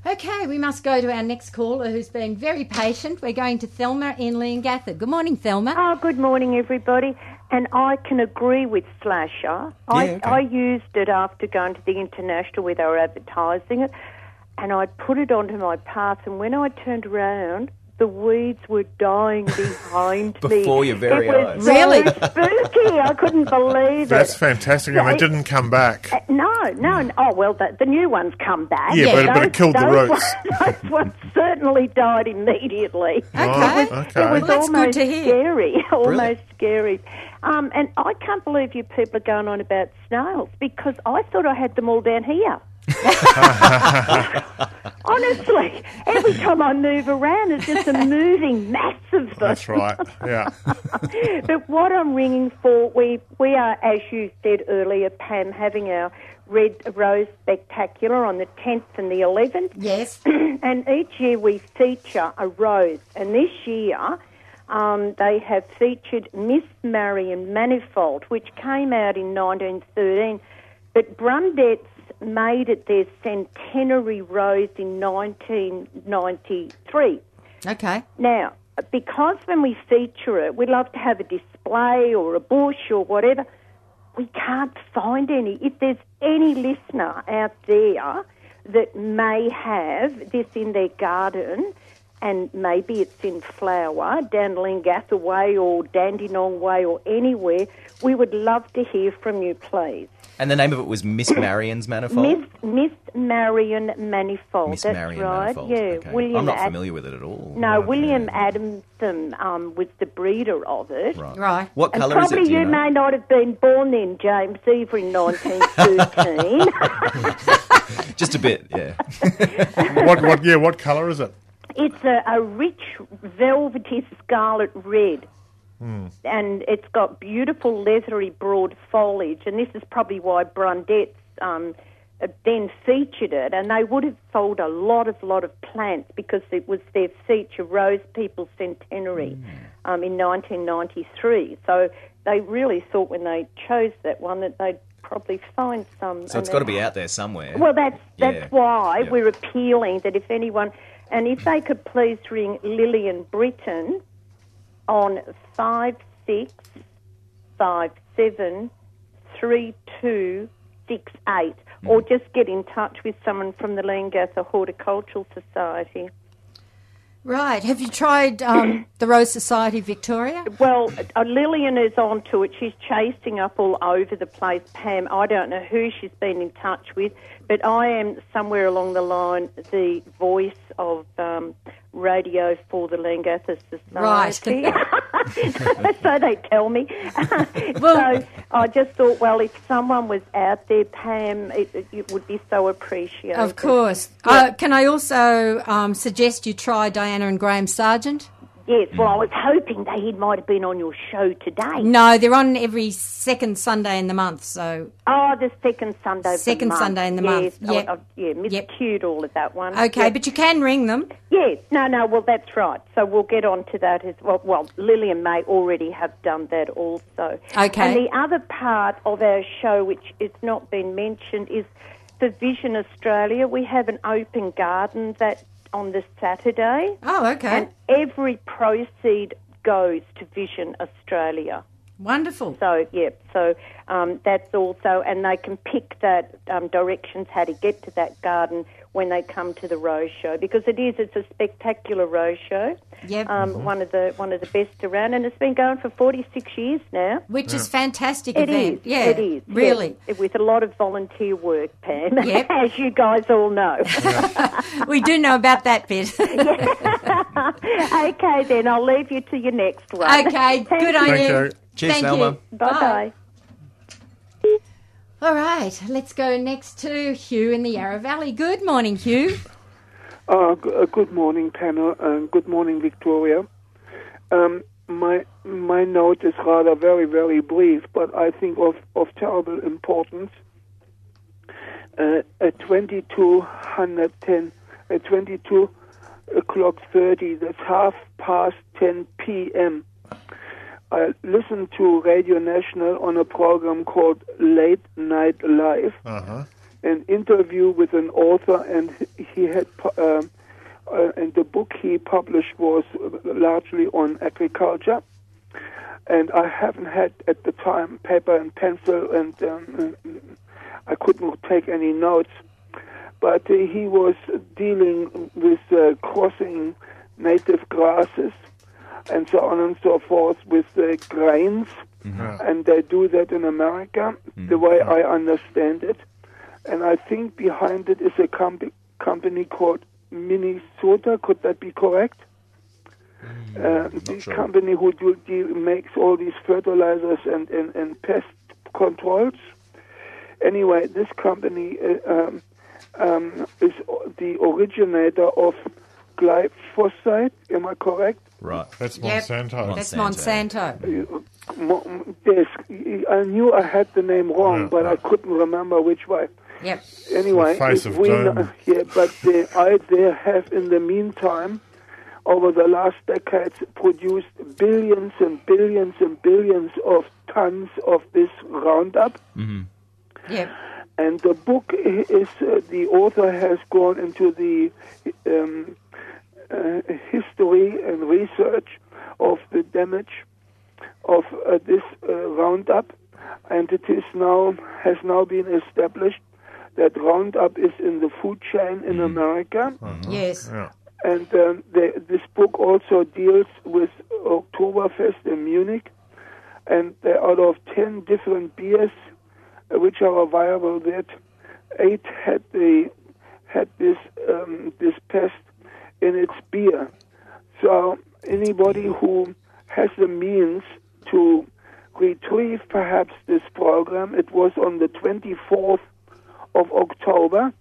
[SPEAKER 1] Okay, we must go to our next caller who's been very patient. We're going to Thelma in Leongatha. Good morning, Thelma.
[SPEAKER 6] Oh, good morning, everybody. And I can agree with Slasher. I,
[SPEAKER 3] Yeah, okay.
[SPEAKER 6] I used it after going to the international where they were advertising it, and I put it onto my path. And when I turned around, the weeds were dying behind me.
[SPEAKER 3] Before your very
[SPEAKER 6] it was
[SPEAKER 3] eyes.
[SPEAKER 6] so
[SPEAKER 1] Really?
[SPEAKER 6] spooky. I couldn't believe
[SPEAKER 2] That's
[SPEAKER 6] it.
[SPEAKER 2] fantastic, and they
[SPEAKER 6] Right.
[SPEAKER 2] didn't come back.
[SPEAKER 6] Uh, No, no, no. Oh, well, the, the new one's come back.
[SPEAKER 2] Yeah, but- but it
[SPEAKER 6] Those-
[SPEAKER 2] killed the
[SPEAKER 6] those
[SPEAKER 2] roots.
[SPEAKER 6] One, those ones certainly died immediately.
[SPEAKER 1] Okay.
[SPEAKER 2] Right, Oh, okay.
[SPEAKER 6] It was
[SPEAKER 1] Well, that's good
[SPEAKER 6] almost
[SPEAKER 1] to hear.
[SPEAKER 6] scary, almost
[SPEAKER 3] Brilliant.
[SPEAKER 6] scary. Um, and I can't believe you people are going on about snails because I thought I had them all down here. Honestly, every time I move around, it's just a moving mass of them.
[SPEAKER 2] That's right. Yeah.
[SPEAKER 6] But what I'm ringing for, we we are, as you said earlier, Pam, having our Red Rose Spectacular on the 10th and the 11th.
[SPEAKER 1] Yes.
[SPEAKER 6] and each year we feature a rose. And this year um, they have featured Miss Marion Manifold, which came out in 1913. But Brundetts made it their centenary rose in 1993.
[SPEAKER 1] Okay.
[SPEAKER 6] Now, because when we feature it, we love to have a display or a bush or whatever. We can't find any. If there's any listener out there that may have this in their garden, and maybe it's in flower, down Lingatha Way or Dandenong Way or anywhere, we would love to hear from you, please.
[SPEAKER 3] And the name of it was Miss Marion's Manifold.
[SPEAKER 6] Miss, Miss Marion Manifold.
[SPEAKER 3] Miss
[SPEAKER 6] that's
[SPEAKER 3] Marion
[SPEAKER 6] right.
[SPEAKER 3] Manifold.
[SPEAKER 6] Yeah,
[SPEAKER 3] Okay.
[SPEAKER 6] William.
[SPEAKER 3] I'm not
[SPEAKER 6] Ad-
[SPEAKER 3] familiar with it at all.
[SPEAKER 6] No, William Adamson um, was the breeder of it.
[SPEAKER 1] Right.
[SPEAKER 3] What
[SPEAKER 6] And
[SPEAKER 3] colour is
[SPEAKER 6] probably
[SPEAKER 3] it? do
[SPEAKER 6] you,
[SPEAKER 3] you know?
[SPEAKER 6] may not have been born then, James, either in 1913.
[SPEAKER 3] Just a bit, yeah.
[SPEAKER 2] What? What? Yeah. What color is it?
[SPEAKER 6] it's a, a rich, velvety scarlet red.
[SPEAKER 2] Hmm.
[SPEAKER 6] And it's got beautiful, leathery, broad foliage. And this is probably why Brundettes um, uh, then featured it. And they would have sold a lot of, lot of plants because it was their feature, Rose People's Centenary, um, in 1993. So they really thought when they chose that one that they'd probably find some.
[SPEAKER 3] So it's
[SPEAKER 6] and
[SPEAKER 3] got to
[SPEAKER 6] they-
[SPEAKER 3] be out there somewhere.
[SPEAKER 6] well, that's that's
[SPEAKER 3] Yeah.
[SPEAKER 6] why
[SPEAKER 3] Yeah.
[SPEAKER 6] we're appealing that if anyone, and if they could please ring Lillian Britton on five six five seven three two six eight, or
[SPEAKER 3] Mm-hmm.
[SPEAKER 6] just get in touch with someone from the Langatha Horticultural Society.
[SPEAKER 1] Right. Have you tried um, the Rose Society Victoria?
[SPEAKER 6] Well, uh, Lillian is on to it. She's chasing up all over the place. Pam, I don't know who she's been in touch with, but I am somewhere along the line the voice of um, radio for the Langatha Society. so they tell me.
[SPEAKER 1] Well-
[SPEAKER 6] so I just thought, well, if someone was out there, Pam, it, it- it would be so appreciated.
[SPEAKER 1] Of course. Uh, can I also um, suggest you try Diana and Graham Sargent?
[SPEAKER 6] Yes, well, I
[SPEAKER 3] Mm.
[SPEAKER 6] was hoping that he might have been on your show today.
[SPEAKER 1] No, they're on every second Sunday in the month, so
[SPEAKER 6] Oh, the second Sunday. of the
[SPEAKER 1] Second
[SPEAKER 6] month.
[SPEAKER 1] Sunday in the
[SPEAKER 6] yes.
[SPEAKER 1] month. Yep.
[SPEAKER 6] Oh, oh, yeah, Miss
[SPEAKER 1] Yep.
[SPEAKER 6] Cute, all of that one.
[SPEAKER 1] okay.
[SPEAKER 6] Yep.
[SPEAKER 1] But you can ring them.
[SPEAKER 6] yes, no, no. Well, that's right. So we'll get on to that as well. Well, Lillian may already have done that also.
[SPEAKER 1] Okay.
[SPEAKER 6] And the other part of our show, which has not been mentioned, is for Vision Australia. We have an open garden that on the Saturday,
[SPEAKER 1] Oh, okay.
[SPEAKER 6] and every proceed goes to Vision Australia.
[SPEAKER 1] Wonderful.
[SPEAKER 6] So yep. So um, that's also, and they can pick that um, directions how to get to that garden when they come to the rose show because it is it's a spectacular rose show.
[SPEAKER 1] Yep.
[SPEAKER 3] Mm-hmm.
[SPEAKER 6] Um, one of the one of the best around, and it's been going for forty six years now.
[SPEAKER 1] Which is fantastic
[SPEAKER 6] It is.
[SPEAKER 1] event. Yeah.
[SPEAKER 6] it is. yes.
[SPEAKER 1] Really.
[SPEAKER 6] With a lot of volunteer work, Pam,
[SPEAKER 1] Yep.
[SPEAKER 6] as you guys all know.
[SPEAKER 1] We do know about that bit.
[SPEAKER 6] okay, then I'll leave you to your next one.
[SPEAKER 1] okay. Good on
[SPEAKER 2] Thank
[SPEAKER 1] you.
[SPEAKER 2] you.
[SPEAKER 3] Cheers,
[SPEAKER 1] Thank
[SPEAKER 3] Selma.
[SPEAKER 1] you.
[SPEAKER 6] Bye bye.
[SPEAKER 1] All right. Let's go next to Hugh in the Yarra Valley. Good morning, Hugh.
[SPEAKER 7] Uh, g- uh, good morning, panel, and good morning, Victoria. Um, my my note is rather very very brief, but I think of of terrible importance. Uh, at twenty two hundred ten, at twenty two o'clock thirty, that's half past ten p.m. I listened to Radio National on a program called Late Night Live
[SPEAKER 2] Uh huh.
[SPEAKER 7] an interview with an author, and he had pu- um, uh, and the book he published was largely on agriculture. And I haven't had at the time paper and pencil, and um, I couldn't take any notes. But uh, he was dealing with uh, crossing native grasses and so on and so forth with uh, grains,
[SPEAKER 3] Mm-hmm.
[SPEAKER 7] and they do that in America, the way I understand it and I think behind it is a com- company called Minnesota. Could that be correct? Uh, this
[SPEAKER 2] sure.
[SPEAKER 7] company who do, deal, makes all these fertilizers and, and, and pest controls. Anyway, this company uh, um, um, is o- the originator of glyphosate. Am I correct?
[SPEAKER 3] Right.
[SPEAKER 2] That's
[SPEAKER 1] Yep.
[SPEAKER 2] Monsanto.
[SPEAKER 1] That's
[SPEAKER 3] Monsanto.
[SPEAKER 1] Monsanto.
[SPEAKER 7] Mo- m- This I knew I had the name wrong,
[SPEAKER 2] Yeah.
[SPEAKER 7] but I couldn't remember which way.
[SPEAKER 1] Yep.
[SPEAKER 7] anyway,
[SPEAKER 2] The face
[SPEAKER 7] if
[SPEAKER 2] of
[SPEAKER 7] we
[SPEAKER 2] doom.
[SPEAKER 7] know- yeah, but they, I, they have in the meantime, over the last decades, produced billions and billions and billions of tons of this Roundup.
[SPEAKER 3] Mm-hmm.
[SPEAKER 1] Yep.
[SPEAKER 7] And the book i- is uh, the author has gone into the um, uh, history and research of the damage of uh, this uh, Roundup, and it is now has now been established that Roundup is in the food chain in America,
[SPEAKER 1] Yes.
[SPEAKER 2] Uh-huh. Yeah.
[SPEAKER 7] and um, they, this book also deals with uh, Oktoberfest in Munich, and there out of ten different beers, uh, which are viable that eight had the had this um, this pest in its beer. So anybody who has the means to retrieve perhaps this program, it was on the 24th of October.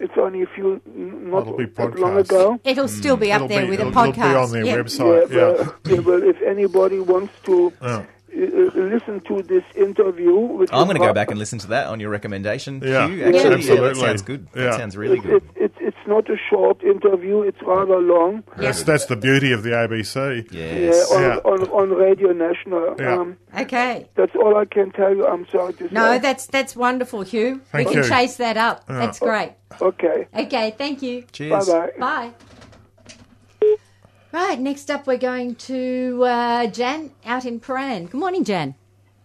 [SPEAKER 7] It's only a few n- not
[SPEAKER 2] That'll be
[SPEAKER 7] that long
[SPEAKER 2] podcast.
[SPEAKER 7] ago.
[SPEAKER 1] It'll still be up
[SPEAKER 2] It'll
[SPEAKER 1] there
[SPEAKER 2] be-
[SPEAKER 1] with a
[SPEAKER 2] it'll-
[SPEAKER 1] podcast.
[SPEAKER 2] it'll be on their
[SPEAKER 1] Yeah.
[SPEAKER 2] website. Yeah.
[SPEAKER 7] well, yeah, well, if anybody wants to
[SPEAKER 2] Yeah.
[SPEAKER 7] uh, uh, listen to this interview, which
[SPEAKER 3] Oh. I'm going to
[SPEAKER 7] to
[SPEAKER 3] go back and listen to that on your recommendation.
[SPEAKER 2] Yeah,
[SPEAKER 3] Hugh, actually, yeah, that
[SPEAKER 2] absolutely.
[SPEAKER 3] sounds good.
[SPEAKER 2] Yeah.
[SPEAKER 3] That sounds really
[SPEAKER 7] It,
[SPEAKER 3] good.
[SPEAKER 7] it, it's not a short interview; it's rather long.
[SPEAKER 2] That's, that's the beauty of the ABC.
[SPEAKER 3] Yes.
[SPEAKER 7] Yeah, on,
[SPEAKER 2] Yeah.
[SPEAKER 7] On, on Radio National.
[SPEAKER 2] Yeah.
[SPEAKER 7] Um,
[SPEAKER 1] Okay.
[SPEAKER 7] that's all I can tell you. I'm sorry to say.
[SPEAKER 1] No, that's that's wonderful, Hugh.
[SPEAKER 2] Thank
[SPEAKER 1] we can
[SPEAKER 2] you.
[SPEAKER 1] chase that up.
[SPEAKER 2] Yeah.
[SPEAKER 1] That's great.
[SPEAKER 7] okay.
[SPEAKER 1] Okay, thank you.
[SPEAKER 7] Bye
[SPEAKER 3] Cheers.
[SPEAKER 7] bye.
[SPEAKER 1] Bye. Right, next up we're going to uh, Jan out in Paran. Good morning, Jan.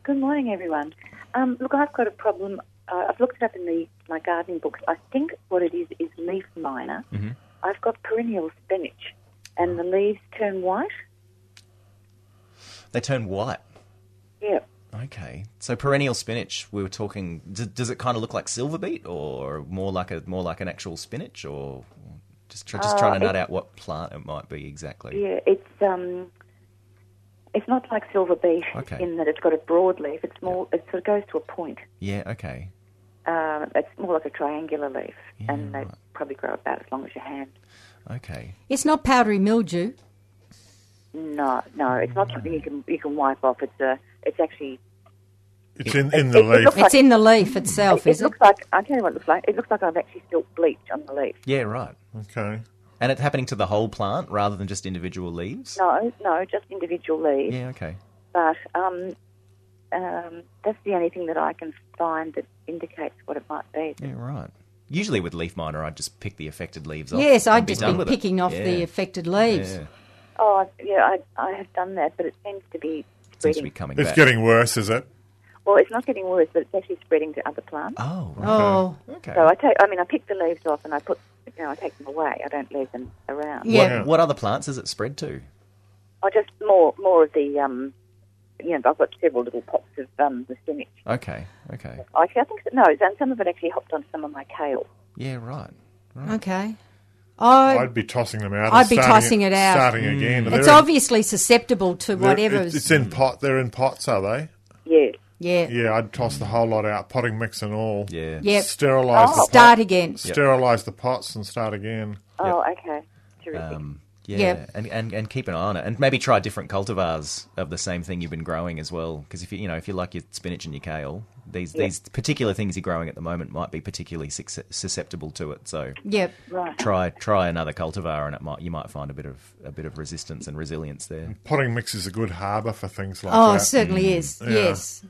[SPEAKER 8] Good morning, everyone. Um, look, I've got a problem. Uh, I've looked it up in the, my gardening books. I think what it is is leaf miner.
[SPEAKER 3] Mm-hmm.
[SPEAKER 8] I've got perennial spinach, and the leaves turn white.
[SPEAKER 3] They turn white.
[SPEAKER 8] Yeah,
[SPEAKER 3] Okay. So perennial spinach. We were talking. D- does it kind of look like silver beet, or more like a more like an actual spinach, or just try, just
[SPEAKER 2] Uh,
[SPEAKER 3] trying to nut out what plant it might be exactly?
[SPEAKER 8] yeah. It's um, it's not like silver beet
[SPEAKER 3] Okay.
[SPEAKER 8] in that it's got a broad leaf. It's more. It sort of goes to a point.
[SPEAKER 3] Yeah, okay.
[SPEAKER 8] Um, it's more like a triangular leaf, and they probably grow about as long as your hand.
[SPEAKER 3] Okay.
[SPEAKER 1] It's not powdery mildew.
[SPEAKER 8] No, no, it's not something you can you can wipe off. It's a, it's actually
[SPEAKER 2] It's in, in the
[SPEAKER 8] It- it
[SPEAKER 2] leaf.
[SPEAKER 8] looks
[SPEAKER 1] It's in the leaf itself, is
[SPEAKER 8] it
[SPEAKER 1] it?
[SPEAKER 8] looks like I tell you what it looks like. It looks like I've actually spilt bleach on the leaf.
[SPEAKER 3] Yeah, right.
[SPEAKER 2] Okay.
[SPEAKER 3] And it's happening to the whole plant rather than just individual leaves.
[SPEAKER 8] No, no, just individual leaves.
[SPEAKER 3] Yeah, okay.
[SPEAKER 8] But um, um, that's the only thing that I can find that indicates what it might be.
[SPEAKER 3] Yeah, right. Usually with leaf miner, I'd just pick the affected leaves off.
[SPEAKER 1] Yes,
[SPEAKER 3] and
[SPEAKER 1] I'd just
[SPEAKER 3] done
[SPEAKER 1] been
[SPEAKER 3] with it.
[SPEAKER 1] picking off the
[SPEAKER 3] Yeah.
[SPEAKER 1] affected leaves.
[SPEAKER 3] Yeah.
[SPEAKER 8] Oh, I- yeah, I, I have done that, but it seems to be
[SPEAKER 3] Seems
[SPEAKER 8] spreading.
[SPEAKER 3] to be coming
[SPEAKER 2] It's
[SPEAKER 3] back.
[SPEAKER 2] getting worse, is it?
[SPEAKER 8] well, it's not getting worse, but it's actually spreading to other plants.
[SPEAKER 3] Oh, right.
[SPEAKER 1] Oh,
[SPEAKER 3] okay.
[SPEAKER 8] So I take, I mean, I pick the leaves off and I put, you know, I take them away. I don't leave them around.
[SPEAKER 1] yeah.
[SPEAKER 2] Yeah.
[SPEAKER 3] What other plants has it spread to?
[SPEAKER 8] I just more, more of the, um, you know, I've got several little pots of um, the spinach.
[SPEAKER 3] Okay, okay.
[SPEAKER 8] Actually, I think so- no, and some of it actually hopped onto some of my kale.
[SPEAKER 3] Yeah, right.
[SPEAKER 1] Okay. Oh,
[SPEAKER 2] Mm. I'd be tossing them out. and
[SPEAKER 1] I'd be
[SPEAKER 2] starting-
[SPEAKER 1] tossing it out. Mm.
[SPEAKER 2] Starting again.
[SPEAKER 1] it's
[SPEAKER 2] They're in-
[SPEAKER 1] obviously susceptible to
[SPEAKER 2] they're-
[SPEAKER 1] whatever's.
[SPEAKER 2] It's, it's
[SPEAKER 3] Mm.
[SPEAKER 2] in pot. They're in pots, are they?
[SPEAKER 8] Yeah.
[SPEAKER 1] yeah.
[SPEAKER 2] Yeah, I'd toss the whole lot out, potting mix and all.
[SPEAKER 3] Yeah.
[SPEAKER 1] Yep.
[SPEAKER 2] Sterilise the pot-
[SPEAKER 1] Start again.
[SPEAKER 2] Sterilise the pots and start again.
[SPEAKER 8] Oh, okay. Terrific.
[SPEAKER 3] Um, yeah,
[SPEAKER 1] Yeah.
[SPEAKER 3] And, and and keep an eye on it, and maybe try different cultivars of the same thing you've been growing as well. Because if you you know if you like your spinach and your kale, these these particular things you're growing at the moment might be particularly sus- susceptible to it. So
[SPEAKER 1] Yep.
[SPEAKER 3] try try another cultivar, and it might you might find a bit of a bit of resistance and resilience there. Mm.
[SPEAKER 2] Potting mix is a good harbour for things like
[SPEAKER 1] Oh,
[SPEAKER 2] that.
[SPEAKER 1] it certainly is.
[SPEAKER 2] Yeah.
[SPEAKER 1] Yes.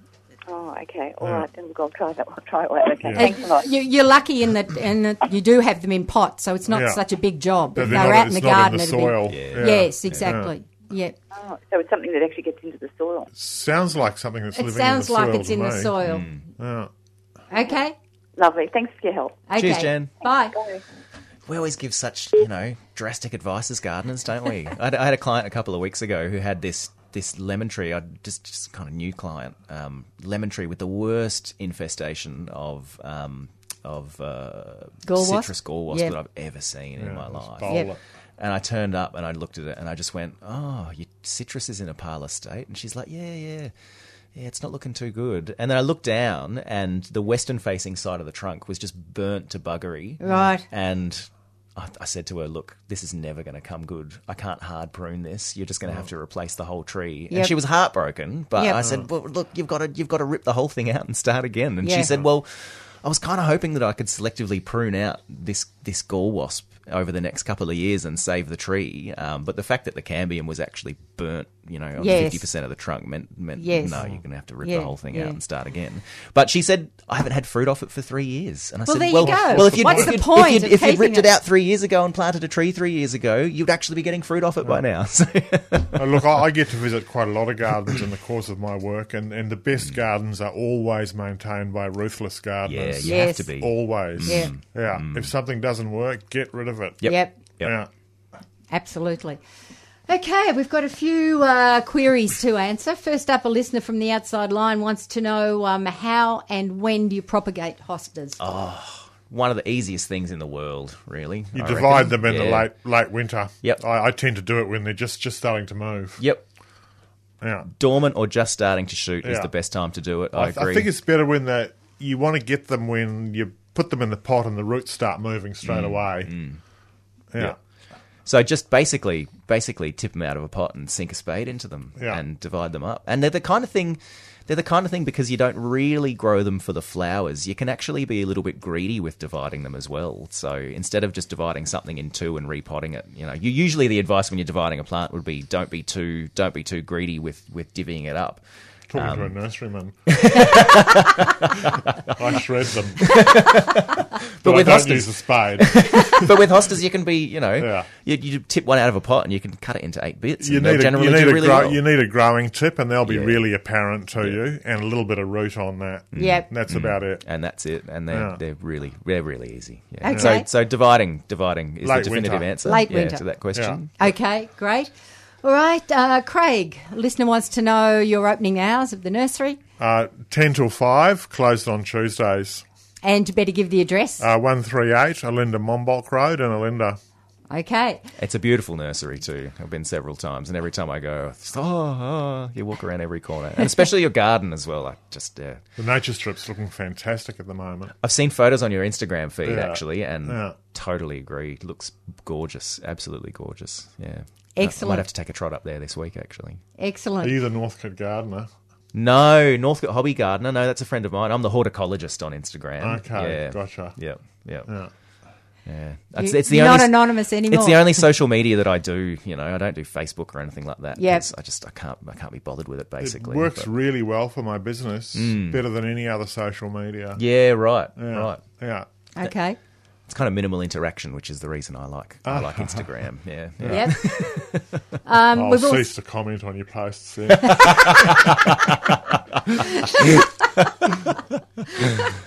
[SPEAKER 8] oh, okay. All right. Then we'll try that. I'll try it. Later. Okay.
[SPEAKER 2] Yeah.
[SPEAKER 8] Thanks a lot.
[SPEAKER 1] You, you're lucky in that, in that you do have them in pots, so it's not
[SPEAKER 2] Yeah.
[SPEAKER 1] such a big job.
[SPEAKER 2] But
[SPEAKER 1] if
[SPEAKER 2] they're
[SPEAKER 1] they were
[SPEAKER 2] not-
[SPEAKER 1] out in
[SPEAKER 2] it's
[SPEAKER 1] the
[SPEAKER 2] not
[SPEAKER 1] garden,
[SPEAKER 2] in the
[SPEAKER 1] it'd be-
[SPEAKER 2] soil. Yeah.
[SPEAKER 1] Yes, exactly. Yep.
[SPEAKER 8] Oh, so it's something that actually gets into the soil.
[SPEAKER 2] Sounds like something that's
[SPEAKER 1] It
[SPEAKER 2] living
[SPEAKER 1] sounds
[SPEAKER 2] in the soil.
[SPEAKER 1] like it's
[SPEAKER 2] to
[SPEAKER 1] in the
[SPEAKER 2] me.
[SPEAKER 1] soil.
[SPEAKER 3] Hmm.
[SPEAKER 2] Yeah.
[SPEAKER 1] Okay.
[SPEAKER 8] Lovely. Thanks for your help.
[SPEAKER 1] Okay.
[SPEAKER 3] Cheers, Jan.
[SPEAKER 1] Bye.
[SPEAKER 3] We always give such you know drastic advice as gardeners, don't we? I, had- I had a client a couple of weeks ago who had this this lemon tree. I just just kind of new client um, lemon tree with the worst infestation of um, of uh,
[SPEAKER 1] Gall wasp?
[SPEAKER 3] citrus gall wasp
[SPEAKER 1] Yeah.
[SPEAKER 3] that I've ever seen in my
[SPEAKER 2] Just
[SPEAKER 3] life.
[SPEAKER 2] bowl
[SPEAKER 1] Yep.
[SPEAKER 2] it.
[SPEAKER 3] And I turned up and I looked at it and I just went, "Oh, your citrus is in a parlor state." And she's like, "Yeah, yeah." Yeah, it's not looking too good. And then I looked down, and the western-facing side of the trunk was just burnt to buggery.
[SPEAKER 1] Right.
[SPEAKER 3] And I, I said to her, "Look, this is never going to come good. I can't hard prune this. You're just going to have to replace the whole tree."
[SPEAKER 1] Mm. Yep.
[SPEAKER 3] And she was heartbroken, but
[SPEAKER 1] Yep.
[SPEAKER 3] I said, "Well, look, you've got to you've got to rip the whole thing out and start again." And
[SPEAKER 1] Yeah.
[SPEAKER 3] she said, "Well, I was kind of hoping that I could selectively prune out this this gall wasp over the next couple of years and save the tree, um, but the fact that the cambium was actually burnt, you know,
[SPEAKER 1] Yes.
[SPEAKER 3] fifty percent of the trunk meant meant
[SPEAKER 1] Yes.
[SPEAKER 3] no, you're going to have to rip
[SPEAKER 1] Yeah,
[SPEAKER 3] the whole thing
[SPEAKER 1] yeah.
[SPEAKER 3] out and start again." But she said, "I haven't had fruit off it for three years," and I
[SPEAKER 1] Well,
[SPEAKER 3] said,
[SPEAKER 1] there you
[SPEAKER 3] "Well,
[SPEAKER 1] go.
[SPEAKER 3] well, if you'd,
[SPEAKER 1] What's
[SPEAKER 3] if
[SPEAKER 1] the
[SPEAKER 3] you'd-
[SPEAKER 1] point
[SPEAKER 3] if
[SPEAKER 1] of
[SPEAKER 3] you'd, if you'd
[SPEAKER 1] keeping
[SPEAKER 3] ripped
[SPEAKER 1] it?
[SPEAKER 3] it out three years ago and planted a tree three years ago, you'd actually be getting fruit off it by now." So-
[SPEAKER 2] Oh, look, I, I get to visit quite a lot of gardens in the course of my work, and, and the best
[SPEAKER 3] Hmm.
[SPEAKER 2] gardens are always maintained by ruthless
[SPEAKER 3] yeah,
[SPEAKER 2] gardeners.
[SPEAKER 3] you
[SPEAKER 1] Yes.
[SPEAKER 3] have to be. Hmm.
[SPEAKER 2] Always.
[SPEAKER 1] Yeah.
[SPEAKER 2] Yeah. If something doesn't work, get rid of it.
[SPEAKER 1] Yep.
[SPEAKER 3] Yep.
[SPEAKER 2] Yeah.
[SPEAKER 1] Absolutely. Okay, we've got a few uh, queries to answer. First up, a listener from the outside line wants to know um, how and when do you propagate hostas?
[SPEAKER 3] One of the easiest things in the world, really.
[SPEAKER 2] You
[SPEAKER 3] I
[SPEAKER 2] divide
[SPEAKER 3] reckon.
[SPEAKER 2] them in the
[SPEAKER 3] Yeah.
[SPEAKER 2] late late winter.
[SPEAKER 3] Yep.
[SPEAKER 2] I, I tend to do it when they're just just starting to move.
[SPEAKER 3] Yep.
[SPEAKER 2] Yeah.
[SPEAKER 3] Dormant or just starting to shoot is
[SPEAKER 2] Yeah.
[SPEAKER 3] the best time to do it. I,
[SPEAKER 2] I, th-
[SPEAKER 3] agree.
[SPEAKER 2] I think it's better when the you want to get them when you put them in the pot and the roots start moving straight
[SPEAKER 3] Hmm.
[SPEAKER 2] away. Yeah.
[SPEAKER 3] So just basically, basically tip them out of a pot and sink a spade into them
[SPEAKER 2] Yeah.
[SPEAKER 3] and divide them up. And they're the kind of thing. They're the kind of thing because you don't really grow them for the flowers. You can actually be a little bit greedy with dividing them as well. So instead of just dividing something in two and repotting it, you know, you usually the advice when you're dividing a plant would be don't be too don't be too greedy with with divvying it up. Um,
[SPEAKER 2] Talking to a nurseryman. I shred them. but I
[SPEAKER 3] with
[SPEAKER 2] don't
[SPEAKER 3] hostas-
[SPEAKER 2] use a spade.
[SPEAKER 3] but with hostas, you can be, you know,
[SPEAKER 2] Yeah.
[SPEAKER 3] you, you tip one out of a pot and you can cut it into eight bits.
[SPEAKER 2] You
[SPEAKER 3] and they'll
[SPEAKER 2] need, a,
[SPEAKER 3] generally
[SPEAKER 2] you, need
[SPEAKER 3] do
[SPEAKER 2] a
[SPEAKER 3] really
[SPEAKER 2] grow,
[SPEAKER 3] well.
[SPEAKER 2] you need a growing tip, and they'll be
[SPEAKER 3] Yeah.
[SPEAKER 2] really apparent to you, and a little bit of root on that.
[SPEAKER 1] Yep.
[SPEAKER 2] And that's about it.
[SPEAKER 3] Mm. and that's it. And they're
[SPEAKER 2] Yeah.
[SPEAKER 3] they're really they're really easy. Yeah.
[SPEAKER 1] Okay.
[SPEAKER 3] So so dividing dividing is
[SPEAKER 2] Late
[SPEAKER 3] the definitive
[SPEAKER 2] winter.
[SPEAKER 3] answer.
[SPEAKER 1] Late
[SPEAKER 3] yeah,
[SPEAKER 1] winter.
[SPEAKER 3] to that question.
[SPEAKER 1] Okay, great. All right, uh, Craig, a listener wants to know your opening hours of the nursery
[SPEAKER 2] Uh, 10 till 5, closed on Tuesdays.
[SPEAKER 1] and you better give the address.
[SPEAKER 2] Uh, 138 Alinda Mombok Road in Alinda.
[SPEAKER 1] okay.
[SPEAKER 3] It's a beautiful nursery too. I've been several times, and every time I go, oh, oh, you walk around every corner, and especially your garden as well. I just uh,
[SPEAKER 2] The nature strip's looking fantastic at the moment.
[SPEAKER 3] I've seen photos on your Instagram feed
[SPEAKER 2] Yeah.
[SPEAKER 3] actually, and
[SPEAKER 2] Yeah.
[SPEAKER 3] totally agree. It looks gorgeous, absolutely gorgeous. Yeah. I
[SPEAKER 1] Excellent.
[SPEAKER 3] might have to take a trot up there this week, actually.
[SPEAKER 2] Are
[SPEAKER 1] Excellent.
[SPEAKER 2] you the Northcote gardener?
[SPEAKER 3] No, Northcote Hobby Gardener. No, that's a friend of mine. I'm the horticologist on Instagram.
[SPEAKER 2] Okay,
[SPEAKER 3] Yeah.
[SPEAKER 2] gotcha.
[SPEAKER 3] Yep, yep.
[SPEAKER 2] Yeah.
[SPEAKER 3] Yeah, that's,
[SPEAKER 1] You-
[SPEAKER 3] it's the
[SPEAKER 1] you're
[SPEAKER 3] only,
[SPEAKER 1] not anonymous anymore.
[SPEAKER 3] It's the only social media that I do. You know, I don't do Facebook or anything like that.
[SPEAKER 1] Yep.
[SPEAKER 3] 'cause I just I can't I can't be bothered with it.
[SPEAKER 2] It
[SPEAKER 3] Basically,
[SPEAKER 2] works
[SPEAKER 3] But- Mm.
[SPEAKER 2] really well for my business, better than any other social media.
[SPEAKER 3] yeah, right,
[SPEAKER 2] Yeah.
[SPEAKER 3] right.
[SPEAKER 2] Yeah.
[SPEAKER 1] Okay.
[SPEAKER 3] It's kind of minimal interaction, which is the reason I like I like Instagram. Yeah, yeah.
[SPEAKER 1] Yep.
[SPEAKER 2] Ah. I'll
[SPEAKER 1] Um, we've also-
[SPEAKER 2] cease to comment on your posts. Yeah.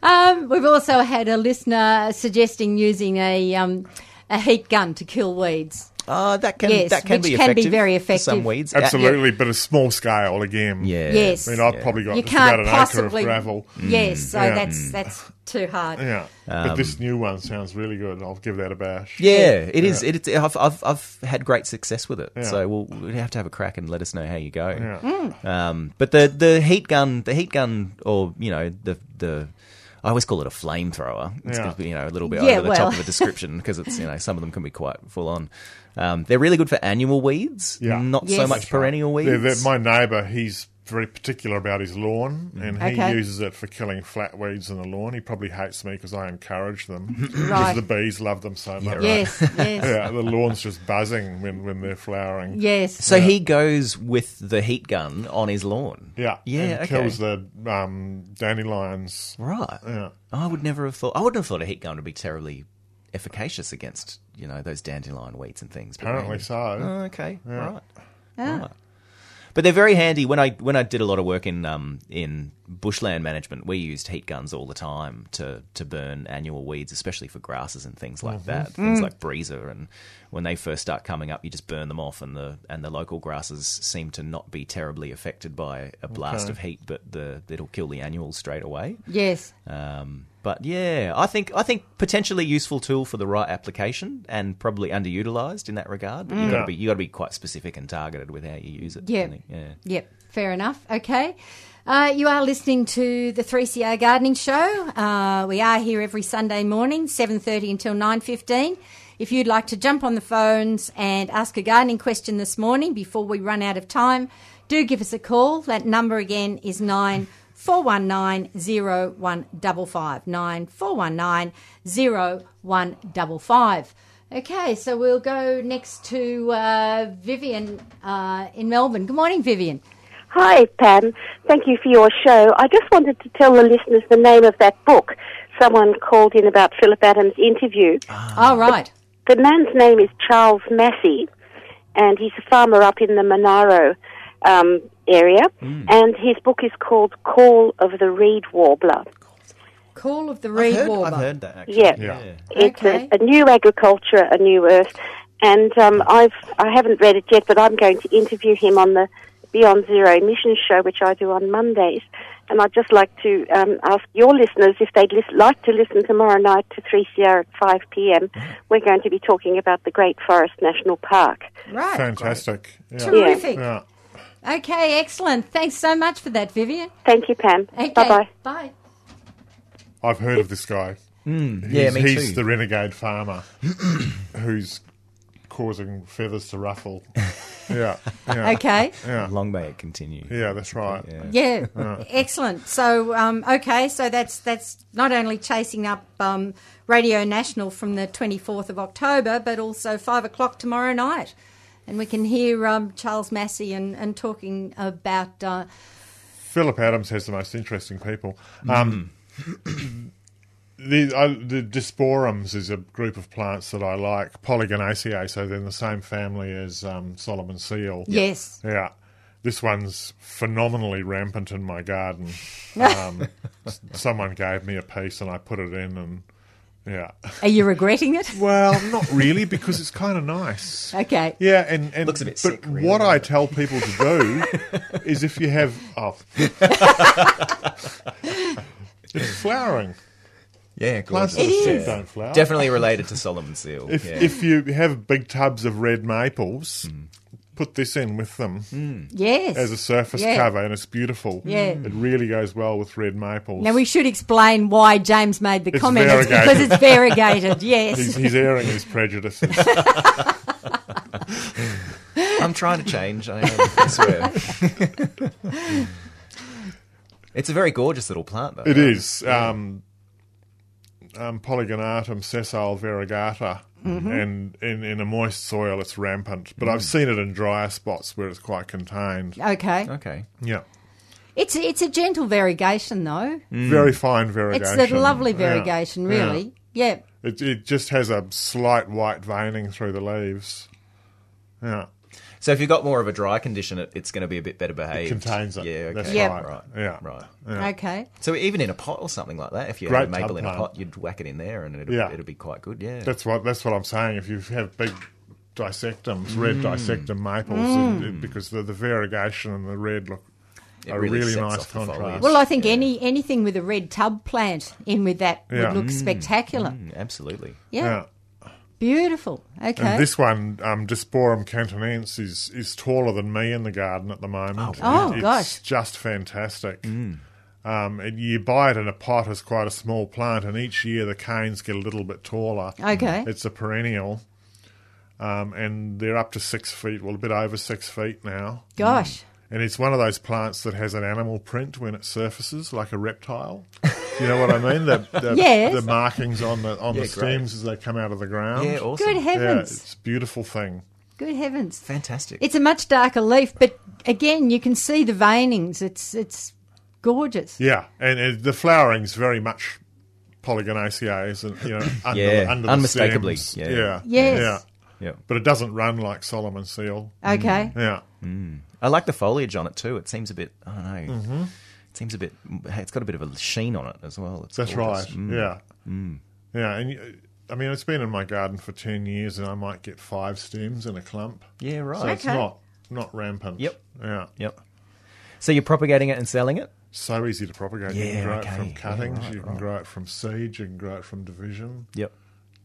[SPEAKER 1] Um, we've also had a listener suggesting using a um, a heat gun to kill weeds.
[SPEAKER 3] Uh, that can
[SPEAKER 1] Yes,
[SPEAKER 3] that can
[SPEAKER 1] which
[SPEAKER 3] be
[SPEAKER 1] can be
[SPEAKER 3] effective
[SPEAKER 1] very
[SPEAKER 3] for Some
[SPEAKER 1] effective.
[SPEAKER 3] weeds, Uh, yeah.
[SPEAKER 2] Absolutely, but a small scale again.
[SPEAKER 3] Yeah.
[SPEAKER 1] Yes.
[SPEAKER 2] I mean, I've
[SPEAKER 3] Yeah.
[SPEAKER 2] probably got
[SPEAKER 1] you
[SPEAKER 2] just about
[SPEAKER 1] can't
[SPEAKER 2] an
[SPEAKER 1] possibly.
[SPEAKER 2] acre of gravel. Mm.
[SPEAKER 1] Yes, so
[SPEAKER 2] Yeah.
[SPEAKER 1] that's that's too hard.
[SPEAKER 2] Yeah. but
[SPEAKER 1] Um,
[SPEAKER 2] this new one sounds really good. I'll give that a bash.
[SPEAKER 3] Yeah, it is. It, it's, I've, I've, I've had great success with it.
[SPEAKER 2] Yeah.
[SPEAKER 3] So we'll, we'll have to have a crack and let us know how you go.
[SPEAKER 2] Yeah.
[SPEAKER 1] Mm.
[SPEAKER 3] Um, but the, the heat gun, the heat gun, or you know the the. I always call it a flamethrower. It's
[SPEAKER 2] Yeah.
[SPEAKER 3] gonna be, you know a little bit
[SPEAKER 1] Yeah,
[SPEAKER 3] over the
[SPEAKER 1] well.
[SPEAKER 3] top of a description because it's you know some of them can be quite full on. Um, they're really good for annual weeds,
[SPEAKER 2] Yeah.
[SPEAKER 3] not so
[SPEAKER 1] Yes.
[SPEAKER 3] much perennial weeds.
[SPEAKER 2] Yeah, that- my neighbour, he's very particular about his lawn, and he
[SPEAKER 1] Okay.
[SPEAKER 2] uses it for killing flatweeds in the lawn. He probably hates me because I encourage them.
[SPEAKER 1] Right.
[SPEAKER 2] Because the bees love them so much.
[SPEAKER 1] Yes, yes,
[SPEAKER 2] Yeah, the lawn's just buzzing when, when they're flowering.
[SPEAKER 1] yes.
[SPEAKER 3] so he goes with the heat gun on his lawn.
[SPEAKER 2] Yeah,
[SPEAKER 3] yeah,
[SPEAKER 2] and
[SPEAKER 3] okay.
[SPEAKER 2] kills the um, dandelions.
[SPEAKER 3] Right.
[SPEAKER 2] Yeah.
[SPEAKER 3] I would never have thought. I wouldn't have thought a heat gun would be terribly efficacious against you know those dandelion weeds and things. but
[SPEAKER 2] Apparently
[SPEAKER 3] maybe-
[SPEAKER 2] so.
[SPEAKER 3] Oh, okay. Right. Right. But they're very handy. When I when I did a lot of work in um, in bushland management, we used heat guns all the time to, to burn annual weeds, especially for grasses and things like that. Things like breezer, and when they first start coming up, you just burn them off, and the and the local grasses seem to not be terribly affected by a blast of heat, but the it'll kill the annuals straight away.
[SPEAKER 1] Yes.
[SPEAKER 3] Um, but yeah, I think I think potentially useful tool for the right application and probably underutilized in that regard. But you got
[SPEAKER 2] Yeah.
[SPEAKER 3] to be you got to be quite specific and targeted with how you use it. I
[SPEAKER 1] Yeah.
[SPEAKER 3] think. yeah.
[SPEAKER 1] Yep, fair enough. Okay. Uh, you are listening to the 3CR Gardening Show. Uh, we are here every Sunday morning, 7.30 until 9.15. If you'd like to jump on the phones and ask a gardening question this morning before we run out of time, do give us a call. That number again is 9419-0155. 9419-0155. Okay, so we'll go next to uh, Vivian uh, in Melbourne. Good morning, Vivian.
[SPEAKER 9] Hi, Pam. Thank you for your show. I just wanted to tell the listeners the name of that book. Someone called in about Philip Adams' interview.
[SPEAKER 1] All right.
[SPEAKER 9] The man's name is Charles Massey, and he's a farmer up in the Monaro um, area. And his book is called Call of the Reed Warbler.
[SPEAKER 1] Call of the Reed
[SPEAKER 3] Heard-
[SPEAKER 1] Warbler.
[SPEAKER 3] I've heard that. Actually.
[SPEAKER 9] Yeah.
[SPEAKER 2] Yeah.
[SPEAKER 9] It's
[SPEAKER 1] Okay.
[SPEAKER 9] a, a new agriculture, a new earth. and um, I've I haven't read it yet, but I'm going to interview him on the Beyond Zero Emissions show, which I do on Mondays. And I'd just like to um, ask your listeners if they'd lis- like to listen tomorrow night to 3CR at 5 p.m. We're going to be talking about the Great Forest National Park.
[SPEAKER 1] Right.
[SPEAKER 2] Fantastic. Yeah.
[SPEAKER 1] Terrific.
[SPEAKER 2] Yeah.
[SPEAKER 1] Okay, excellent. Thanks so much for that, Vivian.
[SPEAKER 9] Thank you, Pam.
[SPEAKER 1] Okay,
[SPEAKER 9] Bye bye.
[SPEAKER 1] Bye.
[SPEAKER 2] I've heard of this guy.
[SPEAKER 3] Hmm. yeah,
[SPEAKER 2] he's,
[SPEAKER 3] me
[SPEAKER 2] he's
[SPEAKER 3] too.
[SPEAKER 2] the renegade farmer who's causing feathers to ruffle. Yeah. yeah.
[SPEAKER 1] Okay.
[SPEAKER 3] Long may it continue.
[SPEAKER 2] Yeah, that's right.
[SPEAKER 1] Yeah, excellent. So, um, okay, so that's that's not only chasing up um, Radio National from the twenty fourth of October, but also five o'clock tomorrow night, and we can hear um, Charles Massey and, and talking about. Uh,
[SPEAKER 2] Philip Adams has the most interesting people. Um, the, I, the Disporums is a group of plants that I like, Polygonaceae, so they're in the same family as um, Solomon seal.
[SPEAKER 1] Yes.
[SPEAKER 2] Yeah. This one's phenomenally rampant in my garden. Um, s- someone gave me a piece and I put it in, and yeah.
[SPEAKER 1] Are you regretting it?
[SPEAKER 2] Well, not really, because it's kind of nice.
[SPEAKER 1] Okay.
[SPEAKER 2] Yeah, and, and
[SPEAKER 3] Looks a bit
[SPEAKER 2] but
[SPEAKER 3] sick, really,
[SPEAKER 2] what
[SPEAKER 3] doesn't
[SPEAKER 2] I tell people to do is if you have oh, it's flowering.
[SPEAKER 3] Yeah,
[SPEAKER 2] Plants
[SPEAKER 3] gorgeous.
[SPEAKER 2] that
[SPEAKER 1] It
[SPEAKER 2] seed
[SPEAKER 1] is.
[SPEAKER 2] don't flower.
[SPEAKER 3] Definitely related to Solomon Seal.
[SPEAKER 2] If
[SPEAKER 3] yeah. Hmm.
[SPEAKER 2] if you have big tubs of red maples, put this in with them
[SPEAKER 1] Yes.
[SPEAKER 2] as a surface
[SPEAKER 1] Yeah.
[SPEAKER 2] cover, and it's beautiful.
[SPEAKER 1] Yeah.
[SPEAKER 2] It really goes well with red maples.
[SPEAKER 1] Now we should explain why James made the
[SPEAKER 2] It's
[SPEAKER 1] comment It's
[SPEAKER 2] variegated.
[SPEAKER 1] because it's variegated.
[SPEAKER 2] he's,
[SPEAKER 1] Yes.
[SPEAKER 2] he's airing his prejudices.
[SPEAKER 3] I'm trying to change. I, am, I swear. it's a very gorgeous little plant, though.
[SPEAKER 2] It is. Um, um, Polygonatum sessile variegata.
[SPEAKER 1] Mm-hmm.
[SPEAKER 2] And in, in a moist soil, it's rampant. But
[SPEAKER 3] Mm.
[SPEAKER 2] I've seen it in drier spots where it's quite contained.
[SPEAKER 1] Okay.
[SPEAKER 3] Okay.
[SPEAKER 2] Yeah.
[SPEAKER 1] It's it's a gentle variegation though.
[SPEAKER 3] Mm.
[SPEAKER 2] Very fine variegation.
[SPEAKER 1] It's a lovely
[SPEAKER 2] Yeah.
[SPEAKER 1] variegation,
[SPEAKER 2] Yeah.
[SPEAKER 1] really. Yeah.
[SPEAKER 2] It, it just has a slight white veining through the leaves. Yeah.
[SPEAKER 3] So if you've got more of a dry condition, it, it's going to be a bit better behaved.
[SPEAKER 2] contains it.
[SPEAKER 3] Yeah. Okay.
[SPEAKER 2] That's
[SPEAKER 1] Yeah.
[SPEAKER 2] right.
[SPEAKER 3] Right.
[SPEAKER 2] Yeah.
[SPEAKER 3] Right.
[SPEAKER 1] Okay.
[SPEAKER 3] So even in a pot or something like that, if you
[SPEAKER 2] Great
[SPEAKER 3] had a maple
[SPEAKER 2] tub
[SPEAKER 3] in a
[SPEAKER 2] plant.
[SPEAKER 3] pot, you'd whack it in there, and it'd,
[SPEAKER 2] Yeah.
[SPEAKER 3] it'd be quite good. Yeah.
[SPEAKER 2] That's what that's what I'm saying. If you have big dissectums, red
[SPEAKER 3] Mm.
[SPEAKER 2] dissectum maples, it- it- because the, the variegation and the red look
[SPEAKER 3] It
[SPEAKER 2] a
[SPEAKER 3] really
[SPEAKER 2] really
[SPEAKER 3] sets
[SPEAKER 2] nice
[SPEAKER 3] off the foliage.
[SPEAKER 2] contrast.
[SPEAKER 1] Well, I think any anything with a red tub plant in with that
[SPEAKER 2] Yeah.
[SPEAKER 1] would look spectacular.
[SPEAKER 3] Mm, absolutely.
[SPEAKER 2] yeah.
[SPEAKER 1] Yeah. Beautiful. Okay.
[SPEAKER 2] And this one, um, Disporum cantonense, is is taller than me in the garden at the moment.
[SPEAKER 1] wow. Oh,
[SPEAKER 2] It- it's
[SPEAKER 1] gosh.
[SPEAKER 2] just fantastic. Um, and you buy it in a pot as quite a small plant, and each year the canes get a little bit taller. Mm.
[SPEAKER 1] Okay.
[SPEAKER 2] It's a perennial, um, and they're up to six feet, well, a bit over six feet now. Mm.
[SPEAKER 1] Gosh.
[SPEAKER 2] And it's one of those plants that has an animal print when it surfaces, like a reptile. you know what I mean? The, the,
[SPEAKER 1] Yes.
[SPEAKER 2] the markings on the on
[SPEAKER 3] Yeah,
[SPEAKER 2] the
[SPEAKER 3] great.
[SPEAKER 2] stems as they come out of the ground.
[SPEAKER 3] Yeah. Awesome.
[SPEAKER 1] Good
[SPEAKER 2] Yeah,
[SPEAKER 1] heavens.
[SPEAKER 2] it's a beautiful thing.
[SPEAKER 1] Good heavens.
[SPEAKER 3] Fantastic.
[SPEAKER 1] It's a much darker leaf, but again, you can see the veinings. It's it's gorgeous.
[SPEAKER 2] Yeah, and, and the flowering's very much polygonaceae, and you know, under,
[SPEAKER 3] Yeah,
[SPEAKER 2] under the
[SPEAKER 3] unmistakably,
[SPEAKER 2] stems.
[SPEAKER 3] yeah.
[SPEAKER 2] yeah,
[SPEAKER 1] Yes.
[SPEAKER 3] yeah.
[SPEAKER 2] But it doesn't run like Solomon seal. Mm.
[SPEAKER 1] Okay.
[SPEAKER 2] Yeah,
[SPEAKER 3] Mm. I like the foliage on it too. It seems a bit. I don't know.
[SPEAKER 2] Mm-hmm.
[SPEAKER 3] It seems a bit. It's got a bit of a sheen on it as well. It's
[SPEAKER 2] that's
[SPEAKER 3] gorgeous. Mm.
[SPEAKER 2] right. Yeah, yeah, and you- I mean, it's been in my garden for ten years, and I might get five stems in a clump.
[SPEAKER 3] Yeah. Right.
[SPEAKER 2] So it's
[SPEAKER 1] Okay.
[SPEAKER 2] not not rampant.
[SPEAKER 3] Yep.
[SPEAKER 2] Yeah.
[SPEAKER 3] Yep. So you're propagating it and selling it.
[SPEAKER 2] So easy to propagate. you
[SPEAKER 3] Yeah,
[SPEAKER 2] can grow
[SPEAKER 3] okay.
[SPEAKER 2] it from
[SPEAKER 3] Yeah,
[SPEAKER 2] cuttings.
[SPEAKER 3] right,
[SPEAKER 2] you can grow it from seed. You can grow it from division.
[SPEAKER 3] Yep.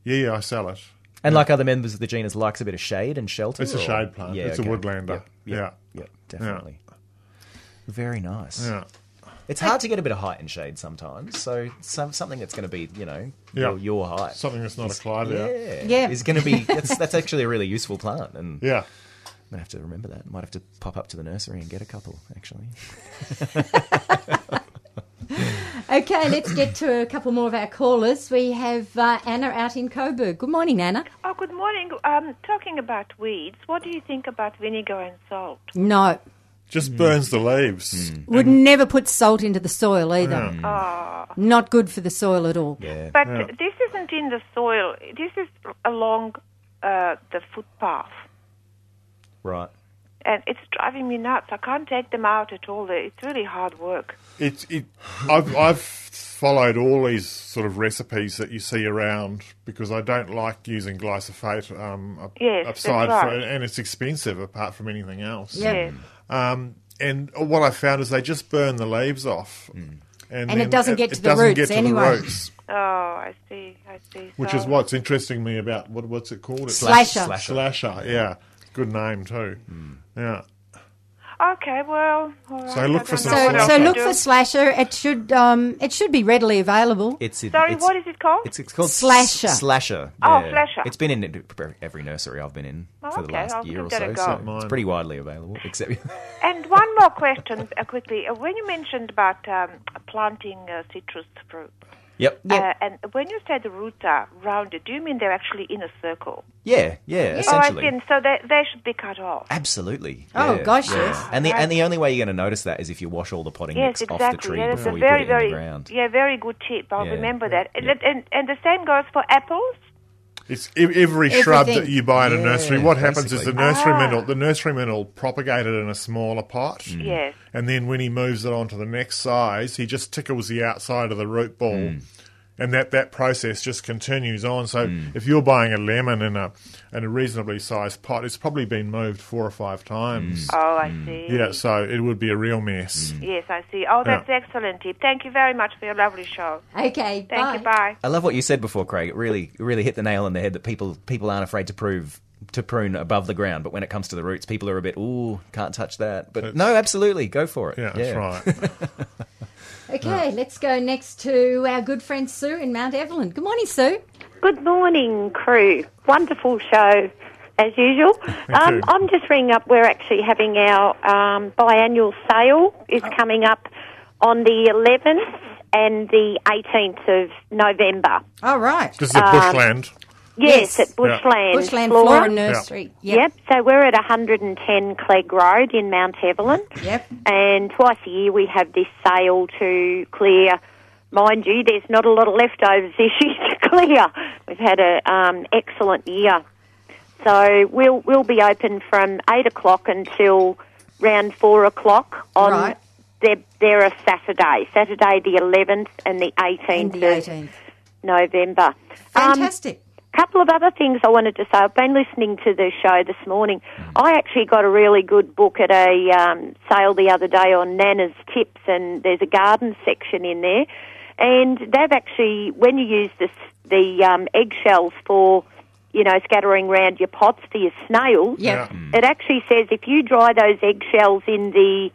[SPEAKER 2] Yeah, yeah, I sell it.
[SPEAKER 3] And like other members of the genus, likes a bit of shade and shelter.
[SPEAKER 2] It's a
[SPEAKER 3] or-
[SPEAKER 2] shade plant. It's a woodlander.
[SPEAKER 3] Yep, yep,
[SPEAKER 2] Yeah.
[SPEAKER 3] yep, definitely. Very nice.
[SPEAKER 2] Yeah.
[SPEAKER 3] It's hard to get a bit of height and shade sometimes. So some, something that's going to be, you know,
[SPEAKER 2] Yeah.
[SPEAKER 3] your, your height.
[SPEAKER 2] Something that's not a cloud out.
[SPEAKER 3] yeah,
[SPEAKER 1] Yeah.
[SPEAKER 3] is going to be. That's, that's actually a really useful plant, and
[SPEAKER 2] Yeah.
[SPEAKER 3] I'm gonna have to remember that. Might have to pop up to the nursery and get a couple. Actually,
[SPEAKER 1] Okay, let's get to a couple more of our callers. We have uh, Anna out in Coburg. Good morning, Anna.
[SPEAKER 10] Oh, good morning. Um, talking about weeds, what do you think about vinegar and salt?
[SPEAKER 1] No.
[SPEAKER 2] Just
[SPEAKER 1] Mm.
[SPEAKER 2] burns the
[SPEAKER 3] Mm.
[SPEAKER 2] leaves.
[SPEAKER 1] Would never put salt into the soil either. Not good for the soil at all.
[SPEAKER 3] yeah,
[SPEAKER 10] But this isn't in the soil. This is along uh, the footpath.
[SPEAKER 3] right.
[SPEAKER 10] and it's driving me nuts. I can't take them out at all. It's really hard work.
[SPEAKER 2] It's it. I've I've followed all these sort of recipes that you see around because I don't like using glyphosate. Um, a-
[SPEAKER 10] Yes, that's
[SPEAKER 2] aside
[SPEAKER 10] right.
[SPEAKER 2] for, and it's expensive apart from anything else.
[SPEAKER 1] Yeah.
[SPEAKER 3] Mm.
[SPEAKER 2] Um, and what I found is they just burn the leaves off,
[SPEAKER 3] Mm.
[SPEAKER 1] And
[SPEAKER 2] then
[SPEAKER 1] it doesn't get to the
[SPEAKER 2] doesn't
[SPEAKER 1] roots
[SPEAKER 2] get to the
[SPEAKER 1] anyway.
[SPEAKER 2] roots,
[SPEAKER 10] Oh, I see. I see.
[SPEAKER 2] which
[SPEAKER 10] so,
[SPEAKER 2] is what's interesting me about what what's it called? It's
[SPEAKER 1] Slasher.
[SPEAKER 3] Slasher. Mm.
[SPEAKER 2] Slasher. Yeah, good name too. Yeah.
[SPEAKER 10] Okay, well. all right,
[SPEAKER 2] So look
[SPEAKER 10] I
[SPEAKER 2] for some
[SPEAKER 10] don't know what
[SPEAKER 2] sort
[SPEAKER 1] So,
[SPEAKER 2] of-
[SPEAKER 10] else
[SPEAKER 1] so
[SPEAKER 10] to
[SPEAKER 1] look
[SPEAKER 10] do.
[SPEAKER 1] for slasher. It should um, it should be readily available.
[SPEAKER 3] It's in,
[SPEAKER 10] Sorry,
[SPEAKER 3] it's,
[SPEAKER 10] what is it called?
[SPEAKER 3] It's, it's called s-
[SPEAKER 1] Slasher.
[SPEAKER 3] Slasher.
[SPEAKER 10] Oh,
[SPEAKER 3] yeah.
[SPEAKER 10] Slasher.
[SPEAKER 3] It's been in every nursery I've been in
[SPEAKER 10] Oh,
[SPEAKER 3] for the
[SPEAKER 10] okay,
[SPEAKER 3] last
[SPEAKER 10] I'll
[SPEAKER 3] year
[SPEAKER 10] give
[SPEAKER 3] or
[SPEAKER 10] that
[SPEAKER 3] so.
[SPEAKER 10] a
[SPEAKER 3] so
[SPEAKER 10] go.
[SPEAKER 3] it's pretty widely available, except
[SPEAKER 10] And one more question uh, quickly. Uh, When you mentioned about um, planting uh, citrus fruit,
[SPEAKER 3] yep.
[SPEAKER 10] uh, and when you say the roots are rounded, do you mean they're actually in a circle?
[SPEAKER 3] Yeah, yeah,
[SPEAKER 10] Oh, I
[SPEAKER 3] essentially.
[SPEAKER 10] see. So they, they should be cut off.
[SPEAKER 3] Absolutely.
[SPEAKER 1] Oh,
[SPEAKER 3] yeah,
[SPEAKER 1] gosh,
[SPEAKER 3] yeah.
[SPEAKER 1] yes.
[SPEAKER 3] And the and the only way you're going to notice that is if you wash all the potting
[SPEAKER 10] Yes,
[SPEAKER 3] mix
[SPEAKER 10] exactly.
[SPEAKER 3] off the tree
[SPEAKER 10] yeah, that's
[SPEAKER 3] before
[SPEAKER 10] a
[SPEAKER 3] you put
[SPEAKER 10] very,
[SPEAKER 3] it
[SPEAKER 10] very,
[SPEAKER 3] in the ground.
[SPEAKER 10] yeah, very good tip. I'll
[SPEAKER 3] Yeah.
[SPEAKER 10] remember that. And,
[SPEAKER 3] Yeah.
[SPEAKER 10] and and the same goes for apples.
[SPEAKER 2] It's ev- every shrub that
[SPEAKER 1] Everything. Ah.
[SPEAKER 2] you buy in a nursery.
[SPEAKER 3] Yeah,
[SPEAKER 2] What happens is the
[SPEAKER 3] basically.
[SPEAKER 2] nurseryman will the nurseryman will propagate it in a smaller pot,
[SPEAKER 3] Mm.
[SPEAKER 10] Yes.
[SPEAKER 2] and then when he moves it on to the next size, he just tickles the outside of the root ball,
[SPEAKER 3] Mm.
[SPEAKER 2] and that, that process just continues on. So
[SPEAKER 3] Mm.
[SPEAKER 2] if you're buying a lemon in a in a reasonably sized pot, it's probably been moved four or five
[SPEAKER 3] Mm.
[SPEAKER 2] times.
[SPEAKER 10] Oh, I see.
[SPEAKER 2] Yeah, so it would be a real mess.
[SPEAKER 10] Yes, I see. Oh, that's excellent tip. Thank you very much for your lovely show.
[SPEAKER 1] Okay.
[SPEAKER 10] Thank
[SPEAKER 1] bye.
[SPEAKER 10] you. Bye.
[SPEAKER 3] I love what you said before, Craig. It really it really hit the nail on the head that people people aren't afraid to prove to prune above the ground, but when it comes to the roots, people are a bit ooh can't touch that. But no, absolutely, go for it.
[SPEAKER 2] Yeah, that's right.
[SPEAKER 1] Okay, let's go next to our good friend Sue in Mount Evelyn. Good morning, Sue.
[SPEAKER 11] Good morning, crew. Wonderful show, as usual.
[SPEAKER 2] you.
[SPEAKER 11] Um, I'm just ringing up. We're actually having our um, biannual sale is
[SPEAKER 2] Oh.
[SPEAKER 11] coming up on the 11th and the 18th of November. Um,
[SPEAKER 1] All right.
[SPEAKER 2] this is a bushland.
[SPEAKER 1] Um,
[SPEAKER 11] Yes,
[SPEAKER 1] Yes.
[SPEAKER 11] at Bushland.
[SPEAKER 1] Bushland Flora Nursery.
[SPEAKER 11] Yep. So we're at 110 Clegg Road in Mount Evelyn.
[SPEAKER 1] Yep.
[SPEAKER 11] And twice a year we have this sale to clear. Mind you, there's not a lot of leftovers this year to clear. We've had a um, excellent year. So we'll we'll be open from eight o'clock until round four o'clock on
[SPEAKER 1] Right.
[SPEAKER 11] they're, they're a Saturday, Saturday the eleventh and the
[SPEAKER 1] And
[SPEAKER 11] eighteenth
[SPEAKER 1] the 18th.
[SPEAKER 11] November. Um,
[SPEAKER 1] Fantastic.
[SPEAKER 11] couple of other things I wanted to say. I've been listening to the show this morning. I actually got a really good book at a um, sale the other day on Nana's tips, and there's a garden section in there. And they've actually, when you use this, the um, eggshells for, you know, scattering round your pots for your snails,
[SPEAKER 1] Yep.
[SPEAKER 3] Mm.
[SPEAKER 11] it actually says if you dry those eggshells in the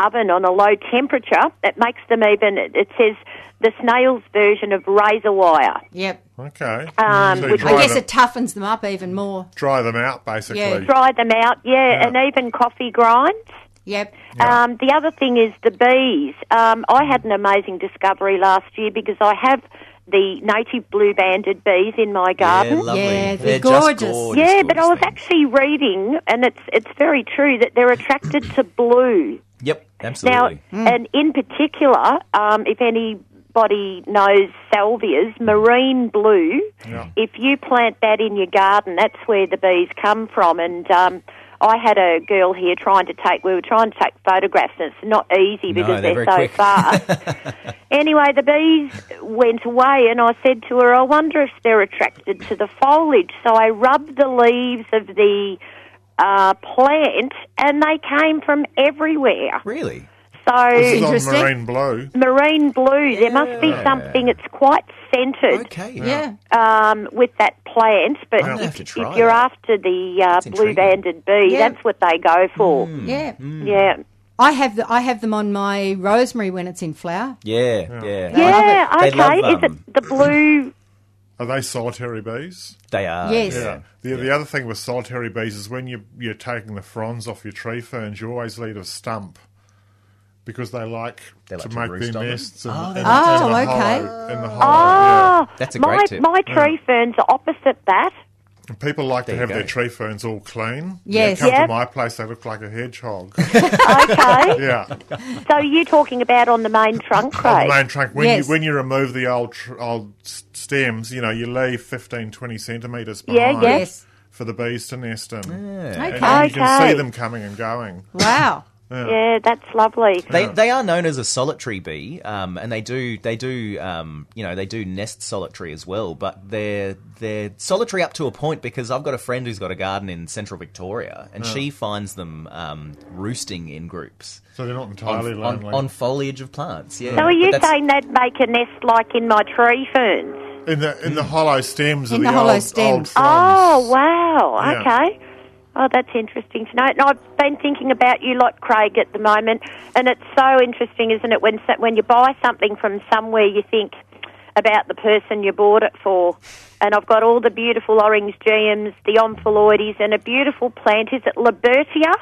[SPEAKER 11] oven on a low temperature, it makes them even, it it says the snail's version of razor wire.
[SPEAKER 1] Yep.
[SPEAKER 2] Okay.
[SPEAKER 11] Um,
[SPEAKER 2] Mm, so you
[SPEAKER 11] which
[SPEAKER 2] dry,
[SPEAKER 1] I guess
[SPEAKER 2] them,
[SPEAKER 1] it toughens them up even more.
[SPEAKER 2] dry them out, basically.
[SPEAKER 1] Yeah,
[SPEAKER 11] dry them out, yeah,
[SPEAKER 2] Yeah.
[SPEAKER 11] and even coffee grinds.
[SPEAKER 1] Yep.
[SPEAKER 11] Um, the other thing is the bees. Um, I had an amazing discovery last year because I have the native blue banded bees in my garden.
[SPEAKER 3] Yeah, lovely.
[SPEAKER 1] Yeah, they're
[SPEAKER 3] just
[SPEAKER 1] gorgeous.
[SPEAKER 3] gorgeous,
[SPEAKER 11] Yeah, but I was
[SPEAKER 3] gorgeous things.
[SPEAKER 11] actually reading, and it's it's very true that they're attracted to blue.
[SPEAKER 3] Yep, absolutely.
[SPEAKER 11] Now, and in particular, um, if anybody knows salvias, marine blue, if you plant that in your garden, that's where the bees come from. And um, I had a girl here trying to take, we were trying to take photographs, and it's not
[SPEAKER 3] No,
[SPEAKER 11] easy because
[SPEAKER 3] they're
[SPEAKER 11] they're
[SPEAKER 3] very
[SPEAKER 11] so
[SPEAKER 3] quick.
[SPEAKER 11] fast. anyway, the bees went away, and I said to her, I wonder if they're attracted to the foliage. So I rubbed the leaves of the uh, plant, and they came from everywhere.
[SPEAKER 3] really?
[SPEAKER 11] So
[SPEAKER 2] This is on
[SPEAKER 1] Interesting.
[SPEAKER 2] marine blue.
[SPEAKER 11] marine blue. There must be
[SPEAKER 3] Yeah.
[SPEAKER 11] something. It's quite centered
[SPEAKER 3] Okay.
[SPEAKER 1] Yeah.
[SPEAKER 11] um, with that plant, but
[SPEAKER 3] I'm gonna have
[SPEAKER 11] if,
[SPEAKER 3] to
[SPEAKER 11] if
[SPEAKER 3] try
[SPEAKER 11] you're
[SPEAKER 3] that.
[SPEAKER 11] after the uh, blue
[SPEAKER 3] intriguing. Hmm.
[SPEAKER 11] banded bee,
[SPEAKER 1] Yeah.
[SPEAKER 11] that's what they go for.
[SPEAKER 1] Hmm. Yeah.
[SPEAKER 11] Yeah.
[SPEAKER 1] I have the, I have them on my rosemary when it's in flower.
[SPEAKER 3] Yeah, yeah.
[SPEAKER 11] Yeah,
[SPEAKER 3] They love,
[SPEAKER 11] okay. Is
[SPEAKER 3] um,
[SPEAKER 11] it the blue?
[SPEAKER 2] Are they solitary bees?
[SPEAKER 3] They are.
[SPEAKER 1] Yes.
[SPEAKER 2] Yeah. The, the other thing with solitary bees is when you, you're taking the fronds off your tree ferns, you always leave a stump because they like,
[SPEAKER 3] They like
[SPEAKER 2] to,
[SPEAKER 3] to
[SPEAKER 2] make
[SPEAKER 3] roost
[SPEAKER 2] their
[SPEAKER 3] on them.
[SPEAKER 2] nests in, in, in
[SPEAKER 1] Oh,
[SPEAKER 2] the
[SPEAKER 1] okay.
[SPEAKER 2] hollow. In the hollow
[SPEAKER 11] Oh,
[SPEAKER 3] That's a
[SPEAKER 11] my,
[SPEAKER 3] great tip. Hmm.
[SPEAKER 11] my tree ferns are opposite that.
[SPEAKER 2] yeah. And people like to
[SPEAKER 3] you
[SPEAKER 2] have
[SPEAKER 3] go.
[SPEAKER 2] their tree ferns all clean.
[SPEAKER 1] Yes.
[SPEAKER 2] They come
[SPEAKER 11] Yep.
[SPEAKER 2] to my place, they look like a hedgehog.
[SPEAKER 11] Okay.
[SPEAKER 2] yeah.
[SPEAKER 11] so you're talking about on the main trunk,
[SPEAKER 2] on
[SPEAKER 11] Craig?
[SPEAKER 2] the main trunk. When,
[SPEAKER 1] Yes.
[SPEAKER 2] you, when you remove the old tr- old s- stems, you know, you leave 15, 20 centimetres
[SPEAKER 11] Yeah,
[SPEAKER 2] behind.
[SPEAKER 11] yeah.
[SPEAKER 1] Yes.
[SPEAKER 2] for the bees to nest in. And
[SPEAKER 11] Okay.
[SPEAKER 2] you can see
[SPEAKER 11] Okay.
[SPEAKER 2] them coming and going.
[SPEAKER 1] Wow.
[SPEAKER 2] Yeah.
[SPEAKER 11] Yeah, that's lovely.
[SPEAKER 3] They, they are known as a solitary bee, um, and they do they do um, you know they do nest solitary as well. But they're they're solitary up to a point because I've got a friend who's got a garden in central Victoria, and
[SPEAKER 2] Yeah.
[SPEAKER 3] she finds them um, roosting in groups.
[SPEAKER 2] So they're not
[SPEAKER 3] on,
[SPEAKER 2] entirely
[SPEAKER 3] on,
[SPEAKER 2] lonely.
[SPEAKER 3] on foliage of plants. Yeah.
[SPEAKER 11] So are
[SPEAKER 3] But
[SPEAKER 11] you
[SPEAKER 3] that's-
[SPEAKER 11] saying they'd make a nest like in my tree ferns?
[SPEAKER 2] in the in the hollow stems
[SPEAKER 11] In
[SPEAKER 2] of
[SPEAKER 11] the
[SPEAKER 2] the,
[SPEAKER 11] hollow
[SPEAKER 2] old,
[SPEAKER 11] stems.
[SPEAKER 2] old
[SPEAKER 11] Oh wow!
[SPEAKER 2] Yeah.
[SPEAKER 11] Okay. Oh, that's interesting to know. And I've been thinking about you lot, Craig, at the moment, and it's so interesting, isn't it? When so- when you buy something from somewhere, you think about the person you bought it for. And I've got all the beautiful orange GMs, the omphaloides, and a beautiful plant. Is it Libertia?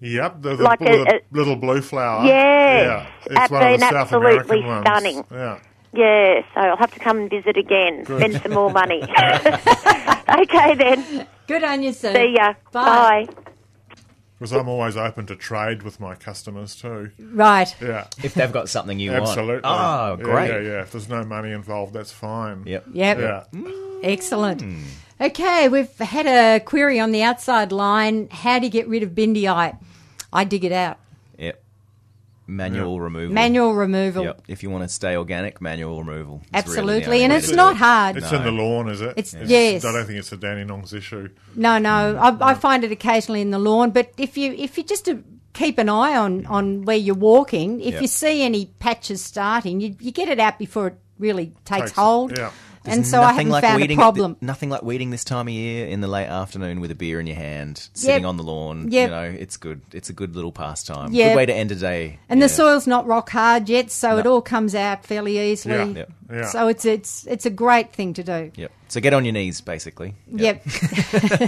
[SPEAKER 2] Yep, the, the,
[SPEAKER 11] Like
[SPEAKER 2] the
[SPEAKER 11] a- a-
[SPEAKER 2] little blue flower.
[SPEAKER 11] Yes,
[SPEAKER 2] yeah,
[SPEAKER 11] I've
[SPEAKER 2] it's one of
[SPEAKER 11] been
[SPEAKER 2] the South
[SPEAKER 11] absolutely
[SPEAKER 2] American ones.
[SPEAKER 11] stunning.
[SPEAKER 2] Yeah,
[SPEAKER 11] Yeah, so I'll have to come and visit again,
[SPEAKER 2] Good.
[SPEAKER 11] spend some more money. okay then.
[SPEAKER 1] Good on you, Sue.
[SPEAKER 11] See ya.
[SPEAKER 1] Bye.
[SPEAKER 2] because I'm always open to trade with my customers too.
[SPEAKER 1] Right.
[SPEAKER 2] Yeah,
[SPEAKER 3] if they've got something you
[SPEAKER 2] absolutely.
[SPEAKER 3] want.
[SPEAKER 2] Yeah,
[SPEAKER 3] Oh, great.
[SPEAKER 2] Yeah, yeah, If there's no money involved, that's fine.
[SPEAKER 3] Yep. Mm.
[SPEAKER 1] Yep.
[SPEAKER 2] Yeah.
[SPEAKER 1] Excellent.
[SPEAKER 3] Hmm.
[SPEAKER 1] Okay, we've had a query on the outside line. How do you get rid of bindiite? I dig it out.
[SPEAKER 3] Yep. Manual removal.
[SPEAKER 1] Manual removal.
[SPEAKER 3] Yep. If you want to stay organic, manual removal. is really the
[SPEAKER 1] Absolutely,
[SPEAKER 3] only
[SPEAKER 1] and
[SPEAKER 3] way
[SPEAKER 1] it's
[SPEAKER 3] to do
[SPEAKER 1] not
[SPEAKER 3] it.
[SPEAKER 1] hard.
[SPEAKER 2] It's
[SPEAKER 3] No.
[SPEAKER 2] in the lawn, is it?
[SPEAKER 1] It's- yes.
[SPEAKER 2] I don't think it's a Danny Nongs issue.
[SPEAKER 1] No, no, I, I find it occasionally in the lawn. But if you if you just uh keep an eye on on where you're walking, if
[SPEAKER 3] Yep.
[SPEAKER 1] you see any patches starting, you you get it out before it really takes,
[SPEAKER 2] Takes-
[SPEAKER 1] hold.
[SPEAKER 2] yeah.
[SPEAKER 1] And
[SPEAKER 3] There's
[SPEAKER 1] so I
[SPEAKER 3] nothing
[SPEAKER 1] haven't
[SPEAKER 3] like
[SPEAKER 1] found a
[SPEAKER 3] weeding at the-
[SPEAKER 1] problem.
[SPEAKER 3] nothing like weeding this time of year in the late afternoon with a beer in your hand, sitting on the lawn.
[SPEAKER 1] Yep.
[SPEAKER 3] You know, it's good. It's a good little pastime.
[SPEAKER 1] Yep.
[SPEAKER 3] Good way to end a day.
[SPEAKER 1] and
[SPEAKER 3] Yeah.
[SPEAKER 1] the soil's not rock hard yet, so it all comes out fairly easily.
[SPEAKER 2] Yeah. Yep. Yeah.
[SPEAKER 1] So it's it's it's a great thing to do.
[SPEAKER 3] Yep. So get on your knees, basically.
[SPEAKER 1] Yep.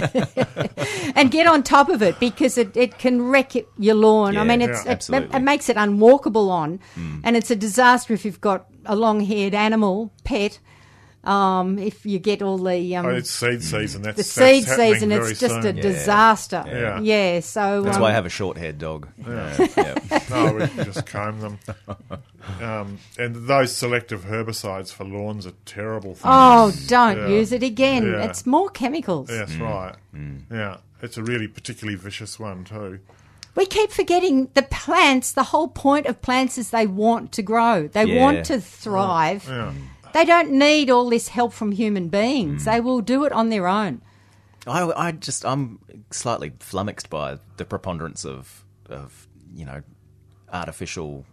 [SPEAKER 1] and get on top of it because it, it can wreck it- your lawn. I
[SPEAKER 3] Yeah,
[SPEAKER 1] mean, it's,
[SPEAKER 3] yeah,
[SPEAKER 1] it,
[SPEAKER 3] absolutely.
[SPEAKER 1] it makes it unwalkable on,
[SPEAKER 2] Hmm.
[SPEAKER 1] and it's a disaster if you've got a long haired animal, pet. Um, if you get all the um,
[SPEAKER 2] Oh, it's seed season. That's
[SPEAKER 1] the
[SPEAKER 2] that's
[SPEAKER 1] seed
[SPEAKER 2] happening
[SPEAKER 1] season,
[SPEAKER 2] very
[SPEAKER 1] it's just a
[SPEAKER 2] soon.
[SPEAKER 1] disaster.
[SPEAKER 2] Yeah.
[SPEAKER 1] so
[SPEAKER 3] That's
[SPEAKER 1] um,
[SPEAKER 3] why I have a short-haired dog. Yeah. yeah.
[SPEAKER 2] no, we can just comb them. Um, and those selective herbicides for lawns are terrible. Things.
[SPEAKER 1] oh, don't
[SPEAKER 2] Yeah.
[SPEAKER 1] use it again.
[SPEAKER 2] Yeah.
[SPEAKER 1] It's more chemicals.
[SPEAKER 2] That's
[SPEAKER 3] Mm.
[SPEAKER 2] right. Yeah, it's a really particularly vicious one too.
[SPEAKER 1] We keep forgetting the plants. The whole point of plants is they want to grow. They
[SPEAKER 3] Yeah.
[SPEAKER 1] want to thrive.
[SPEAKER 2] Yeah,
[SPEAKER 1] They don't need all this help from human
[SPEAKER 3] Mm.
[SPEAKER 1] beings. They will do it on their own.
[SPEAKER 3] I, I just I'm slightly flummoxed by the preponderance of of you know artificial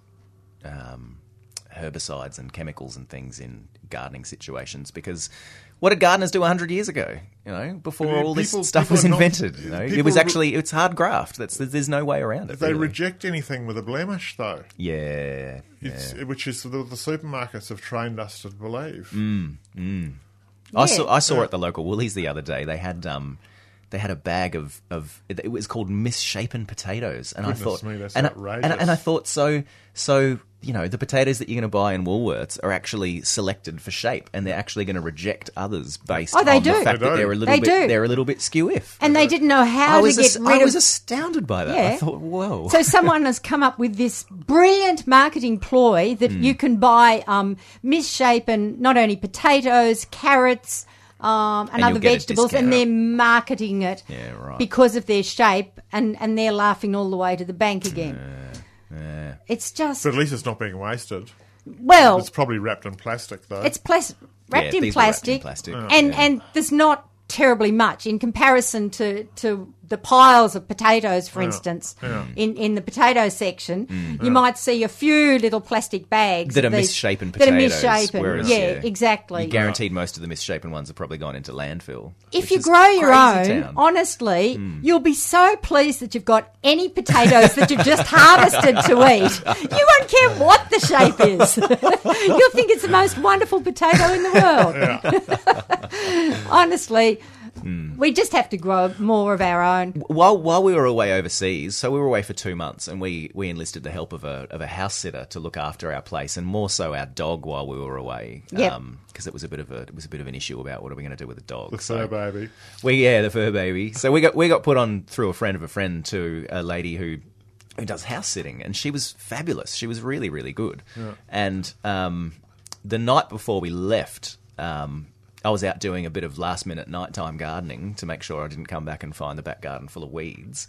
[SPEAKER 3] um, herbicides and chemicals and things in gardening situations because what did gardeners do 100 years ago you know before
[SPEAKER 2] People-
[SPEAKER 3] all this
[SPEAKER 2] people-
[SPEAKER 3] stuff
[SPEAKER 2] people
[SPEAKER 3] was
[SPEAKER 2] are not-
[SPEAKER 3] invented you know it
[SPEAKER 2] people
[SPEAKER 3] was
[SPEAKER 2] re-
[SPEAKER 3] actually it's hard graft that's there's no way around it
[SPEAKER 2] they
[SPEAKER 3] really.
[SPEAKER 2] reject anything with a blemish though.
[SPEAKER 3] yeah
[SPEAKER 2] It's, Which is the, the supermarkets have trained us to believe.
[SPEAKER 3] Mm, I saw I saw at the local Woolies the other day. They had um, they had a bag of of it was called misshapen potatoes, and I
[SPEAKER 2] Goodness
[SPEAKER 3] thought,
[SPEAKER 2] me, that's
[SPEAKER 3] and, I-
[SPEAKER 2] outrageous.
[SPEAKER 3] and I- and I thought so so you know the potatoes that you're going to buy in Woolworths are actually selected for shape, and they're actually going to reject others based
[SPEAKER 1] Oh, they
[SPEAKER 3] on
[SPEAKER 1] do.
[SPEAKER 3] the fact
[SPEAKER 2] They
[SPEAKER 3] that
[SPEAKER 2] do.
[SPEAKER 3] they're a little
[SPEAKER 1] They
[SPEAKER 3] bit
[SPEAKER 1] do.
[SPEAKER 3] they're a little bit skew if.
[SPEAKER 1] And they didn't know
[SPEAKER 3] I
[SPEAKER 1] how to
[SPEAKER 3] was
[SPEAKER 1] get
[SPEAKER 3] as-
[SPEAKER 1] rid
[SPEAKER 3] I was
[SPEAKER 1] of.
[SPEAKER 3] astounded by that.
[SPEAKER 1] Yeah.
[SPEAKER 3] I thought, whoa.
[SPEAKER 1] so someone has come up with this brilliant marketing ploy
[SPEAKER 3] Mm.
[SPEAKER 1] that you can buy um, misshapen not only potatoes, carrots, um, and,
[SPEAKER 3] you'll
[SPEAKER 1] other
[SPEAKER 3] get a
[SPEAKER 1] vegetables,
[SPEAKER 3] discount.
[SPEAKER 1] and they're marketing it
[SPEAKER 3] Yeah, right.
[SPEAKER 1] because of their shape, and, and they're laughing all the way to the bank again. It's just
[SPEAKER 2] But at least it's not being wasted.
[SPEAKER 1] well,
[SPEAKER 2] It's probably wrapped in plastic though.
[SPEAKER 1] It's plas- wrapped,
[SPEAKER 3] Yeah,
[SPEAKER 1] in
[SPEAKER 3] these were wrapped in plastic.
[SPEAKER 1] plastic, and
[SPEAKER 3] Yeah.
[SPEAKER 1] and there's not terribly much in comparison to to the piles of potatoes, for instance, in in the potato section. You might see a few little plastic bags
[SPEAKER 3] Mm. That
[SPEAKER 1] of
[SPEAKER 3] are
[SPEAKER 1] these-
[SPEAKER 3] misshapen
[SPEAKER 1] That are
[SPEAKER 3] potatoes,
[SPEAKER 1] misshapen.
[SPEAKER 3] whereas,
[SPEAKER 1] yeah,
[SPEAKER 3] yeah,
[SPEAKER 1] exactly.
[SPEAKER 3] You're guaranteed most of the misshapen ones have probably gone into landfill.
[SPEAKER 1] if
[SPEAKER 3] which
[SPEAKER 1] you
[SPEAKER 3] is
[SPEAKER 1] grow your own,
[SPEAKER 3] crazy town. Mm.
[SPEAKER 1] honestly, you'll be so pleased that you've got any potatoes that you've just harvested to eat. You won't care what the shape is. you'll think it's the most wonderful potato in the world. honestly,
[SPEAKER 3] Hmm.
[SPEAKER 1] we just have to grow more of our own.
[SPEAKER 3] while while we were away overseas, so we were away for two months, and we, we enlisted the help of a of a house sitter to look after our place, and more so our dog while we were away,
[SPEAKER 1] Yep.
[SPEAKER 3] because it was a bit of a it was a bit of an issue about what are we going to do with the dog.
[SPEAKER 2] the
[SPEAKER 3] so
[SPEAKER 2] fur baby.
[SPEAKER 3] we yeah the fur baby. So we got we got put on through a friend of a friend to a lady who who does house sitting, and she was fabulous. She was really really good. And um, the night before we left, um, I was out doing a bit of last minute nighttime gardening to make sure I didn't come back and find the back garden full of weeds.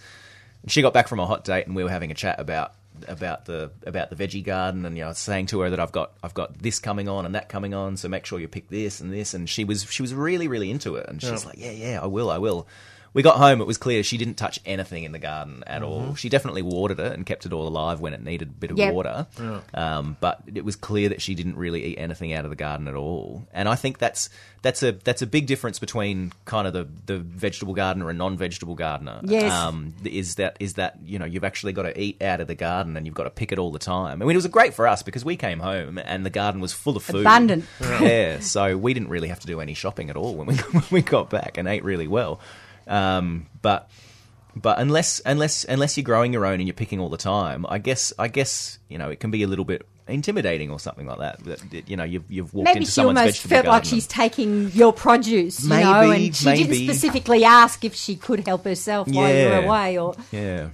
[SPEAKER 3] And she got back from a hot date, and we were having a chat about about the about the veggie garden, and you know, I was saying to her that I've got I've got this coming on and that coming on, so make sure you pick this and this. And she was she was really really into it, and she's
[SPEAKER 12] Yeah.
[SPEAKER 3] like, yeah, yeah, I will, I will. We got home, it was clear she didn't touch anything in the garden at all.
[SPEAKER 12] Mhm.
[SPEAKER 3] She definitely watered it and kept it all alive when it needed a bit of
[SPEAKER 12] Yep.
[SPEAKER 3] water.
[SPEAKER 12] Yeah.
[SPEAKER 3] Um, but it was clear that she didn't really eat anything out of the garden at all. And I think that's that's a that's a big difference between kind of the, the vegetable gardener and non vegetable gardener.
[SPEAKER 12] Yes.
[SPEAKER 3] Um, is that is that you know you've actually got to eat out of the garden and you've got to pick it all the time. I mean, it was great for us because we came home and the garden was full of food,
[SPEAKER 1] Abundant. Yeah.
[SPEAKER 3] Yeah, so we didn't really have to do any shopping at all when we when we got back and ate really well. Um, but but unless unless unless you're growing your own and you're picking all the time, I guess I guess you know it can be a little bit intimidating or something like that. That, that, you know, you've you've walked
[SPEAKER 1] Maybe
[SPEAKER 3] into
[SPEAKER 1] she
[SPEAKER 3] someone's
[SPEAKER 1] almost
[SPEAKER 3] vegetable
[SPEAKER 1] felt like
[SPEAKER 3] garden
[SPEAKER 1] she's taking your produce, you know,
[SPEAKER 3] Maybe,
[SPEAKER 1] and she
[SPEAKER 3] maybe.
[SPEAKER 1] didn't specifically ask if she could help herself while you
[SPEAKER 3] Yeah.
[SPEAKER 1] were away, or
[SPEAKER 3] and- yeah.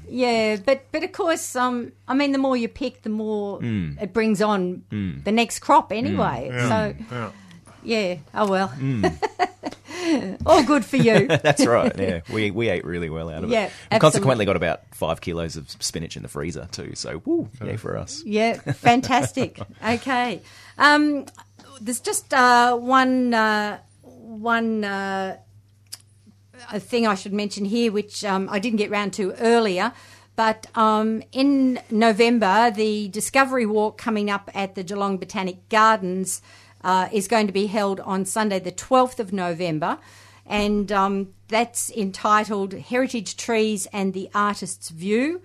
[SPEAKER 1] yeah, but but of course, um, I mean, the more you pick, the more
[SPEAKER 3] Mm.
[SPEAKER 1] it brings on
[SPEAKER 3] Mm.
[SPEAKER 1] the next crop, anyway.
[SPEAKER 3] Mm. Yeah.
[SPEAKER 1] So yeah, oh well,
[SPEAKER 3] Mm.
[SPEAKER 1] all good for you.
[SPEAKER 3] That's right. Yeah, we we ate really well out of
[SPEAKER 1] Yeah,
[SPEAKER 3] it. We consequently
[SPEAKER 1] absolutely.
[SPEAKER 3] got about five kilos of spinach in the freezer too. So, woo, yay for us.
[SPEAKER 1] Yeah, fantastic. okay, um, there's just uh, one uh, one uh, a thing I should mention here, which um, I didn't get round to earlier. But um, in November, the Discovery Walk coming up at the Geelong Botanic Gardens uh, is going to be held on Sunday, the 12th of November. And um, that's entitled Heritage Trees and the Artist's View.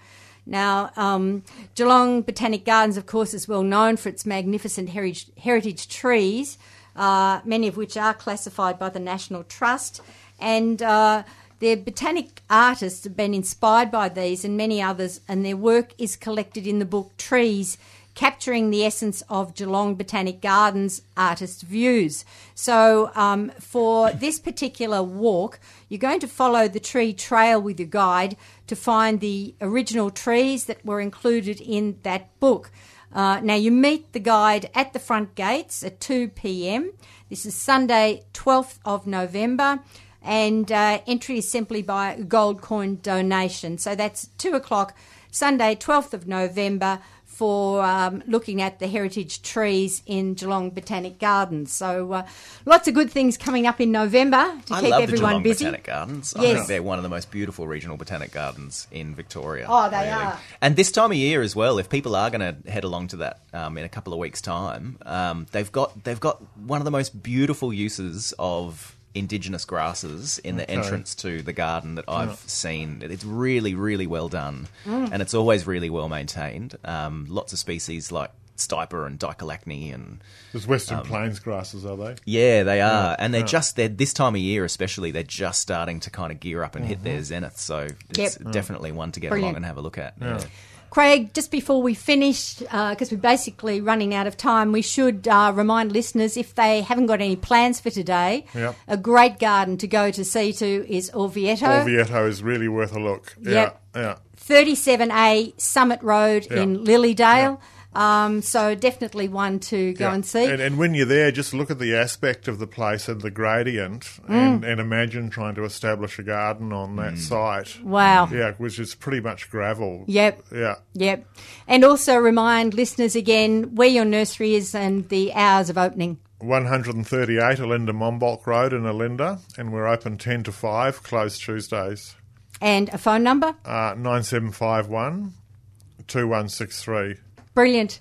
[SPEAKER 1] Now, um, Geelong Botanic Gardens, of course, is well known for its magnificent heritage, heritage trees, uh, many of which are classified by the National Trust. And uh, their botanic artists have been inspired by these and many others, and their work is collected in the book Trees capturing the essence of Geelong Botanic Gardens artist views. So, um, for this particular walk, you're going to follow the tree trail with your guide to find the original trees that were included in that book. Uh, now, you meet the guide at the front gates at 2 pm. This is Sunday, 12th of November and uh, entry is simply by gold coin donation. So that's two o'clock, Sunday, 12th of November, for um, looking at the heritage trees in Geelong Botanic Gardens. So uh, lots of good things coming up in November to
[SPEAKER 3] I
[SPEAKER 1] keep
[SPEAKER 3] love the
[SPEAKER 1] everyone
[SPEAKER 3] Geelong
[SPEAKER 1] busy.
[SPEAKER 3] Botanic Gardens. I
[SPEAKER 1] Yes.
[SPEAKER 3] think they're one of the most beautiful regional botanic gardens in Victoria.
[SPEAKER 1] Oh, they are.
[SPEAKER 3] And this time of year as well, if people are going to head along to that um, in a couple of weeks' time, um, they've got they've got one of the most beautiful uses of indigenous grasses in the
[SPEAKER 12] Okay.
[SPEAKER 3] entrance to the garden that I've
[SPEAKER 12] Yeah.
[SPEAKER 3] seen. It's really, really well done,
[SPEAKER 12] Mm.
[SPEAKER 3] and it's always really well maintained. Um, lots of species like stiper and dicolacne and
[SPEAKER 2] There's Western
[SPEAKER 3] um,
[SPEAKER 2] Plains grasses, are they?
[SPEAKER 3] yeah, they are,
[SPEAKER 2] Yeah,
[SPEAKER 3] and they're
[SPEAKER 2] yeah.
[SPEAKER 3] just they're this time of year, especially they're just starting to kind of gear up and hit their
[SPEAKER 1] Mhm.
[SPEAKER 3] zenith. So it's
[SPEAKER 1] Yep.
[SPEAKER 3] definitely one to get
[SPEAKER 1] Brilliant.
[SPEAKER 3] along and have a look at.
[SPEAKER 2] Yeah.
[SPEAKER 1] Craig, just before we finish, because we're basically running out of time, we should uh, remind listeners if they haven't got any plans for today,
[SPEAKER 2] Yeah.
[SPEAKER 1] a great garden to go to see to is Orvieto.
[SPEAKER 2] Orvieto is really worth a look.
[SPEAKER 1] Yep.
[SPEAKER 2] Yeah, yeah.
[SPEAKER 1] 37A Summit Road
[SPEAKER 2] Yeah.
[SPEAKER 1] in Lilydale. Um, so definitely one to go
[SPEAKER 2] Yeah.
[SPEAKER 1] and see.
[SPEAKER 2] And, and when you're there, just look at the aspect of the place and the gradient,
[SPEAKER 1] Mm.
[SPEAKER 2] and, and imagine trying to establish a garden on that site.
[SPEAKER 1] Wow.
[SPEAKER 2] Yeah, which is pretty much gravel.
[SPEAKER 1] Yep.
[SPEAKER 2] Yeah.
[SPEAKER 1] Yep. And also remind listeners again where your nursery is and the hours of opening.
[SPEAKER 2] 138 Alinda Mombok Road in Alinda, and we're open 10 to 5, closed Tuesdays.
[SPEAKER 1] And a phone number?
[SPEAKER 2] Uh, 9751 2163.
[SPEAKER 1] Brilliant.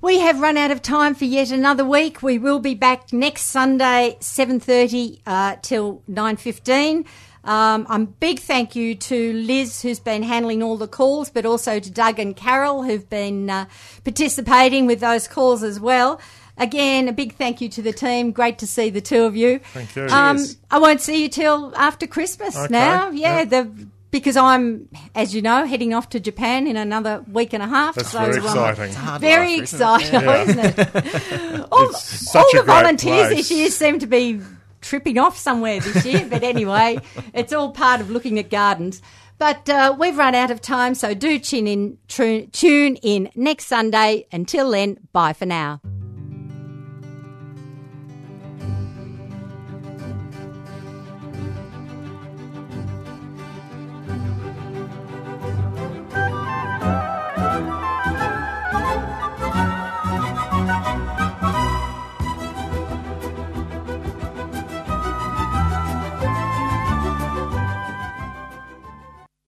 [SPEAKER 1] We have run out of time for yet another week. We will be back next Sunday, seven thirty uh, till nine fifteen. Um, a big thank you to Liz, who's been handling all the calls, but also to Doug and Carol, who've been uh, participating with those calls as well. Again, a big thank you to the team. Great to see the two of you.
[SPEAKER 2] Thank you.
[SPEAKER 1] Um,
[SPEAKER 2] Cheers.
[SPEAKER 1] I won't see you till after Christmas
[SPEAKER 2] Okay,
[SPEAKER 1] now. Yeah,
[SPEAKER 2] yeah.
[SPEAKER 1] The, because I'm, as you know, heading off to Japan in another week and a half.
[SPEAKER 2] That's
[SPEAKER 1] so,
[SPEAKER 2] very
[SPEAKER 1] um,
[SPEAKER 2] exciting. It's a hard
[SPEAKER 1] very
[SPEAKER 2] life, isn't it?
[SPEAKER 1] exciting,
[SPEAKER 2] Yeah.
[SPEAKER 1] isn't it? All,
[SPEAKER 2] It's
[SPEAKER 1] all
[SPEAKER 2] such a
[SPEAKER 1] the
[SPEAKER 2] great
[SPEAKER 1] volunteers
[SPEAKER 2] place.
[SPEAKER 1] this year seem to be tripping off somewhere this year. but anyway, it's all part of looking at gardens. But uh, we've run out of time, so do tune in, tru- tune in next Sunday. Until then, bye for now.